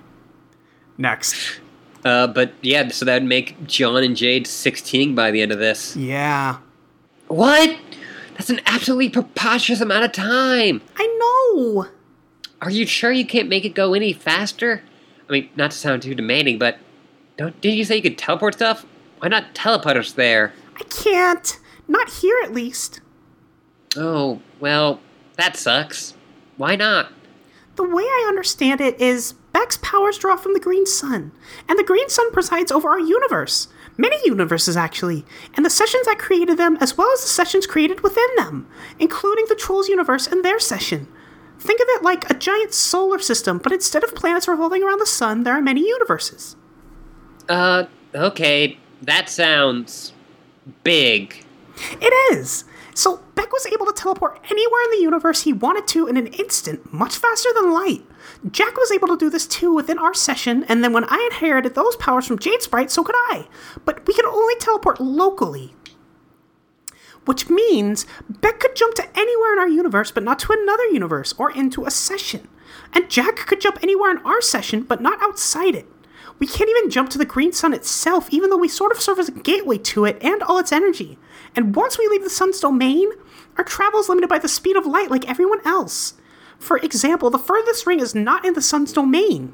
Next. Uh, but yeah, so that'd make John and Jade 16 by the end of this. Yeah. What? That's an absolutely preposterous amount of time! I know! Are you sure you can't make it go any faster? I mean, not to sound too demanding, but don't did you say you could teleport stuff? Why not teleport us there? I can't. Not here, at least. Oh, well, that sucks. Why not? The way I understand it is Beck's powers draw from the Green Sun, and the Green Sun presides over our universe. Many universes, actually, and the sessions that created them, as well as the sessions created within them, including the Trolls universe and their session. Think of it like a giant solar system, but instead of planets revolving around the sun, there are many universes. Uh, okay, that sounds big. It is! So, Beck was able to teleport anywhere in the universe he wanted to in an instant, much faster than light. Jack was able to do this too within our session, and then when I inherited those powers from Jade Sprite, so could I. But we could only teleport locally. Which means Beck could jump to anywhere in our universe, but not to another universe or into a session. And Jack could jump anywhere in our session, but not outside it. We can't even jump to the green sun itself, even though we sort of serve as a gateway to it and all its energy. And once we leave the sun's domain, our travel is limited by the speed of light like everyone else. For example, the furthest ring is not in the sun's domain.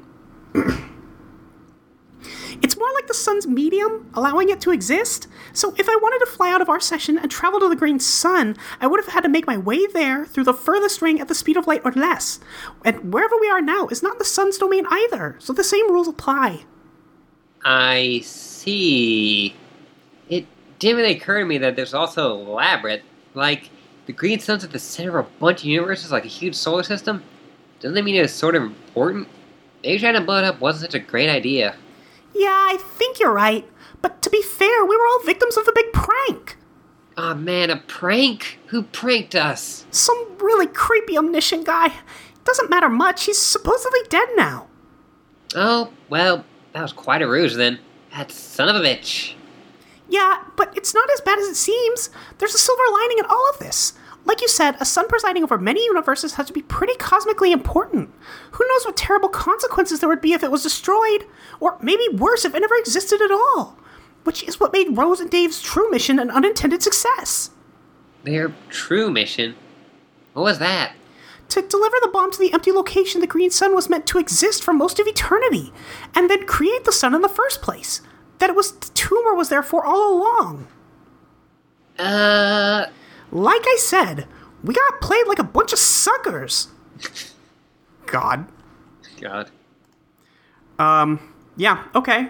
it's more like the sun's medium, allowing it to exist. So if I wanted to fly out of our session and travel to the green sun, I would have had to make my way there through the furthest ring at the speed of light or less. And wherever we are now is not the sun's domain either, so the same rules apply. I see. It didn't even occur to me that there's also a labyrinth. Like, the green sun's at the center of a bunch of universes, like a huge solar system. Doesn't that mean it's sort of important? Maybe trying to blow it up wasn't such a great idea. Yeah, I think you're right. But to be fair, we were all victims of the big prank. Aw man, a prank? Who pranked us? Some really creepy omniscient guy. Doesn't matter much, he's supposedly dead now. Oh, well, that was quite a ruse then. That son of a bitch. Yeah, but it's not as bad as it seems. There's a silver lining in all of this. Like you said, a sun presiding over many universes has to be pretty cosmically important. Who knows what terrible consequences there would be if it was destroyed? Or maybe worse, if it never existed at all. Which is what made Rose and Dave's true mission an unintended success. Their true mission? What was that? to deliver the bomb to the empty location the green sun was meant to exist for most of eternity, and then create the sun in the first place. That it was the tumor was there for all along. Uh. Like I said, we got played like a bunch of suckers. God. God. Um. Yeah. Okay.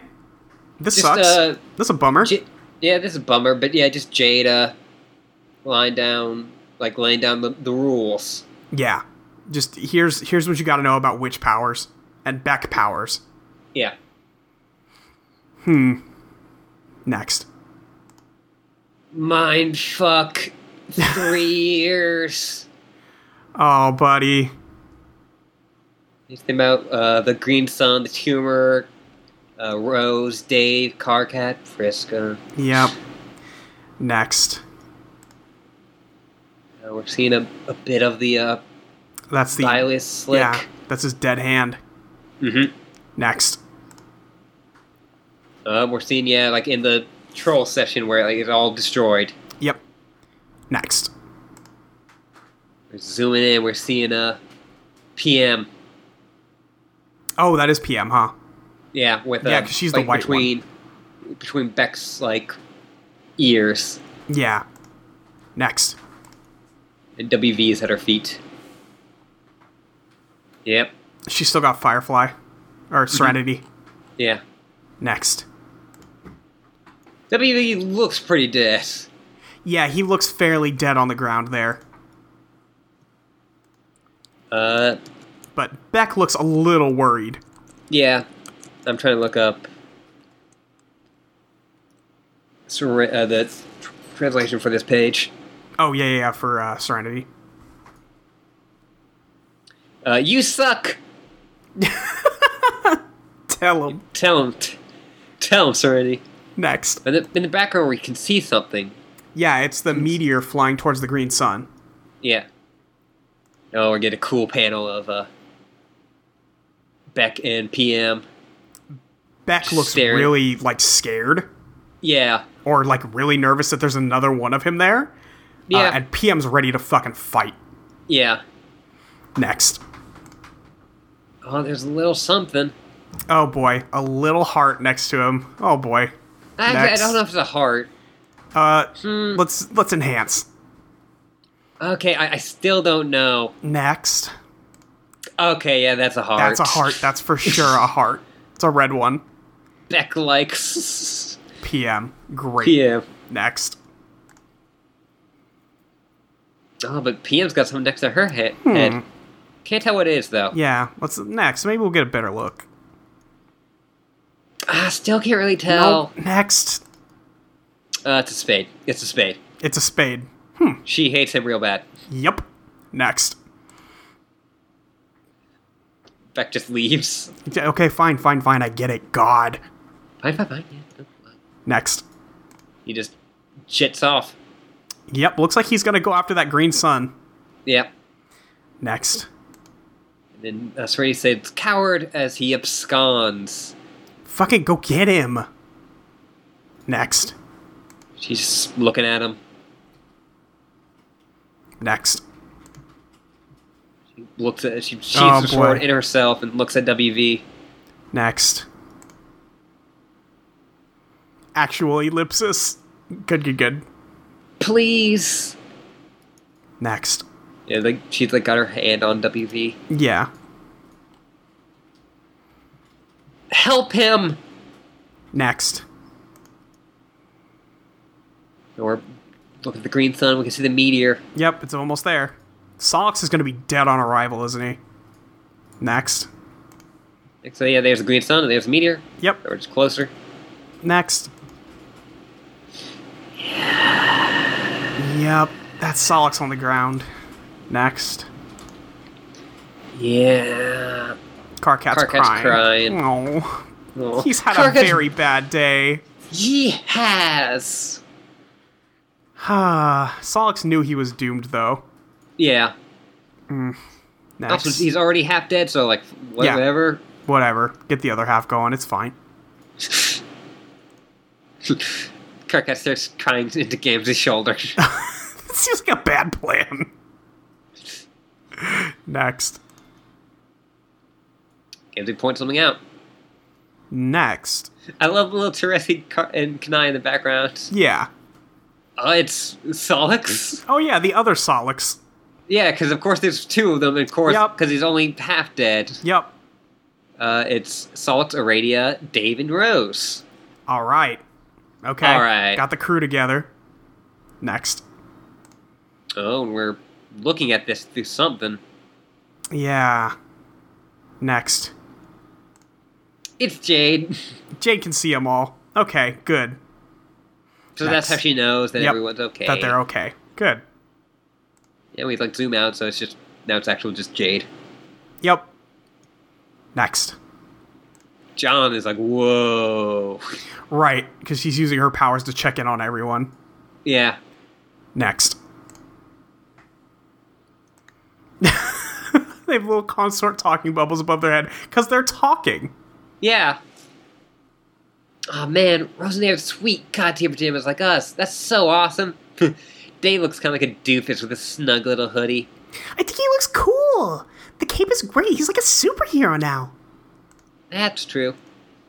This Just, sucks. uh, this is a bummer. J- yeah, this is a bummer, but yeah, just Jade, uh, lying down, like laying down the, the rules. yeah. Just here's here's what you got to know about witch powers and Beck powers. Yeah. Next. Mind fuck. Three years. Oh, buddy. It's about uh, the Green Sun, the Tumor, uh, Rose, Dave, Carcat, Friska. Yep. Next. Uh, we're seeing a, a bit of the uh, That's the Silas Slick. Yeah, that's his dead hand. Mhm. Next. Um, we're seeing, yeah, like in the troll session where like it's all destroyed. Yep. Next. We're zooming in. We're seeing uh, PM. Oh, that is PM, huh? Yeah, with Yeah, uh, 'cause she's the like, white between between Beck's like ears Yeah. Next. and WV's at her feet. Yep. She's still got Firefly. Or Mm-hmm. Serenity. Yeah. Next. WV looks pretty dead. Yeah, he looks fairly dead on the ground there. Uh, But Beck looks a little worried. yeah. I'm trying to look up Seren- uh, the tr- translation for this page. Oh, yeah, yeah, yeah, for uh, Serenity. Uh, you suck. Tell him. Tell him. T- tell him, Serenity. Next. In the, in the background, we can see something. Yeah, it's the meteor flying towards the green sun. Yeah. Oh, we get a cool panel of uh, Beck and PM. Beck looks Staring. really, like, scared. Yeah. Or, like, really nervous that there's another one of him there. Uh, Yeah. and PM's ready to fucking fight. yeah. Next. Oh, there's a little something. Oh boy, a little heart next to him. Oh boy. Actually, I Next. don't know if it's a heart. Uh, let's let's enhance. Okay, I, I still don't know. Next. Okay, yeah, that's a heart. That's a heart. That's for sure a heart. It's a red one. Beck like PM. Great. PM. Next. Oh, but PM's got something next to her head. head. Can't tell what it is though. Hmm. Yeah. What's next? Maybe we'll get a better look. I still can't really tell. Nope. Next. Uh, it's a spade. It's a spade. It's a spade. She hates him real bad. Yep. Next. Beck just leaves. Yeah, Okay, fine, fine, fine. I get it. God. Fine, fine, fine. Yeah. Next. He just jets off. Yep. Looks like he's gonna go after that green sun. Yep. Next. And then uh, Serenity says coward as he absconds. Fucking go get him. Next. She's just looking at him, Next. looks at she sheaths Oh, her boy. sword in herself and looks at WV. Next. Actual ellipsis. Good, good, good. Please. Next. Yeah, like she's like got her hand on WV. Yeah. Help him. Next. And we're looking at the green sun. We can see the meteor. Yep, it's almost there. Solix is gonna be dead on arrival, isn't he? Next. So yeah, there's the green sun and there's the meteor. Yep. We're just closer. Next. Yep, that's Solix on the ground. Next. Yeah. Carcat's, Carcat's crying. crying. Oh, Well, he's had Karka's- a very bad day. He has. Solix Ah, knew he was doomed, though. Yeah. Next. Also, he's already half dead, so like wha- Yeah. whatever. Whatever. Get the other half going. It's fine. Kirk starts crying into Gamzee's shoulder. It seems like a bad plan. Next. Gamzee points something out. Next. I love the little Teresi Car- and Kanai in the background. Yeah. Oh, it's Solix. Oh, yeah, the other Solix. Yeah, because of course there's two of them. and Of course, Yup. because he's only half dead. Yep. Uh, it's Solix, Aradia, Dave, and Rose. All right. Okay. All right. Got the crew together. Next. Oh, and we're looking at this through something. Yeah. Next. It's Jade. Jade can see them all. Okay, good. So that's how Nice. she knows that Yep. everyone's okay. That they're okay. Good. Yeah, we like zoom out, so it's just now it's actually just Jade. Yep. Next. John is like, whoa. Right, because she's using her powers to check in on everyone. Yeah. Next. they have little consort talking bubbles above their head because they're talking. Yeah. Oh man, Rosenair's sweet goddamn pajamas like us. That's so awesome. Dave looks kind of like a doofus with a snug little hoodie. I think he looks cool. The cape is great. He's like a superhero now. That's true.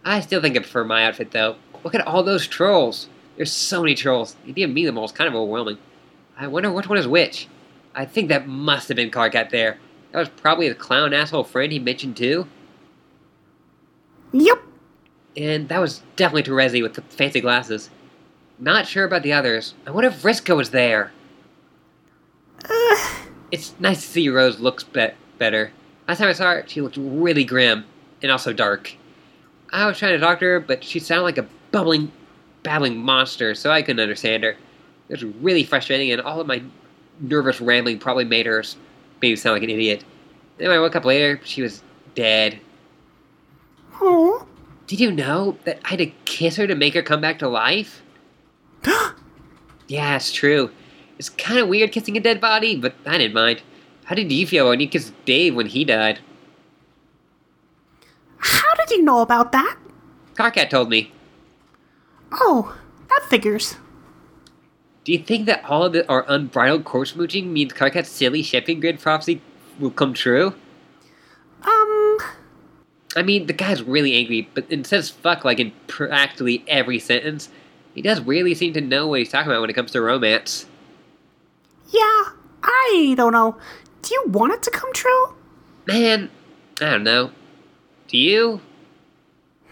I still think I prefer my outfit though. Look at all those trolls. There's so many trolls. The idea of meeting them all is kind of overwhelming. I wonder which one is which. I think that must have been Carcat there. That was probably the clown asshole friend he mentioned too. Yep. And that was definitely Terezi with the fancy glasses. Not sure about the others. I wonder if Risco was there. Uh, it's nice to see Rose looks be- better. Last time I saw her, she looked really grim and also dark. I was trying to talk to her, but she sounded like a bubbling, babbling monster, so I couldn't understand her. It was really frustrating, and all of my nervous rambling probably made her s- maybe sound like an idiot. Then when I woke up later, she was dead. Oh. Did you know that I had to kiss her to make her come back to life? yeah, it's true. It's kind of weird kissing a dead body, but I didn't mind. How did you feel when you kissed Dave when he died? How did you know about that? Carcat told me. Oh, that figures. Do you think that all of the, our unbridled corpse mooching means Carcat's silly shipping grid prophecy will come true? Um, I mean, the guy's really angry, but it says fuck like in practically every sentence. He does really seem to know what he's talking about when it comes to romance. yeah, I don't know. Do you want it to come true? Man, I don't know. Do you?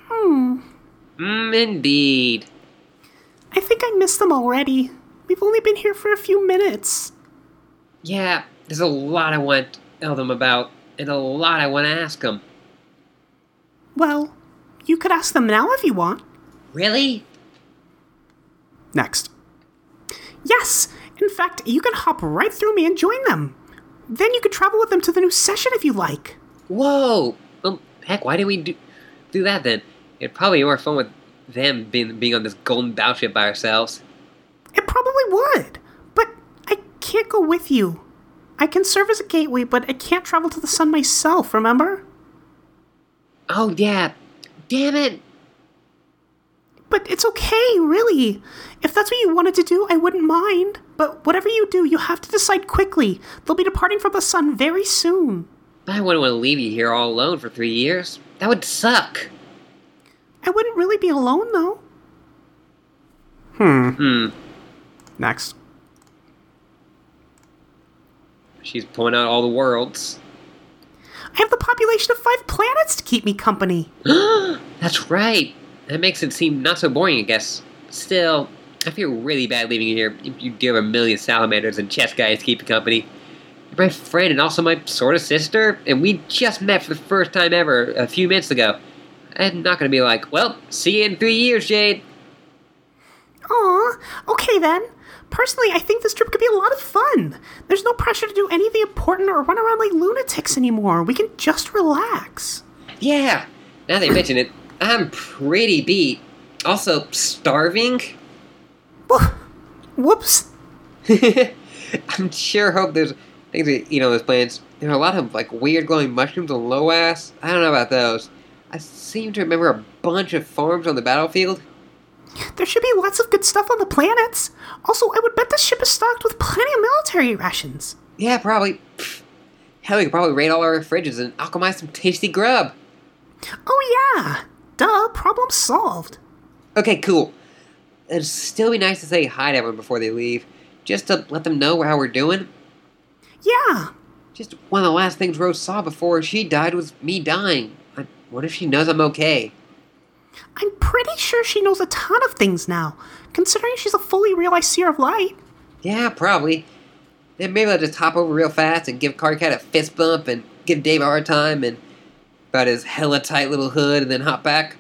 Hmm. Mm, indeed. I think I missed them already. We've only been here for a few minutes. Yeah, there's a lot I want to tell them about, and a lot I want to ask them. Well, you could ask them now if you want. Really? Next. Yes! In fact, you can hop right through me and join them. Then you could travel with them to the new session if you like. Whoa! Well, heck, why did we do, do that then? It'd probably be more fun with them being, being on this golden battleship by ourselves. It probably would, but I can't go with you. I can serve as a gateway, but I can't travel to the sun myself, remember? Oh, yeah. Damn it! But it's okay, really. If that's what you wanted to do, I wouldn't mind. But whatever you do, you have to decide quickly. They'll be departing from the sun very soon. I wouldn't want to leave you here all alone for three years. That would suck. I wouldn't really be alone, though. Hmm. Next. She's pulling out all the worlds. I have the population of five planets to keep me company. That's right. That makes it seem not so boring, I guess. Still, I feel really bad leaving you here. If you do have a million salamanders and chess guys to keep you company. You're my friend and also my sort of sister, and we just met for the first time ever a few minutes ago. I'm not gonna be like, well, see you in three years, Jade. Aw, okay then. Personally, I think this trip could be a lot of fun. There's no pressure to do anything important or run around like lunatics anymore. We can just relax. Yeah. Now that you mention it, I'm pretty beat. Also, starving. Woof. Whoops. I'm sure hope there's things that you know those plants. There are a lot of like weird glowing mushrooms and low ass. I don't know about those. I seem to remember a bunch of farms on the battlefield. There should be lots of good stuff on the planets. Also, I would bet this ship is stocked with plenty of military rations. Yeah, probably. Pfft. Hell, we could probably raid all our fridges and alchemize some tasty grub. Oh, yeah. Duh, problem solved. Okay, cool. It'd still be nice to say hi to everyone before they leave, just to let them know how we're doing. Yeah. Just one of the last things Rose saw before she died was me dying. I, what if she knows I'm okay? I'm pretty sure she knows a ton of things now, considering she's a fully realized seer of light. Yeah, probably. Then maybe I'll just hop over real fast and give Carcat a fist bump and give Dave a hard time and about his hella tight little hood and then hop back.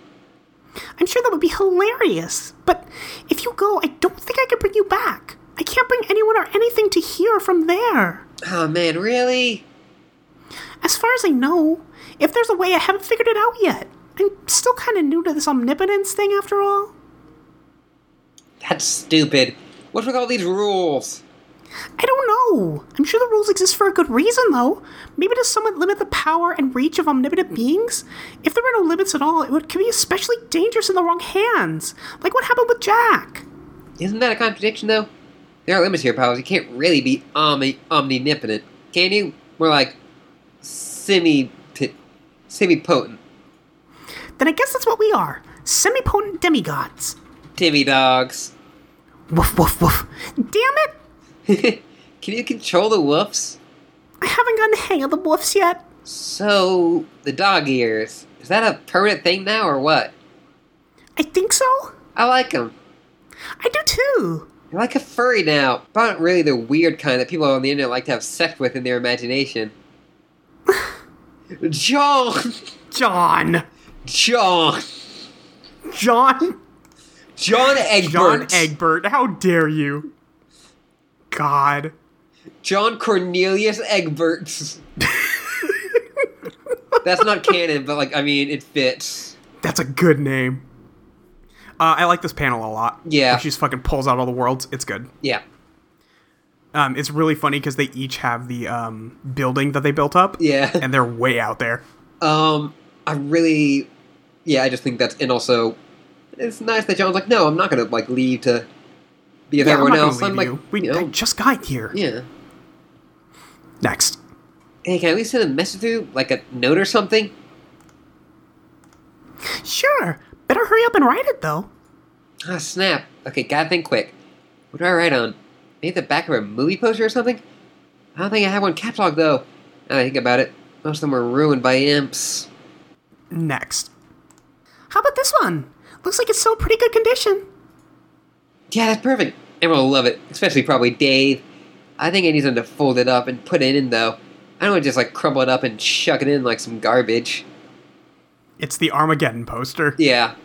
I'm sure that would be hilarious. But if you go, I don't think I can bring you back. I can't bring anyone or anything to here from there. Oh man, really? As far as I know, if there's a way, I haven't figured it out yet. I'm still kind of new to this omnipotence thing after all. That's stupid. What's with all these rules? I don't know. I'm sure the rules exist for a good reason, though. Maybe to somewhat limit the power and reach of omnipotent beings? If there were no limits at all, it would could be especially dangerous in the wrong hands. Like what happened with Jack. Isn't that a contradiction though? There are limits here, pals. You can't really be omni omnipotent, can you? More like semi semi potent. Then I guess that's what we are semi-potent demigods. Timmy dogs. Woof, woof, woof. Damn it! can you control the whoops? I haven't gotten the hang of the wolves yet. So the dog ears is that a permanent thing now or what? I think so. I like them. I do too. You're like a furry now, but not really the weird kind that people on the internet like to have sex with in their imagination. John, John. John, John. John Egbert, John Egbert. How dare you? God. John Cornelius Egbert. That's not canon, but like I mean, it fits. That's a good name. Uh, I like this panel a lot. Yeah. Where she just fucking pulls out all the worlds. It's good. Yeah, Um, it's really funny because they each have the um, building that they built up. yeah. And they're way out there. Um, I really, yeah, I just think that's and also, it's nice that John's like, no, I'm not gonna like leave to be with Yeah, I'm everyone not gonna else. I'm leave like, you. We you know, I just got here. yeah. Next. Hey, can I at least send a message through, like a note or something? Sure. Better hurry up and write it though. Ah, snap. Okay, gotta think quick. What do I write on? Maybe the back of a movie poster or something? I don't think I have one catalog though. Now that I think about it, Most of them are ruined by imps. Next. How about this one? Looks like it's still in pretty good condition. Yeah, that's perfect. Everyone will love it, especially probably Dave. I think I need something to fold it up and put it in, though. I don't want to just like crumble it up and chuck it in like some garbage. It's the Armageddon poster. Yeah.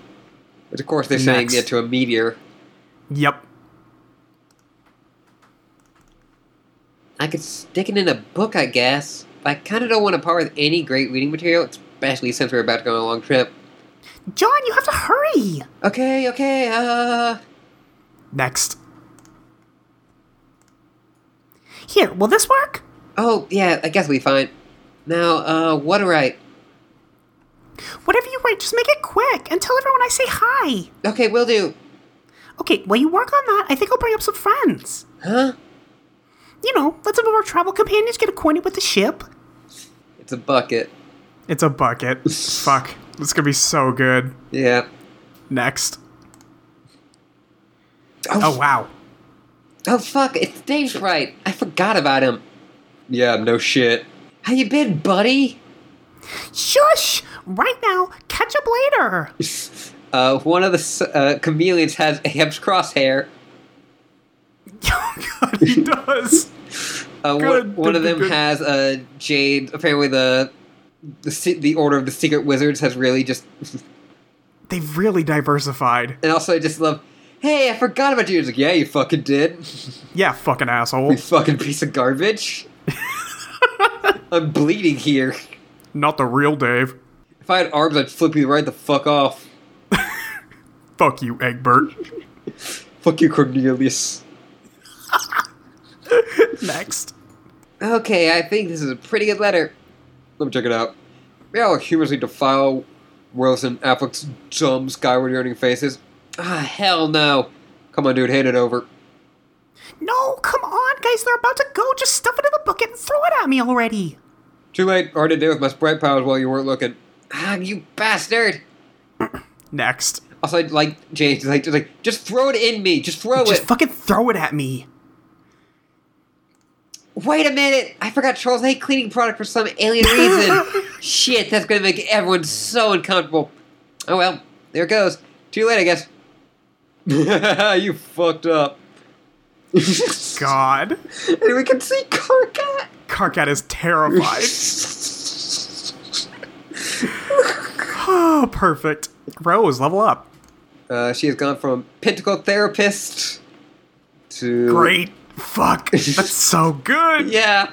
Which, of course, they're sending Next. it to a meteor. Yep. I could stick it in a book, I guess. But I kind of don't want to part with any great reading material, especially since we're about to go on a long trip. John, you have to hurry! Okay, okay, uh. Next. Here, will this work? Oh, yeah, I guess we will be fine. Now, uh, what do I. Whatever you write, just make it quick and tell everyone I say hi. Okay, will do. Okay, while you work on that, I think I'll bring up some friends. Huh? You know, let some of our travel companions get acquainted with the ship. It's a bucket. It's a bucket. Fuck. This could be so good. Yeah. Next. Oh, Oh, wow. Oh fuck, it's Dave's right. I forgot about him. Yeah, no shit. How you been, buddy? Shush! Right now, catch up later! Uh, one of the s- uh, chameleons has Ahab's crosshair. oh, God, he does. Uh, one, Good, one of good, them good. has uh, Jade. Apparently, the the, se- the Order of the Secret Wizards has really just. They've really diversified. And also, I just love. Hey, I forgot about you. It's like, yeah, you fucking did. Yeah, fucking asshole. You fucking piece of garbage. I'm bleeding here. Not the real Dave. If I had arms, I'd flip you right the fuck off. Fuck you, Egbert. Fuck you, Cornelius. Next. Okay, I think this is a pretty good letter. Let me check it out. They all humorously defile Wilson and Affleck's dumb skyward yearning faces. Ah, hell no. Come on, dude, hand it over. No, come on, guys, they're about to go. Just stuff it in the bucket and throw it at me already. Too late. Already did with my sprite powers while you weren't looking. Ah, you bastard. Next. Also, I'd like, James, is like, just like, just throw it in me. Just throw Just it. fucking throw it at me. Wait a minute. I forgot Charles Hay cleaning product for some alien reason. Shit, that's gonna make everyone so uncomfortable. Oh well, there it goes. Too late, I guess. you fucked up. God. God. And we can see Karka. Karkat is terrified. oh, perfect. Rose, level up. Uh, she has gone from pentacle therapist to Great. Fuck. That's so good. yeah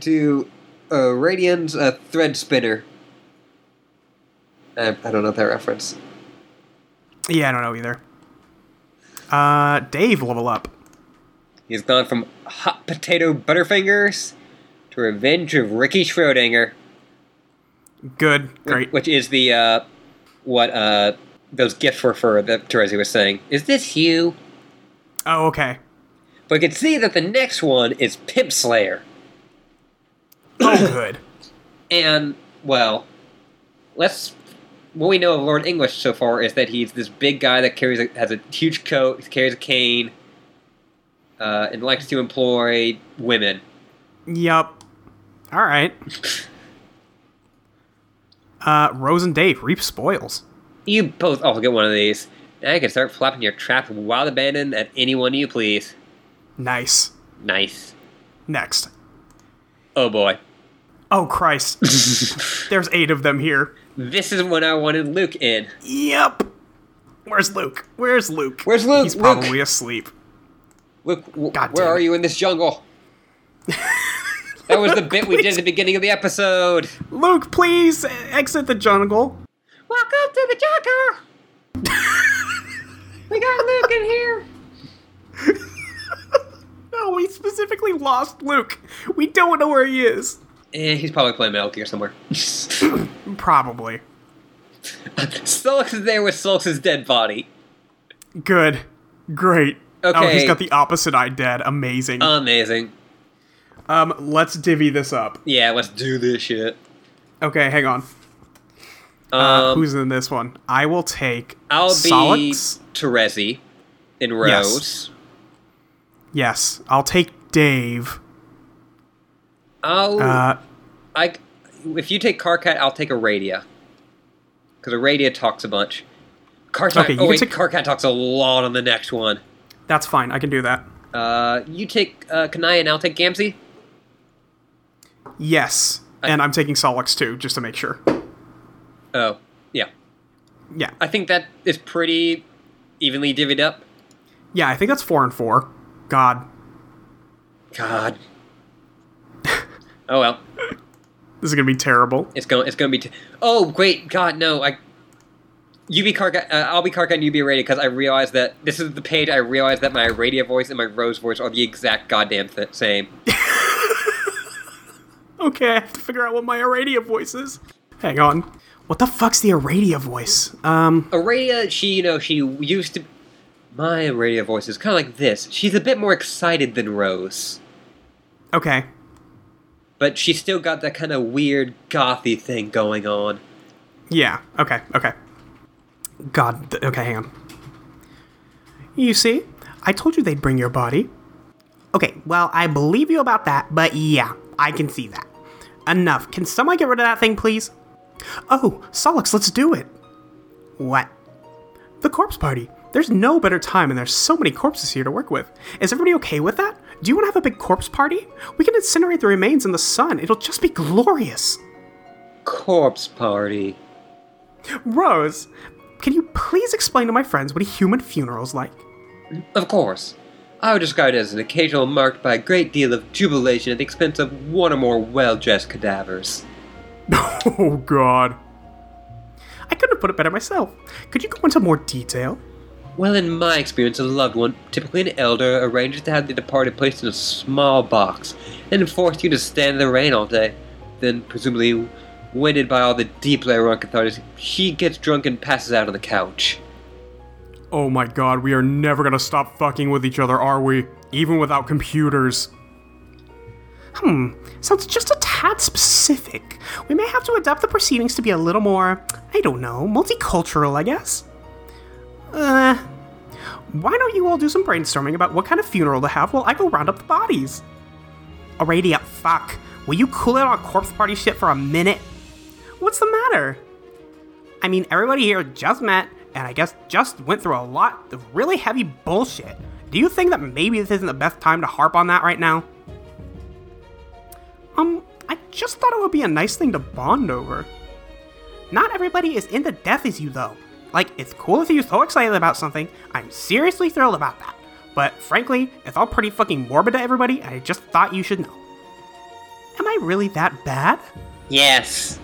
to uh, Radian's uh, thread spinner. Uh, I, I don't know that reference. Yeah, I don't know either. Uh, Dave, level up. He's gone from hot potato butterfingers to revenge of Ricky Schrodinger, Good. Great. which is the uh, what uh, those gifts were for that Terezi was saying. Is this you? Oh, okay. But we can see that the next one is Pimp Slayer, Oh, good. and well, let's. What we know of Lord English so far is that he's this big guy that carries a, has a huge coat, carries a cane, uh, and likes to employ women. Yup. All right. Uh, Rose and Dave reap spoils. You both also get one of these. Now you can start flopping your trap wild abandon at anyone you please. Nice. Nice. Next. Oh boy. Oh Christ. There's eight of them here. This is when I wanted Luke in. Yep. Where's Luke? Where's Luke? Where's Luke? He's Luke? probably asleep. Luke, w- God where damn are it. you in this jungle? that was the bit we did at the beginning of the episode. Luke, please e- exit the jungle. Walk up to the jungle! we got Luke in here! No, we specifically lost Luke. We don't know where he is. Eh, he's probably playing Metal Gear somewhere. Probably. Solix is there with Solix's dead body. Good. Great. Oh, Okay. Uh, he's got the opposite eye dead. Amazing. Amazing. um, let's divvy this up. Yeah, let's do this shit. Okay, hang on. Um, Uh, who's in this one? I will take I'll be Solix. Terezi in Yes. Rose. Yes, I'll take Dave. I'll Uh, I if you take Carcat, I'll take Aradia. Because Aradia talks a bunch. Carcat, Okay, you oh can wait, take- Carcat talks a lot on the next one. That's fine. I can do that. Uh, you take uh, Kanaya and I'll take Gamzee. Yes. and I'm taking Solix too, just to make sure. Oh, yeah. Yeah. I think that is pretty evenly divvied up. Yeah, I think that's four and four. God, God. oh well, this is gonna be terrible. it's going. It's going to be. T- oh wait, God no! I. You be Karka. Uh, I'll be Karka, and you be Aradia because I realized that this is the page. I realized that my Aradia voice and my Rose voice are the exact goddamn th- same. Okay, I have to figure out what my Aradia voice is. Hang on. What the fuck's the Aradia voice? Um, Aradia, she you know she used to. My Aradia voice is kind of like this. She's a bit more excited than Rose, okay. but she's still got that kind of weird gothy thing going on. Yeah, okay, okay. God, th- okay, hang on. You see, I told you they'd bring your body. Okay, well, I believe you about that, but yeah, I can see that. Enough. Can someone get rid of that thing, please? Oh, Solix, let's do it. What? The corpse party. There's no better time, and there's so many corpses here to work with. Is everybody okay with that? Do you want to have a big corpse party? We can incinerate the remains in the sun. It'll just be glorious. Corpse party. Rose, can you please explain to my friends what a human funeral's like? Of course. I would describe it as an occasional marked by a great deal of jubilation at the expense of one or more well dressed cadavers. Oh, God. I couldn't have put it better myself. Could you go into more detail? Well, in my experience, a loved one, typically an elder, arranges to have the departed placed in a small box and forced you to stand in the rain all day. Then, presumably winded by all the deeply ironic catharsis, she gets drunk and passes out on the couch. Oh my god, we are never gonna stop fucking with each other, are we? Even without computers. Hmm, sounds just a tad specific. We may have to adapt the proceedings to be a little more, I don't know, multicultural, I guess? Uh, why don't you all do some brainstorming about what kind of funeral to have while I go round up the bodies? Aradia, fuck. Will you cool it on corpse party shit for a minute? What's the matter? I mean, everybody here just met, and I guess just went through a lot of really heavy bullshit. Do you think that maybe this isn't the best time to harp on that right now? Um, I just thought it would be a nice thing to bond over. Not everybody is into death as you, though. Like, it's cool if you're so excited about something. I'm seriously thrilled about that. But frankly, it's all pretty fucking morbid to everybody, and I just thought you should know. Am I really that bad? Yes.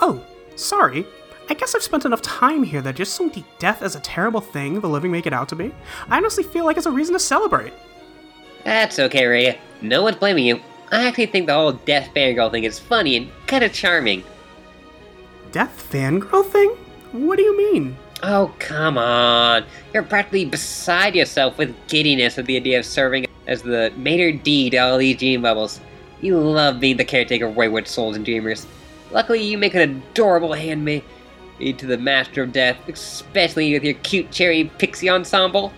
Oh, sorry. I guess I've spent enough time here that just so many death as a terrible thing the living make it out to be. I honestly feel like it's a reason to celebrate. That's okay, Raya. No one's blaming you. I actually think the whole death fangirl thing is funny and kind of charming. Death fangirl thing? What do you mean? Oh, come on. You're practically beside yourself with giddiness at the idea of serving as the mater d to all these gene bubbles. You love being the caretaker of wayward souls and dreamers. Luckily, you make an adorable handmaid to the master of death, especially with your cute cherry pixie ensemble.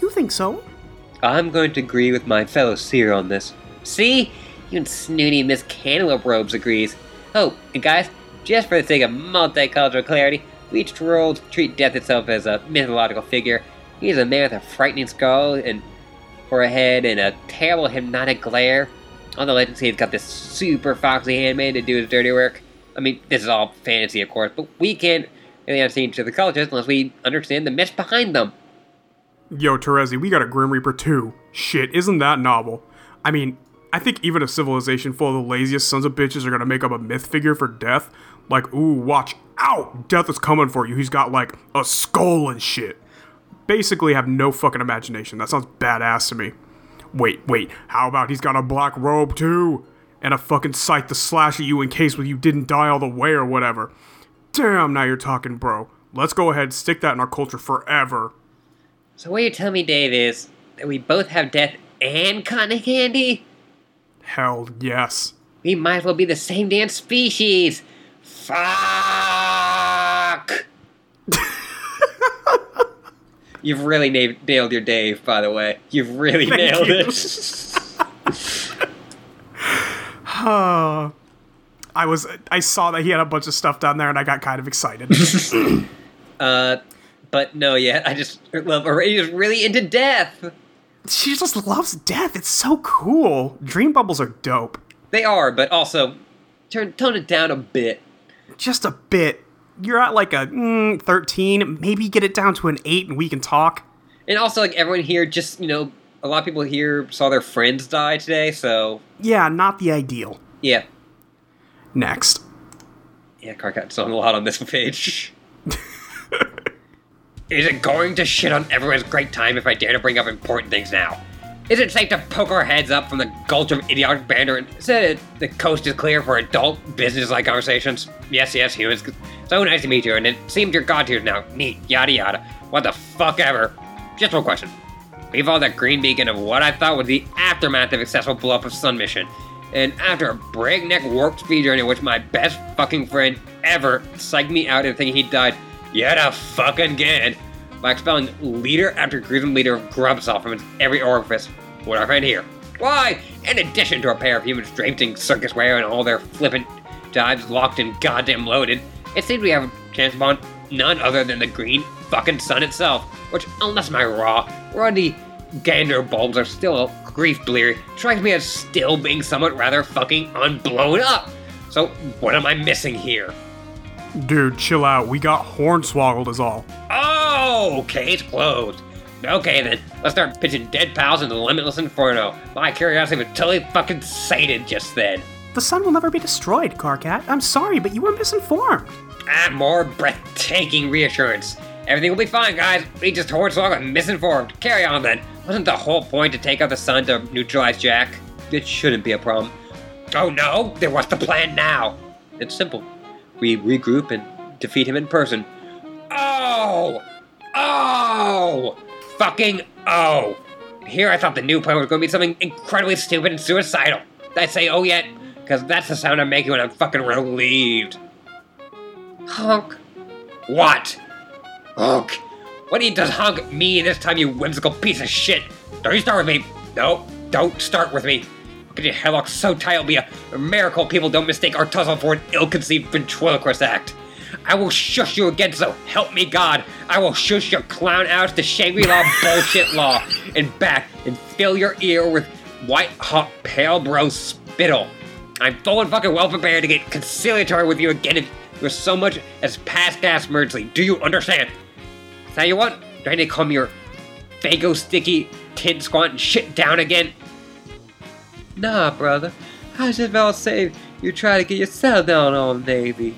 You think so? I'm going to agree with my fellow seer on this. See? Even snooty Miss Cantaloupe Robes agrees. Oh, and guys, just for the sake of multicultural clarity, we each world treat death itself as a mythological figure. He is a man with a frightening skull and for a head and a terrible hypnotic glare. All the legends say he's got this super foxy handmaid to do his dirty work. I mean, this is all fantasy, of course, but we can't really understand each other's cultures unless we understand the myths behind them. Yo, Terezi, we got a Grim Reaper too. Shit, isn't that novel? I mean, I think even a civilization full of the laziest sons of bitches are gonna make up a myth figure for death. Like, ooh, watch out! Death is coming for you. He's got, like, a skull and shit. Basically, have no fucking imagination. That sounds badass to me. Wait, wait, how about he's got a black robe too? And a fucking scythe to slash at you in case you didn't die all the way or whatever. Damn, now you're talking, bro. Let's go ahead and stick that in our culture forever. So what you're telling me, Dave, is that we both have death and cotton candy? Hell yes. We might as well be the same damn species. Fuck! You've really na- nailed your Dave, by the way. You've really Thank nailed you. it. Oh. I was I saw that he had a bunch of stuff down there and I got kind of excited. Uh, but no, yeah, I just love Aurelia is really into death. she just loves death. It's so cool. Dream bubbles are dope. They are, but also turn tone it down a bit. Just a bit. You're at like a mm, 13, maybe get it down to an 8 and we can talk. And also, like everyone here, just you know, a lot of people here saw their friends die today, so Yeah, not the ideal. yeah, Next. yeah, Karkat's on a lot on this page. Is it going to shit on everyone's great time if I dare to bring up important things now? Is it safe to poke our heads up from the gulch of idiotic banter and say that the coast is clear for adult business-like conversations? Yes, yes, humans. So nice to meet you, and it seems you're god tiers now. Neat, yada yada. What the fuck ever. Just one question. We followed that green beacon of what I thought was the aftermath of successful blow-up of Sun Mission. And after a breakneck warp speed journey in which my best fucking friend ever psyched me out into thinking he died yet a fucking again by expelling leader after gruesome leader of Grubsaw from its every orifice, what our friend here. Why, in addition to a pair of humans draped in circus wear and all their flippant dives locked and goddamn loaded, it seems we have a chance upon none other than the green fucking sun itself, which, unless my raw, ruddy gander bulbs are still grief bleary, strikes me as still being somewhat rather fucking unblown up. So, what am I missing here? Dude, chill out. We got hornswoggled is all. Oh, okay, it's closed. Okay then, let's start pitching dead pals into the limitless inferno. My curiosity was totally fucking sated just then. The sun will never be destroyed, Carcat. I'm sorry, but you were misinformed. Ah, more breathtaking reassurance. Everything will be fine, guys. We just hornswoggled and misinformed. Carry on then. Wasn't the whole point to take out the sun to neutralize Jack? It shouldn't be a problem. Oh no, then what's the plan now? It's simple. We regroup and defeat him in person. Oh! Oh! Fucking oh! Here I thought the new plan was going to be something incredibly stupid and suicidal. Did I say oh yet? Because that's the sound I'm making when I'm fucking relieved. Honk. What? Honk. What do you does honk me this time, you whimsical piece of shit? Don't you start with me. No, don't start with me. I'll get your headlock so tight it'll be a miracle people don't mistake our tussle for an ill-conceived ventriloquist act. I will shush you again, so help me God. I will shush your clown ass to Shangri-La bullshit law and back and fill your ear with white hot pale bro spittle. I'm full and fucking well prepared to get conciliatory with you again if you're so much as past gas Murdsley. Do you understand? Tell you what, do I need to calm your fago sticky tin squat and shit down again? Nah, brother. I was just about to say you try to get yourself down on Navy.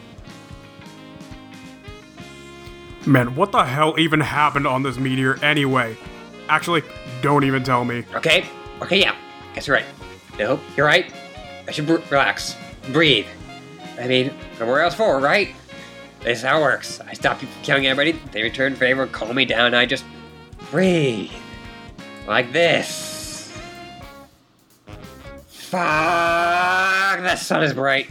Man, what the hell even happened on this meteor anyway? Actually, don't even tell me. Okay? Okay, yeah. Guess you're right. Nope, you're right. I should br- relax. Breathe. I mean, nowhere else for, right? This is how it works. I stop you from killing everybody, they return favor, calm me down, and I just breathe. Like this. Fuck, that sun is bright.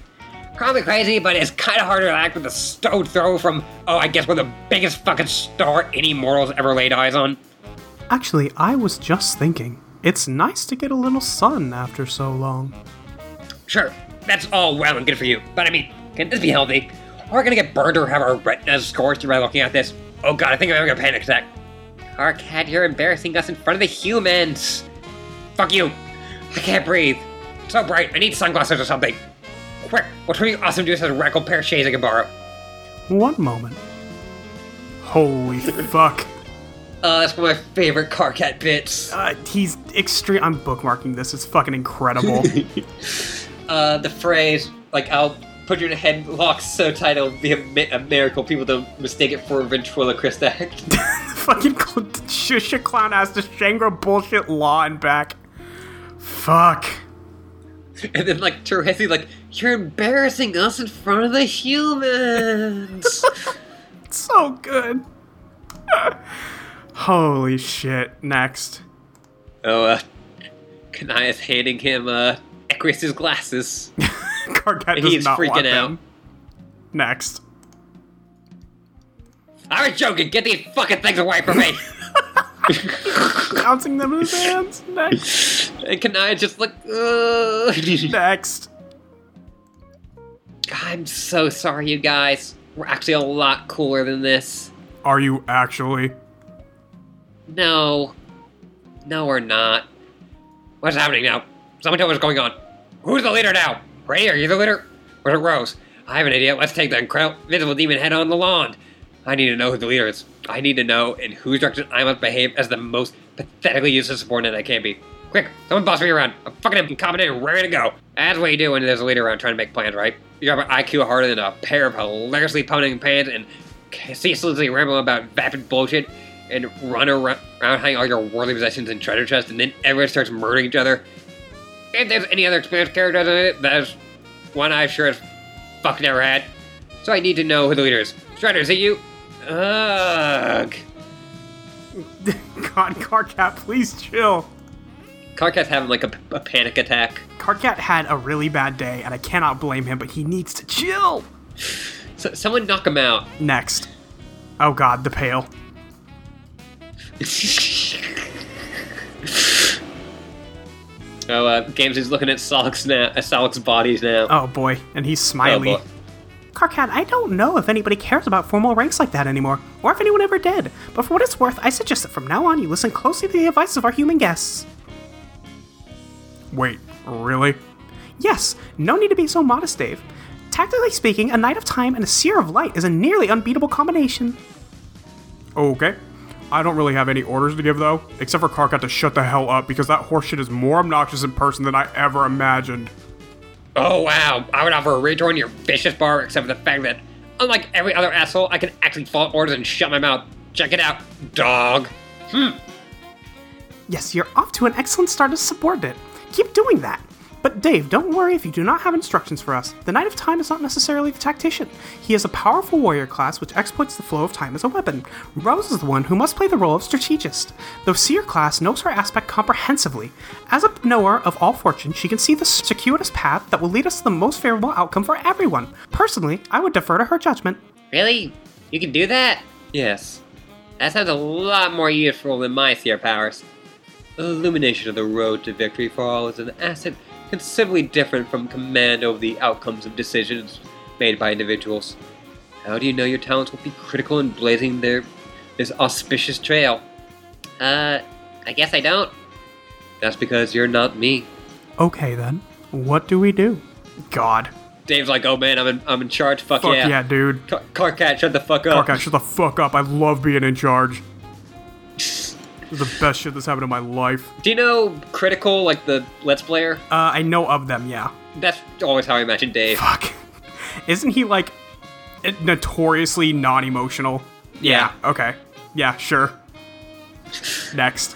Call me crazy, but it's kind of hard to relax with the stone throw from, oh, I guess we're the biggest fucking star any mortal's ever laid eyes on. Actually, I was just thinking. It's nice to get a little sun after so long. Sure, that's all well and good for you, but I mean, can this be healthy? Are we gonna get burned or have our retinas scorched by looking at this? Oh god, I think I'm having a panic attack. Arcad, you're embarrassing us in front of the humans! Fuck you! I can't breathe. It's so bright, I need sunglasses or something. Quick, what really awesome juice has a radical pair of shades I can borrow? One moment. Holy fuck. Uh, that's one of my favorite Carcat bits. Uh, he's extreme. I'm bookmarking this. It's fucking incredible. Uh, the phrase, like, I'll put you in a headlock so tight it'll be a, mi- a miracle people don't mistake it for a ventriloquist act. fucking cl- shush your clown ass to Shangri bullshit law and back. Fuck. And then like Teresi, like you're embarrassing us in front of the humans. So good. Holy shit. Next. oh, uh, Kanaya's handing him uh Equus' glasses. Carcat And does he is not want freaking them. out. Next. I was joking. Get these fucking things away from me. Bouncing them in his hands. Next. and Kanaya just like, Ugh. Next. I'm so sorry, you guys. We're actually a lot cooler than this. Are you actually? No. No, we're not. What's happening now? Someone tell me what's going on. Who's the leader now? Ray, are you the leader? Where's it Rose? I have an idea. Let's take the incredible invisible demon head on the lawn. I need to know who the leader is. I need to know in whose direction I must behave as the most pathetically useless subordinate I can be. Quick, someone boss me around. I'm fucking incompetent and ready to go. That's what you do when there's a leader around trying to make plans, right? You have an IQ harder than a pair of hilariously pounding pants and ceaselessly ramble about vapid bullshit and run around hiding all your worldly possessions in treasure chests and then everyone starts murdering each other. If there's any other experienced characters in it, that is one I sure as fuck never had. So I need to know who the leader is. Shredder, is it you? Ugh. God, Carcat, please chill. Carcat's having like a, a panic attack. Carcat had a really bad day, and I cannot blame him, but he needs to chill. So, someone knock him out. Next. Oh god, the pail. oh, uh, Games is looking at Solic's now. Uh, Solic's bodies now. Oh boy, and he's smiley. Oh, boy. Carcat, I don't know if anybody cares about formal ranks like that anymore, or if anyone ever did, but for what it's worth, I suggest that from now on you listen closely to the advice of our human guests. Wait, really? Yes, no need to be so modest, Dave. Tactically speaking, a Knight of Time and a Seer of Light is a nearly unbeatable combination. Okay. I don't really have any orders to give, though, except for Karkat to shut the hell up because that horseshit is more obnoxious in person than I ever imagined. Oh wow, I would offer a rejoin your vicious bar except for the fact that, unlike every other asshole, I can actually follow orders and shut my mouth. Check it out, dog. Yes, you're off to an excellent start as subordinate. Keep doing that. But Dave, don't worry if you do not have instructions for us. The Knight of Time is not necessarily the tactician. He is a powerful warrior class which exploits the flow of time as a weapon. Rose is the one who must play the role of strategist. The Seer class knows her aspect comprehensively. As a knower of all fortune, she can see the circuitous path that will lead us to the most favorable outcome for everyone. Personally, I would defer to her judgment. Really? You can do that? Yes. That sounds a lot more useful than my seer powers. The illumination of the road to victory for all is an asset considerably different from command over the outcomes of decisions made by individuals. How do you know your talents will be critical in blazing their this auspicious trail? Uh, I guess I don't. That's because you're not me. Okay then, what do we do? God. Dave's like, oh man, I'm in, I'm in charge. Fuck, Fuck yeah, yeah. dude. Car- Carcat, shut the fuck up. Carcat, shut the fuck up. I love being in charge. This is the best shit that's happened in my life. Do you know Critical, like the Let's Player? Uh, I know of them, yeah. That's always how I imagine Dave. Fuck. Isn't he like notoriously non emotional? Yeah. Okay. Yeah, sure. Next.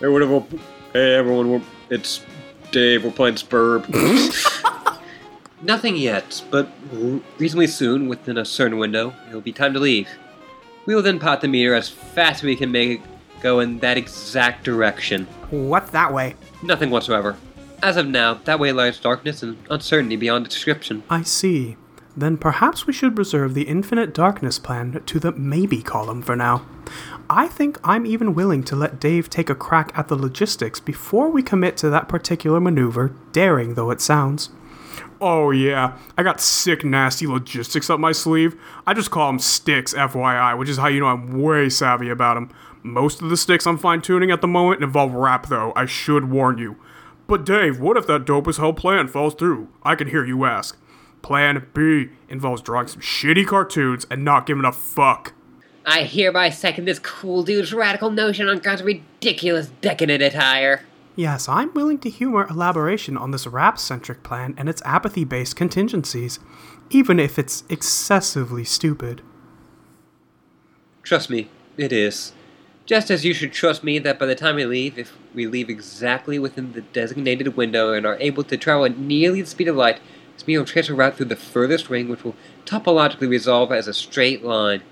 Hey, what up? Hey, everyone. We're, it's Dave. We're playing Spurb. Nothing yet, but r- reasonably soon, within a certain window, it'll be time to leave. We will then pot the meter as fast as we can make it go in that exact direction. What's that way? Nothing whatsoever. As of now, that way lies darkness and uncertainty beyond description. I see. Then perhaps we should reserve the Infinite Darkness plan to the maybe column for now. I think I'm even willing to let Dave take a crack at the logistics before we commit to that particular maneuver, daring though it sounds. Oh, yeah. I got sick, nasty logistics up my sleeve. I just call them sticks, FYI, which is how you know I'm way savvy about them. Most of the sticks I'm fine tuning at the moment involve rap, though, I should warn you. But, Dave, what if that dope as hell plan falls through? I can hear you ask. Plan B involves drawing some shitty cartoons and not giving a fuck. I hereby second this cool dude's radical notion on God's ridiculous decadent attire. Yes, I'm willing to humor elaboration on this rap centric plan and its apathy based contingencies, even if it's excessively stupid. Trust me, it is. Just as you should trust me that by the time we leave, if we leave exactly within the designated window and are able to travel at nearly the speed of light, this meal will trace a route through the furthest ring, which will topologically resolve as a straight line.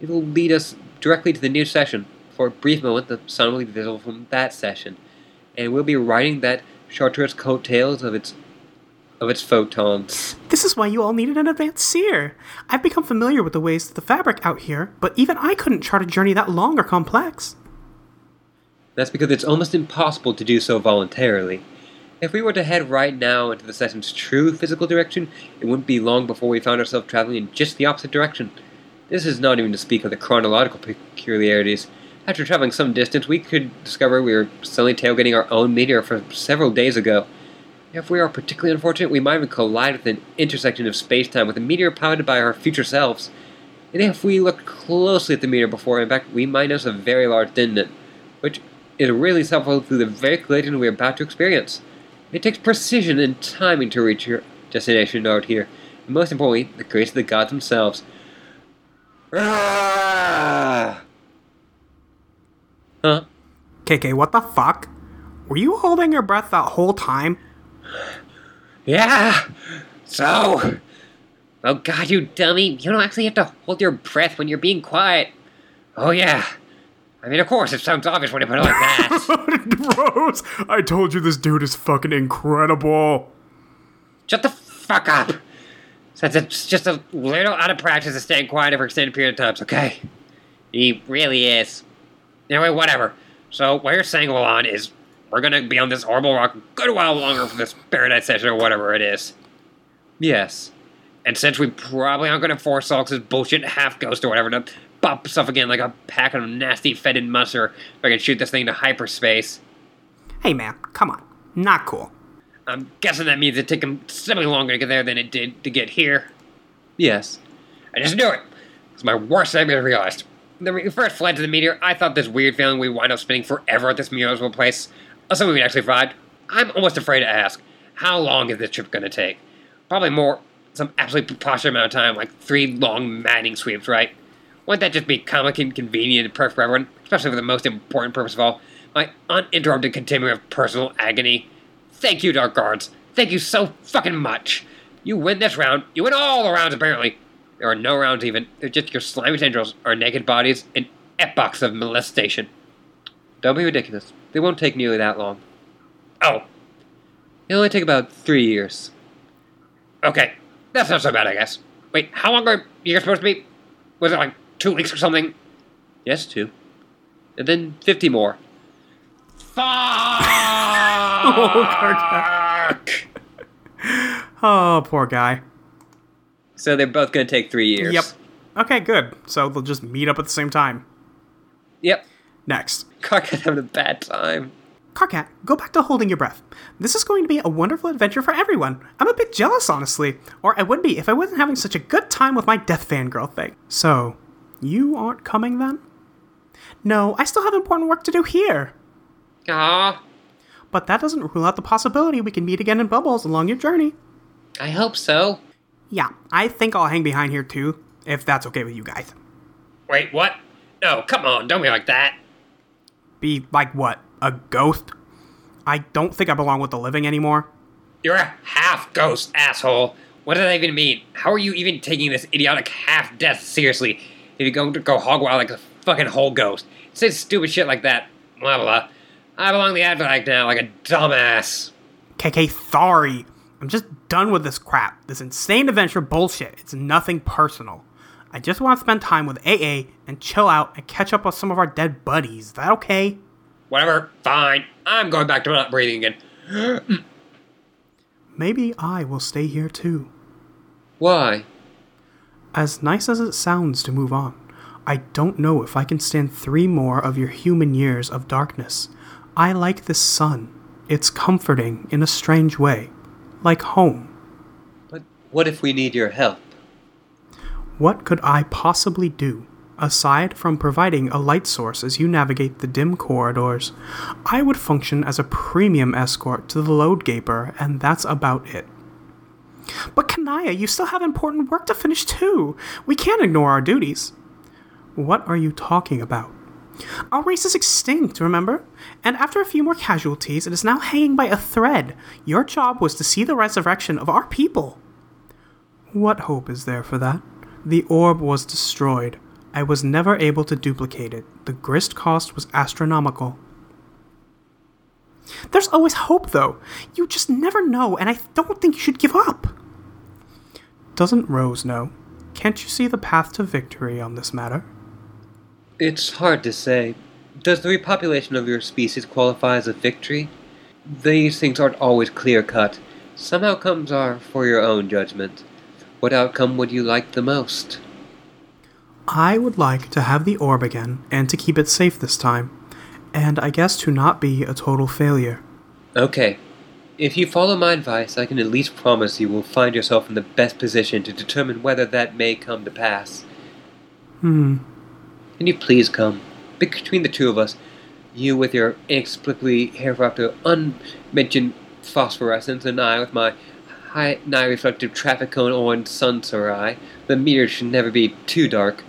It will lead us directly to the new session. For a brief moment, the sun will be visible from that session, and we'll be riding that chartreuse coattails of its of its photons. This is why you all needed an advanced seer. I've become familiar with the ways of the fabric out here, but even I couldn't chart a journey that long or complex. That's because it's almost impossible to do so voluntarily. If we were to head right now into the session's true physical direction, it wouldn't be long before we found ourselves traveling in just the opposite direction. This is not even to speak of the chronological peculiarities. After traveling some distance, we could discover we were suddenly tailgating our own meteor from several days ago. If we are particularly unfortunate, we might even collide with an intersection of space time with a meteor powered by our future selves. And if we looked closely at the meteor before impact, we might notice a very large dent, which is really helpful through the very collision we are about to experience. It takes precision and timing to reach your destination out here. And most importantly, the grace of the gods themselves. Ah! Huh? KK, what the fuck? Were you holding your breath that whole time? Yeah! So! Oh god, you dummy! You don't actually have to hold your breath when you're being quiet! Oh yeah! I mean, of course, it sounds obvious when you put it like that! Rose, I told you this dude is fucking incredible. Shut the fuck up! Since it's just a little out of practice to staying quiet over extended period of times, okay? He really is. Anyway, whatever. So, what you're saying, Walon, is we're gonna be on this horrible rock a good while longer for this paradise session or whatever it is. Yes. And since we probably aren't gonna force Salk's bullshit half ghost or whatever to pop stuff again like a pack of nasty fetid musser if I can shoot this thing to hyperspace, Hey man, come on. Not cool. I'm guessing that means it took him slightly longer to get there than it did to get here. Yes. I just knew it. It's my worst nightmare realized. When we first fled to the meteor, I thought this weird feeling we wind up spending forever at this miserable place. Assuming we actually survived, I'm almost afraid to ask, how long is this trip going to take? Probably more, some absolutely preposterous amount of time, like three long maddening sweeps, right? Wouldn't that just be comic and convenient and perfect for everyone, especially for the most important purpose of all, my uninterrupted continuum of personal agony? Thank you, Dark Guards. Thank you so fucking much. You win this round. You win all the rounds, apparently. There are no rounds even. They're just your slimy tendrils, our naked bodies, and epochs of molestation. Don't be ridiculous. They won't take nearly that long. Oh. It'll only take about three years. Okay. That's not so bad, I guess. Wait, how long are you supposed to be? Was it like two weeks or something? Yes, two. And then 50 more. Fuck! Oh, poor guy. Oh, poor guy. So they're both going to take three years. Yep. Okay, good. So they'll just meet up at the same time. Yep. Next. Cockhead having a bad time. Carcat, go back to holding your breath. This is going to be a wonderful adventure for everyone. I'm a bit jealous, honestly. Or I would be if I wasn't having such a good time with my death fangirl thing. So, you aren't coming then? No, I still have important work to do here. Aw, But that doesn't rule out the possibility we can meet again in Bubbles along your journey. I hope so. Yeah, I think I'll hang behind here too, if that's okay with you guys. Wait, what? No, come on, don't be like that. Be like what? A ghost? I don't think I belong with the living anymore. You're a half ghost, asshole. What does that even mean? How are you even taking this idiotic half death seriously if you're going to go hog wild like a fucking whole ghost? Say stupid shit like that. Blah blah. I belong to the afterlife now like a dumbass. KK sorry. I'm just done with this crap. This insane adventure bullshit. It's nothing personal. I just want to spend time with AA and chill out and catch up with some of our dead buddies. Is that okay? Whatever, fine. I'm going back to not breathing again. Maybe I will stay here too. Why? As nice as it sounds to move on, I don't know if I can stand three more of your human years of darkness. I like this sun. It's comforting in a strange way, like home. But what if we need your help? What could I possibly do? Aside from providing a light source as you navigate the dim corridors, I would function as a premium escort to the load gaper, and that's about it. But Kanaya, you still have important work to finish too. We can't ignore our duties. What are you talking about? Our race is extinct, remember? And after a few more casualties, it is now hanging by a thread. Your job was to see the resurrection of our people. What hope is there for that? The orb was destroyed. I was never able to duplicate it. The grist cost was astronomical. There's always hope, though. You just never know, and I don't think you should give up. Doesn't Rose know? Can't you see the path to victory on this matter? It's hard to say. Does the repopulation of your species qualify as a victory? these things aren't always clear cut. Some outcomes are for your own judgment. What outcome would you like the most? I would like to have the orb again and to keep it safe this time, and I guess to not be a total failure. Okay. If you follow my advice, I can at least promise you will find yourself in the best position to determine whether that may come to pass. Hmm. Can you please come? Between the two of us, you with your inexplicably hereafter unmentioned phosphorescence, and I with my high, nigh reflective traffic cone orange sun sarai, the mirror should never be too dark.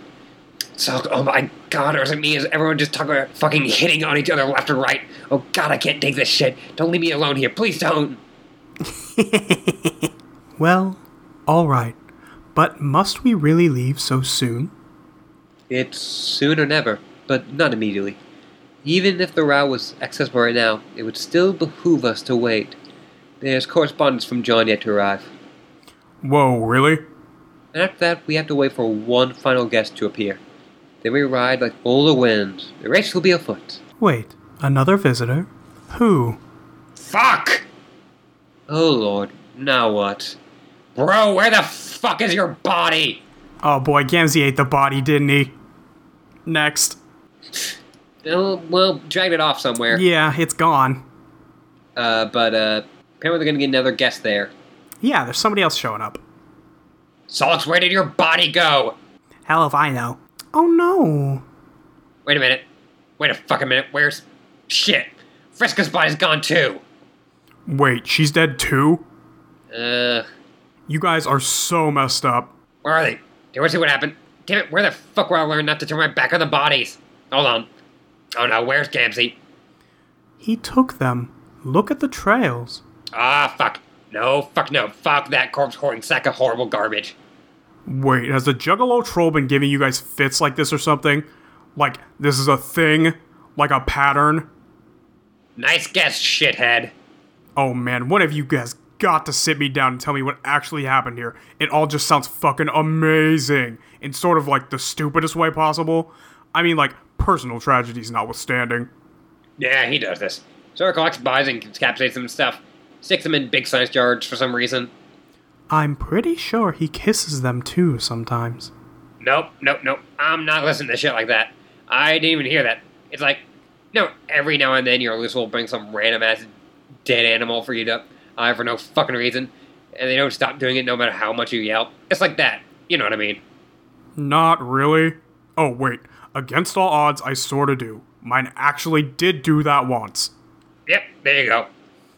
So, oh my god, or is it me? Is everyone just talking about fucking hitting on each other left and right? Oh god, I can't take this shit. Don't leave me alone here. Please don't. Well, all right. But must we really leave so soon? It's soon or never, but not immediately. Even if the row was accessible right now, it would still behoove us to wait. There's correspondence from John yet to arrive. Whoa, really? And after that, we have to wait for one final guest to appear. Then we ride like polar winds. The race will be afoot. Wait, another visitor? Who? Fuck! Oh lord, now what? Bro, where the fuck is your body? Oh boy, Gamzee ate the body, didn't he? Next. Oh, well, dragged it off somewhere. Yeah, it's gone. Uh, but, uh, apparently they're gonna get another guest there. Yeah, there's somebody else showing up. Salt, where did your body go? Hell if I know. Oh no. Wait a minute. Wait a fucking minute. Where's. Shit. Friska's body's gone too. Wait, she's dead too? Uh, You guys are so messed up. where are they? Do I see what happened? Damn it, where the fuck will I learn not to turn my back on the bodies? Hold on. Oh no, where's Gamzee? He took them. Look at the trails. Ah, fuck. No, fuck no. Fuck that corpse hoarding sack of horrible garbage. Wait, has the Juggalo troll been giving you guys fits like this or something? Like, this is a thing? Like a pattern? Nice guess, shithead. Oh man, one of you guys got to sit me down and tell me what actually happened here. It all just sounds fucking amazing. In sort of like the stupidest way possible. I mean, like, personal tragedies notwithstanding. Yeah, he does this. So he collects bodies and encapsulates them and stuff. Sticks them in big sized jars for some reason. I'm pretty sure he kisses them too sometimes. Nope, nope, nope. I'm not listening to shit like that. I didn't even hear that. It's like, no, every now and then your loose will bring some random ass dead animal for you to eye for no fucking reason, and they don't stop doing it no matter how much you yell. It's like that. You know what I mean? Not really. Oh, wait. Against all odds, I sorta do. Mine actually did do that once. Yep, there you go.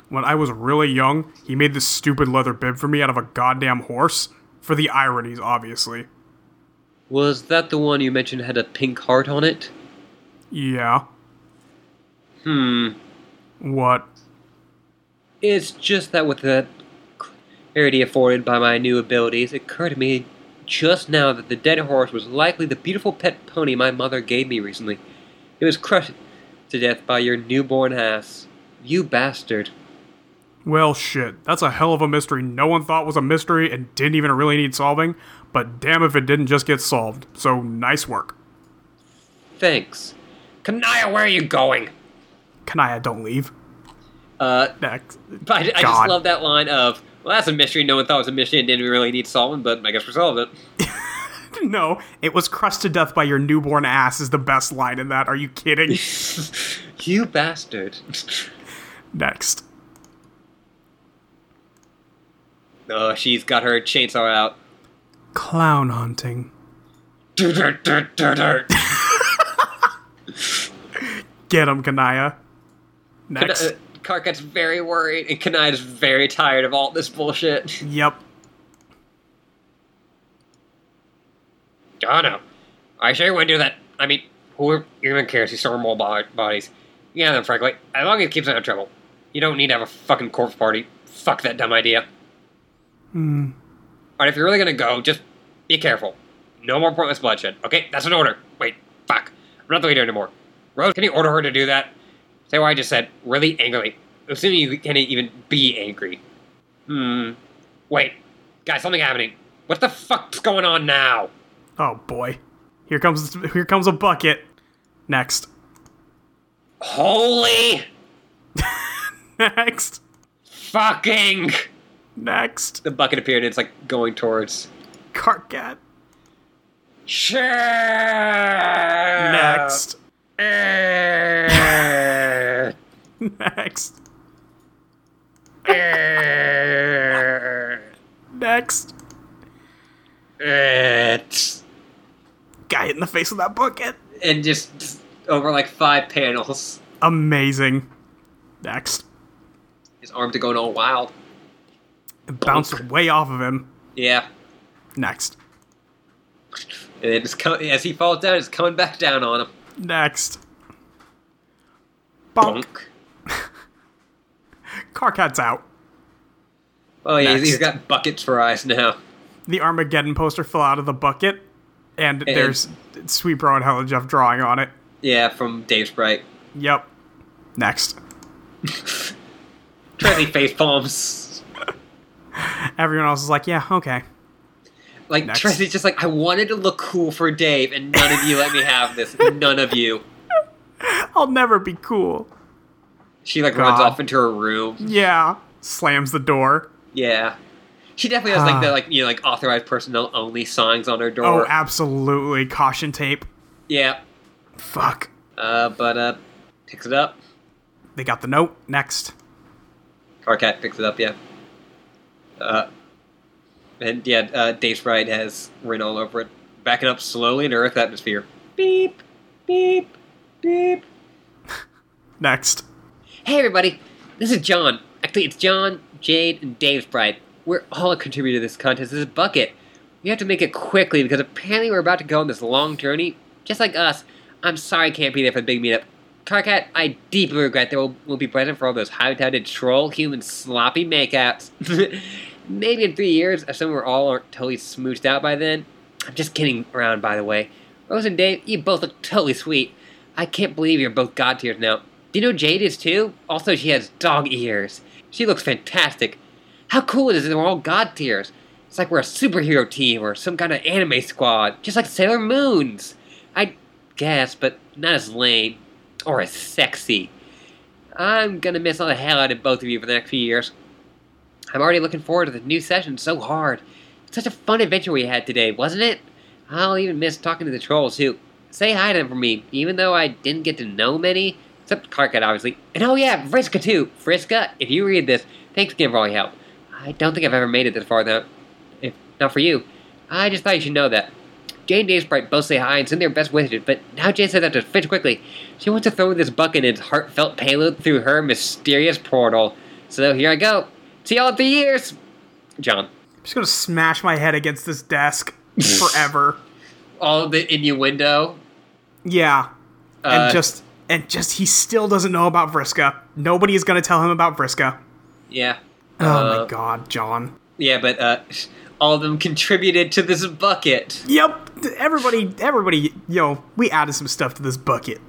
When I was really young, he made this stupid leather bib for me out of a goddamn horse. For the ironies, obviously. Was that the one you mentioned had a pink heart on it? Yeah. Hmm. What? It's just that with the clarity afforded by my new abilities, it occurred to me just now that the dead horse was likely the beautiful pet pony my mother gave me recently. It was crushed to death by your newborn ass. You bastard. Well, shit. That's a hell of a mystery no one thought was a mystery and didn't even really need solving, but damn if it didn't just get solved. So, nice work. Thanks. Kanaya, where are you going? Kanaya, don't leave. Uh, Next. but I, I just God. love that line of, well, that's a mystery no one thought was a mystery and didn't really need solving, but I guess we solved it. No, it was crushed to death by your newborn ass is the best line in that. Are you kidding? You bastard. Next. oh, she's got her chainsaw out. Clown hunting. Get him, Kanaya. Next. Kana- uh, Kark gets very worried, and Kanai is very tired of all this bullshit. Yep. Oh no. I sure you wouldn't do that. I mean, who even cares? He's storing more bo- bodies. Yeah, then frankly, as long as it keeps out of trouble, you don't need to have a fucking corpse party. Fuck that dumb idea. Hmm. Alright, if you're really gonna go, just be careful. No more pointless bloodshed. Okay, that's an order. Wait, fuck. I'm not the leader anymore. Rose, can you order her to do that? Say what I just said, really angrily. Assuming you can't even be angry. Hmm. Wait, guys, something happening. What the fuck's going on now? Oh boy. Here comes here comes a bucket. Next. Holy! Next. Fucking! Next. The bucket appeared and it's like going towards. Carcat. Sure! Next. Next. Next. Next. Guy hit in the face with that bucket. and just over like five panels, Amazing. Next. his arms are going all wild. It bounced way off of him. Yeah, Next. and it just co- as he falls down, it's coming back down on him. Next. Bonk. Bonk. Carcat's out. Oh yeah, he's- he's Next. got buckets for eyes now. The Armageddon poster fell out of the bucket, and there's Sweet Bro and Hella Jeff drawing on it. Yeah, from Dave Sprite. Yep. Next. Trinity face palms. Everyone else is like, yeah, okay. Like Next. Trinity's just like, I wanted to look cool for Dave, and none of you let me have this. None of you. I'll never be cool. She like runs God. off into her room. Yeah. Slams the door. Yeah. She definitely has like the Ah. like you know like authorized personnel only signs on her Oh, door. absolutely. Caution tape. yeah. Fuck. Uh, but uh, picks it up. They got the note. Next. Carcat picks it up, yeah. Uh, and yeah, uh, Dave Sprite has Rin all over it, backing up slowly into Earth atmosphere. Beep, beep, beep. Next. Hey, everybody, this is John. Actually, it's John, Jade, and Dave Sprite. We're all a contributor to this contest. This is Bucket. We have to make it quickly because apparently we're about to go on this long journey, just like us. I'm sorry I can't be there for the big meetup. Carcat, I deeply regret that we'll, we'll be present for all those high-touted troll human sloppy makeouts. Maybe in three years, if some of all aren't totally smooched out by then. I'm just kidding around, by the way. Rose and Dave, you both look totally sweet. I can't believe you're both god tiers now. Do you know Jade is too? Also, she has dog ears. She looks fantastic. How cool it is that we're all god tiers. It's like we're a superhero team or some kind of anime squad, just like Sailor Moon's. I guess, but not as lame or as sexy. I'm gonna miss all the hell out of both of you for the next few years. I'm already looking forward to the new session so hard. It's such a fun adventure we had today, wasn't it? I'll even miss talking to the trolls who say hi to them for me, even though I didn't get to know many, except Karkat, obviously. And oh yeah, Friska too. Friska, if you read this, thanks again for all your help. I don't think I've ever made it this far though, if not for you. I just thought you should know that. Jane and Dave Sprite both say hi and send their best wishes, but now Jane says I have to finish quickly. She wants to throw this bucket and its heartfelt payload through her mysterious portal. So here I go. See y'all in three years! John. I'm just gonna smash my head against this desk forever. All the innuendo. Yeah. Uh, and just and just he still doesn't know about Vriska. Nobody is gonna tell him about Vriska. Yeah. Oh Uh, my god, John. Yeah, but uh, all of them contributed to this bucket. Yep. Everybody everybody yo, we added some stuff to this bucket.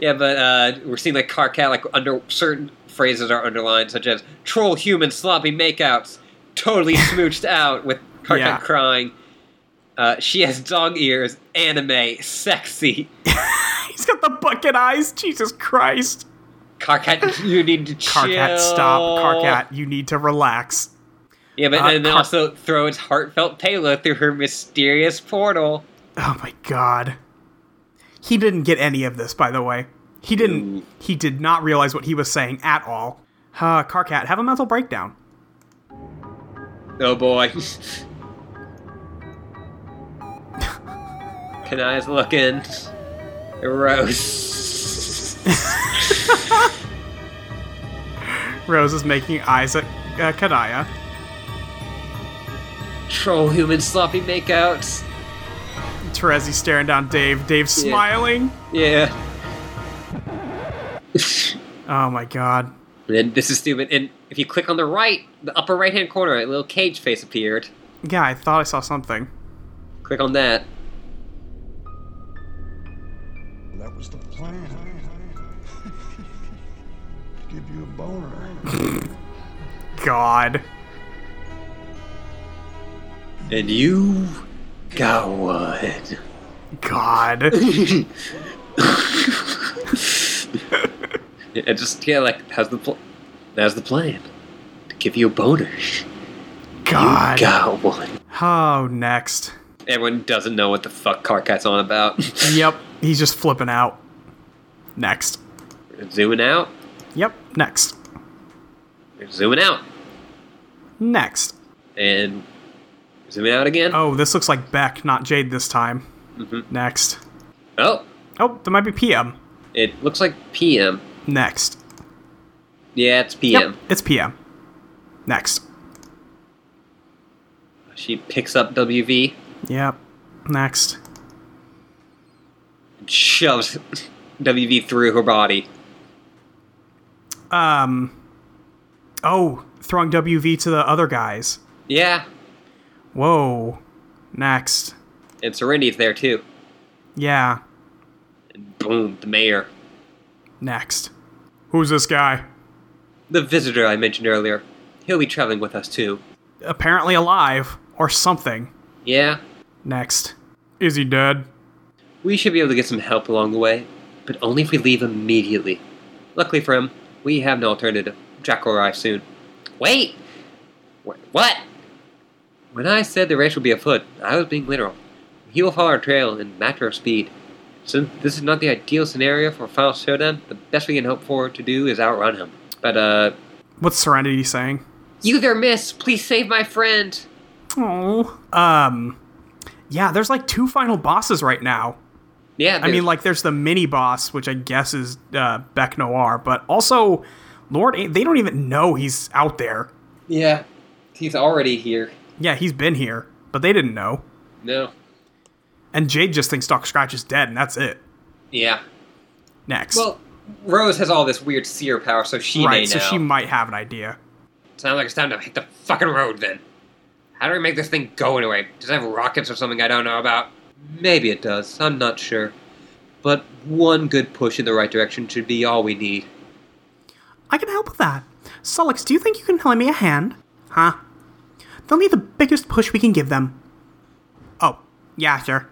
yeah, but uh, we're seeing like Carcat like under certain phrases are underlined, such as troll human sloppy makeouts, totally smooched out with Carcat Yeah. crying. Uh, she has dog ears, anime, sexy. He's got the bucket eyes, Jesus Christ. Carcat, you need to chill. Carcat, stop. Carcat, you need to relax. Yeah, but Uh, and then Car- also throw its heartfelt payload through her mysterious portal. Oh my god. He didn't get any of this, by the way. He didn't he did not realize what he was saying at all. Uh, Carcat, have a mental breakdown. Oh boy. Kanai's looking. Gross. Rose is making eyes at uh, Kanaya. Troll human sloppy makeouts. Terezi staring down Dave. Dave smiling. Yeah. Oh my god. And this is stupid. And if you click on the right, the upper right hand corner, a little cage face appeared. Yeah, I thought I saw something. Click on that. That was the plan. Give you a boner. God. And you got one. God. It just yeah, like how's the pl- how's the plan to give you a boner? God. Got one. Oh, next. Everyone doesn't know what the fuck Carcat's on about. Yep, he's just flipping out. Next. zooming out, Yep, next. zooming out, Next. and zooming out again. Oh, Oh, this looks like Beck, not Jade this time. Next. Oh, that might be PM. it looks like PM. Next. Yeah, it's PM. Yep, it's PM. Next. She picks up WV Yep. Next. and shoves WV through her body. Um. Oh, throwing WV to the other guys. Yeah, Whoa. Next. and Serenity's there too. Yeah. And boom, the mayor, Next. Who's this guy? the visitor I mentioned earlier. He'll be traveling with us too. Apparently alive or something. Yeah, Next. Is he dead? We should be able to get some help along the way, but only if we leave immediately. Luckily for him, we have no alternative. Jack will arrive soon. Wait! Wh- What? When I said the race would be afoot, I was being literal. He will follow our trail in a matter of speed. Since this is not the ideal scenario for a final showdown, the best we can hope for to do is outrun him. But, uh, What's Serenity saying? you there, miss! Please save my friend! Oh. Um. Yeah, there's like two final bosses right now. Yeah, I mean, there's- like there's the mini boss, which I guess is uh, Beck Noir, but also Lord, A- they don't even know he's out there. yeah, he's already here. Yeah, he's been here, but they didn't know. No. And Jade just thinks Doc Scratch is dead, and that's it. Yeah. Next, Well, Rose has all this weird seer power, so she may right? know. So she might have an idea. Sounds like it's time to hit the fucking road then. How do we make this thing go anyway? Does it have rockets or something I don't know about? Maybe it does. I'm not sure. But one good push in the right direction should be all we need. I can help with that. Solix, do you think you can lend me a hand? Huh? They'll need the biggest push we can give them. Oh, yeah, sure.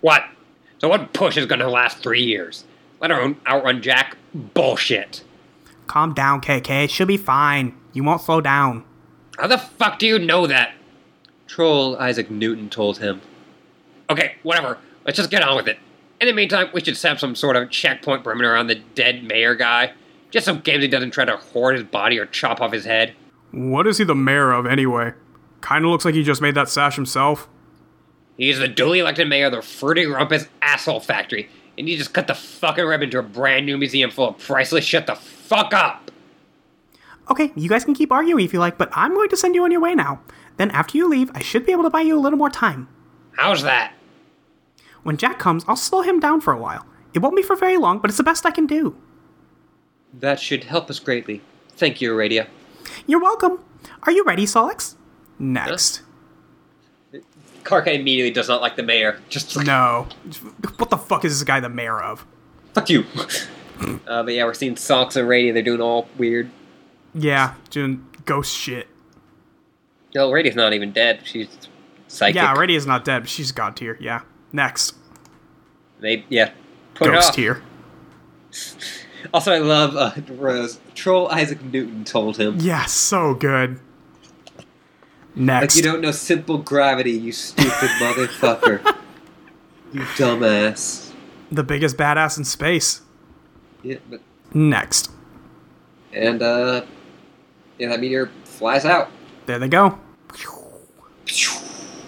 What? So what push is gonna last three years? Let alone outrun Jack? Bullshit. Calm down, KK. It should be fine. You won't slow down. How the fuck do you know that? Troll Isaac Newton told him. Okay, whatever. Let's just get on with it. In the meantime, we should set up some sort of checkpoint perimeter around the dead mayor guy, just so Gamzee doesn't try to hoard his body or chop off his head. What is he the mayor of anyway? Kinda looks like he just made that sash himself. He is the duly elected mayor of the Fruity Rumpus Asshole Factory, and you just cut the fucking ribbon to a brand new museum full of priceless shit the fuck up! Okay, you guys can keep arguing if you like, but I'm going to send you on your way now. Then after you leave, I should be able to buy you a little more time. How's that? When Jack comes, I'll slow him down for a while. It won't be for very long, but it's the best I can do. That should help us greatly. Thank you, Aradia. You're welcome. Are you ready, Solix? Next. Karka immediately does not like the mayor. Just No. What the fuck is this guy the mayor of? Fuck you. uh, but yeah, we're seeing Socks and Radio. They're doing all weird. Yeah, doing ghost shit. No, Radio's not even dead. She's psychic. Yeah, Radia's not dead, but she's god tier. Yeah. Next. They yeah. Put it ghost off. tier. Also, I love uh, Rose. Troll Isaac Newton told him, Yeah, so good. Next. "Like you don't know simple gravity, you stupid motherfucker, you dumbass." the biggest badass in space. Yeah, but Next. and uh, yeah, that meteor flies out. There they go.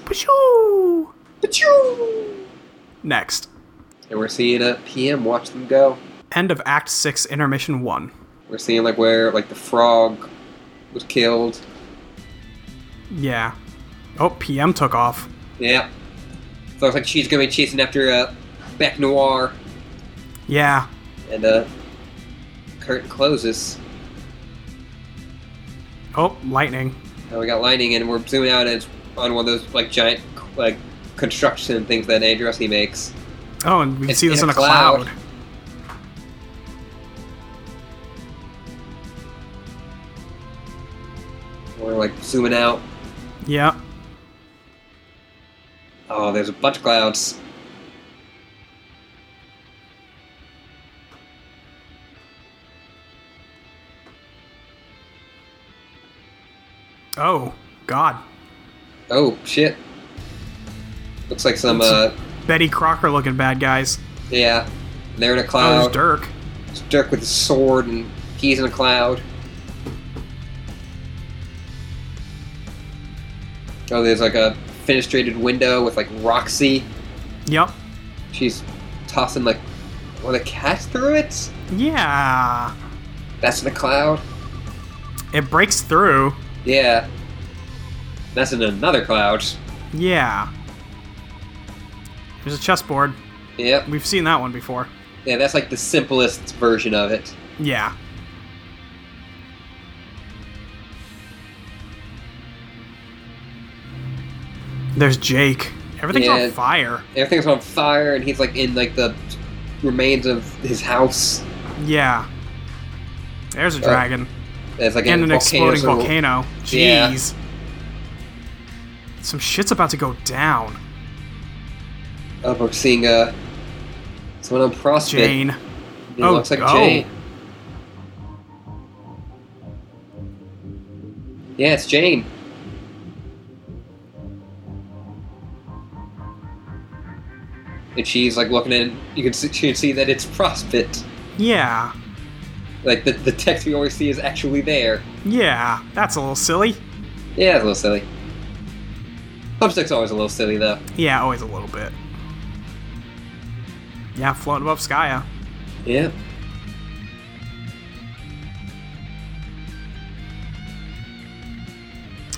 Pshoo. Next. And we're seeing a PM watch them go. End of Act 6, Intermission 1. We're seeing like where like the frog was killed. Yeah. Oh, PM took off. Yeah. So it's like she's gonna be chasing after uh, Beck Noir, Yeah. and uh, curtain closes. Oh, lightning. And we got lightning, and we're zooming out, and it's on one of those like giant like construction things that Androssi makes. Oh, and we can It's see this in in a a cloud. cloud. We're like zooming out. Yeah. Oh, there's a bunch of clouds. Oh, God. Oh shit! Looks like some uh, Betty Crocker looking bad guys. yeah, they're in a Oh, cloud. there's Dirk. It's Dirk with his sword, and he's in a cloud. Oh, there's like a fenestrated window with like Roxy. Yep. She's tossing like one of the cats through it. Yeah. That's in a cloud. It breaks through. Yeah. That's in another cloud. Yeah. There's a chessboard. Yep. We've seen that one before. Yeah, that's like the simplest version of it. Yeah. There's Jake. Everything's Yeah. on fire. Everything's on fire, and he's like in like the remains of his house. Yeah. There's Uh, a dragon. It's like and in an exploding volcano. Yeah. Jeez. Some shit's about to go down. Up, we're seeing uh, someone on Prospect. Jane. It Oh, looks like oh. Jane. Yeah, it's Jane. And she's like looking in. You can see, she can see that it's Prospect. Yeah. Like the, the text we always see is actually there. Yeah. That's a little silly. Yeah, it's a little silly. Thumbstick's always a little silly though. Yeah, always a little bit. Yeah, floating above Skya. Yeah.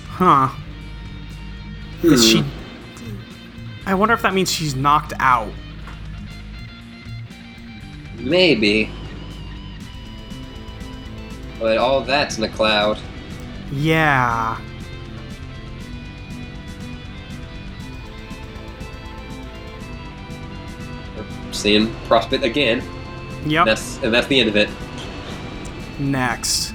Huh. Is she. I wonder if that means she's knocked out. Maybe. But all that's in the cloud. Yeah. Seeing Prospect again. Yep. That's and that's the end of it. Next.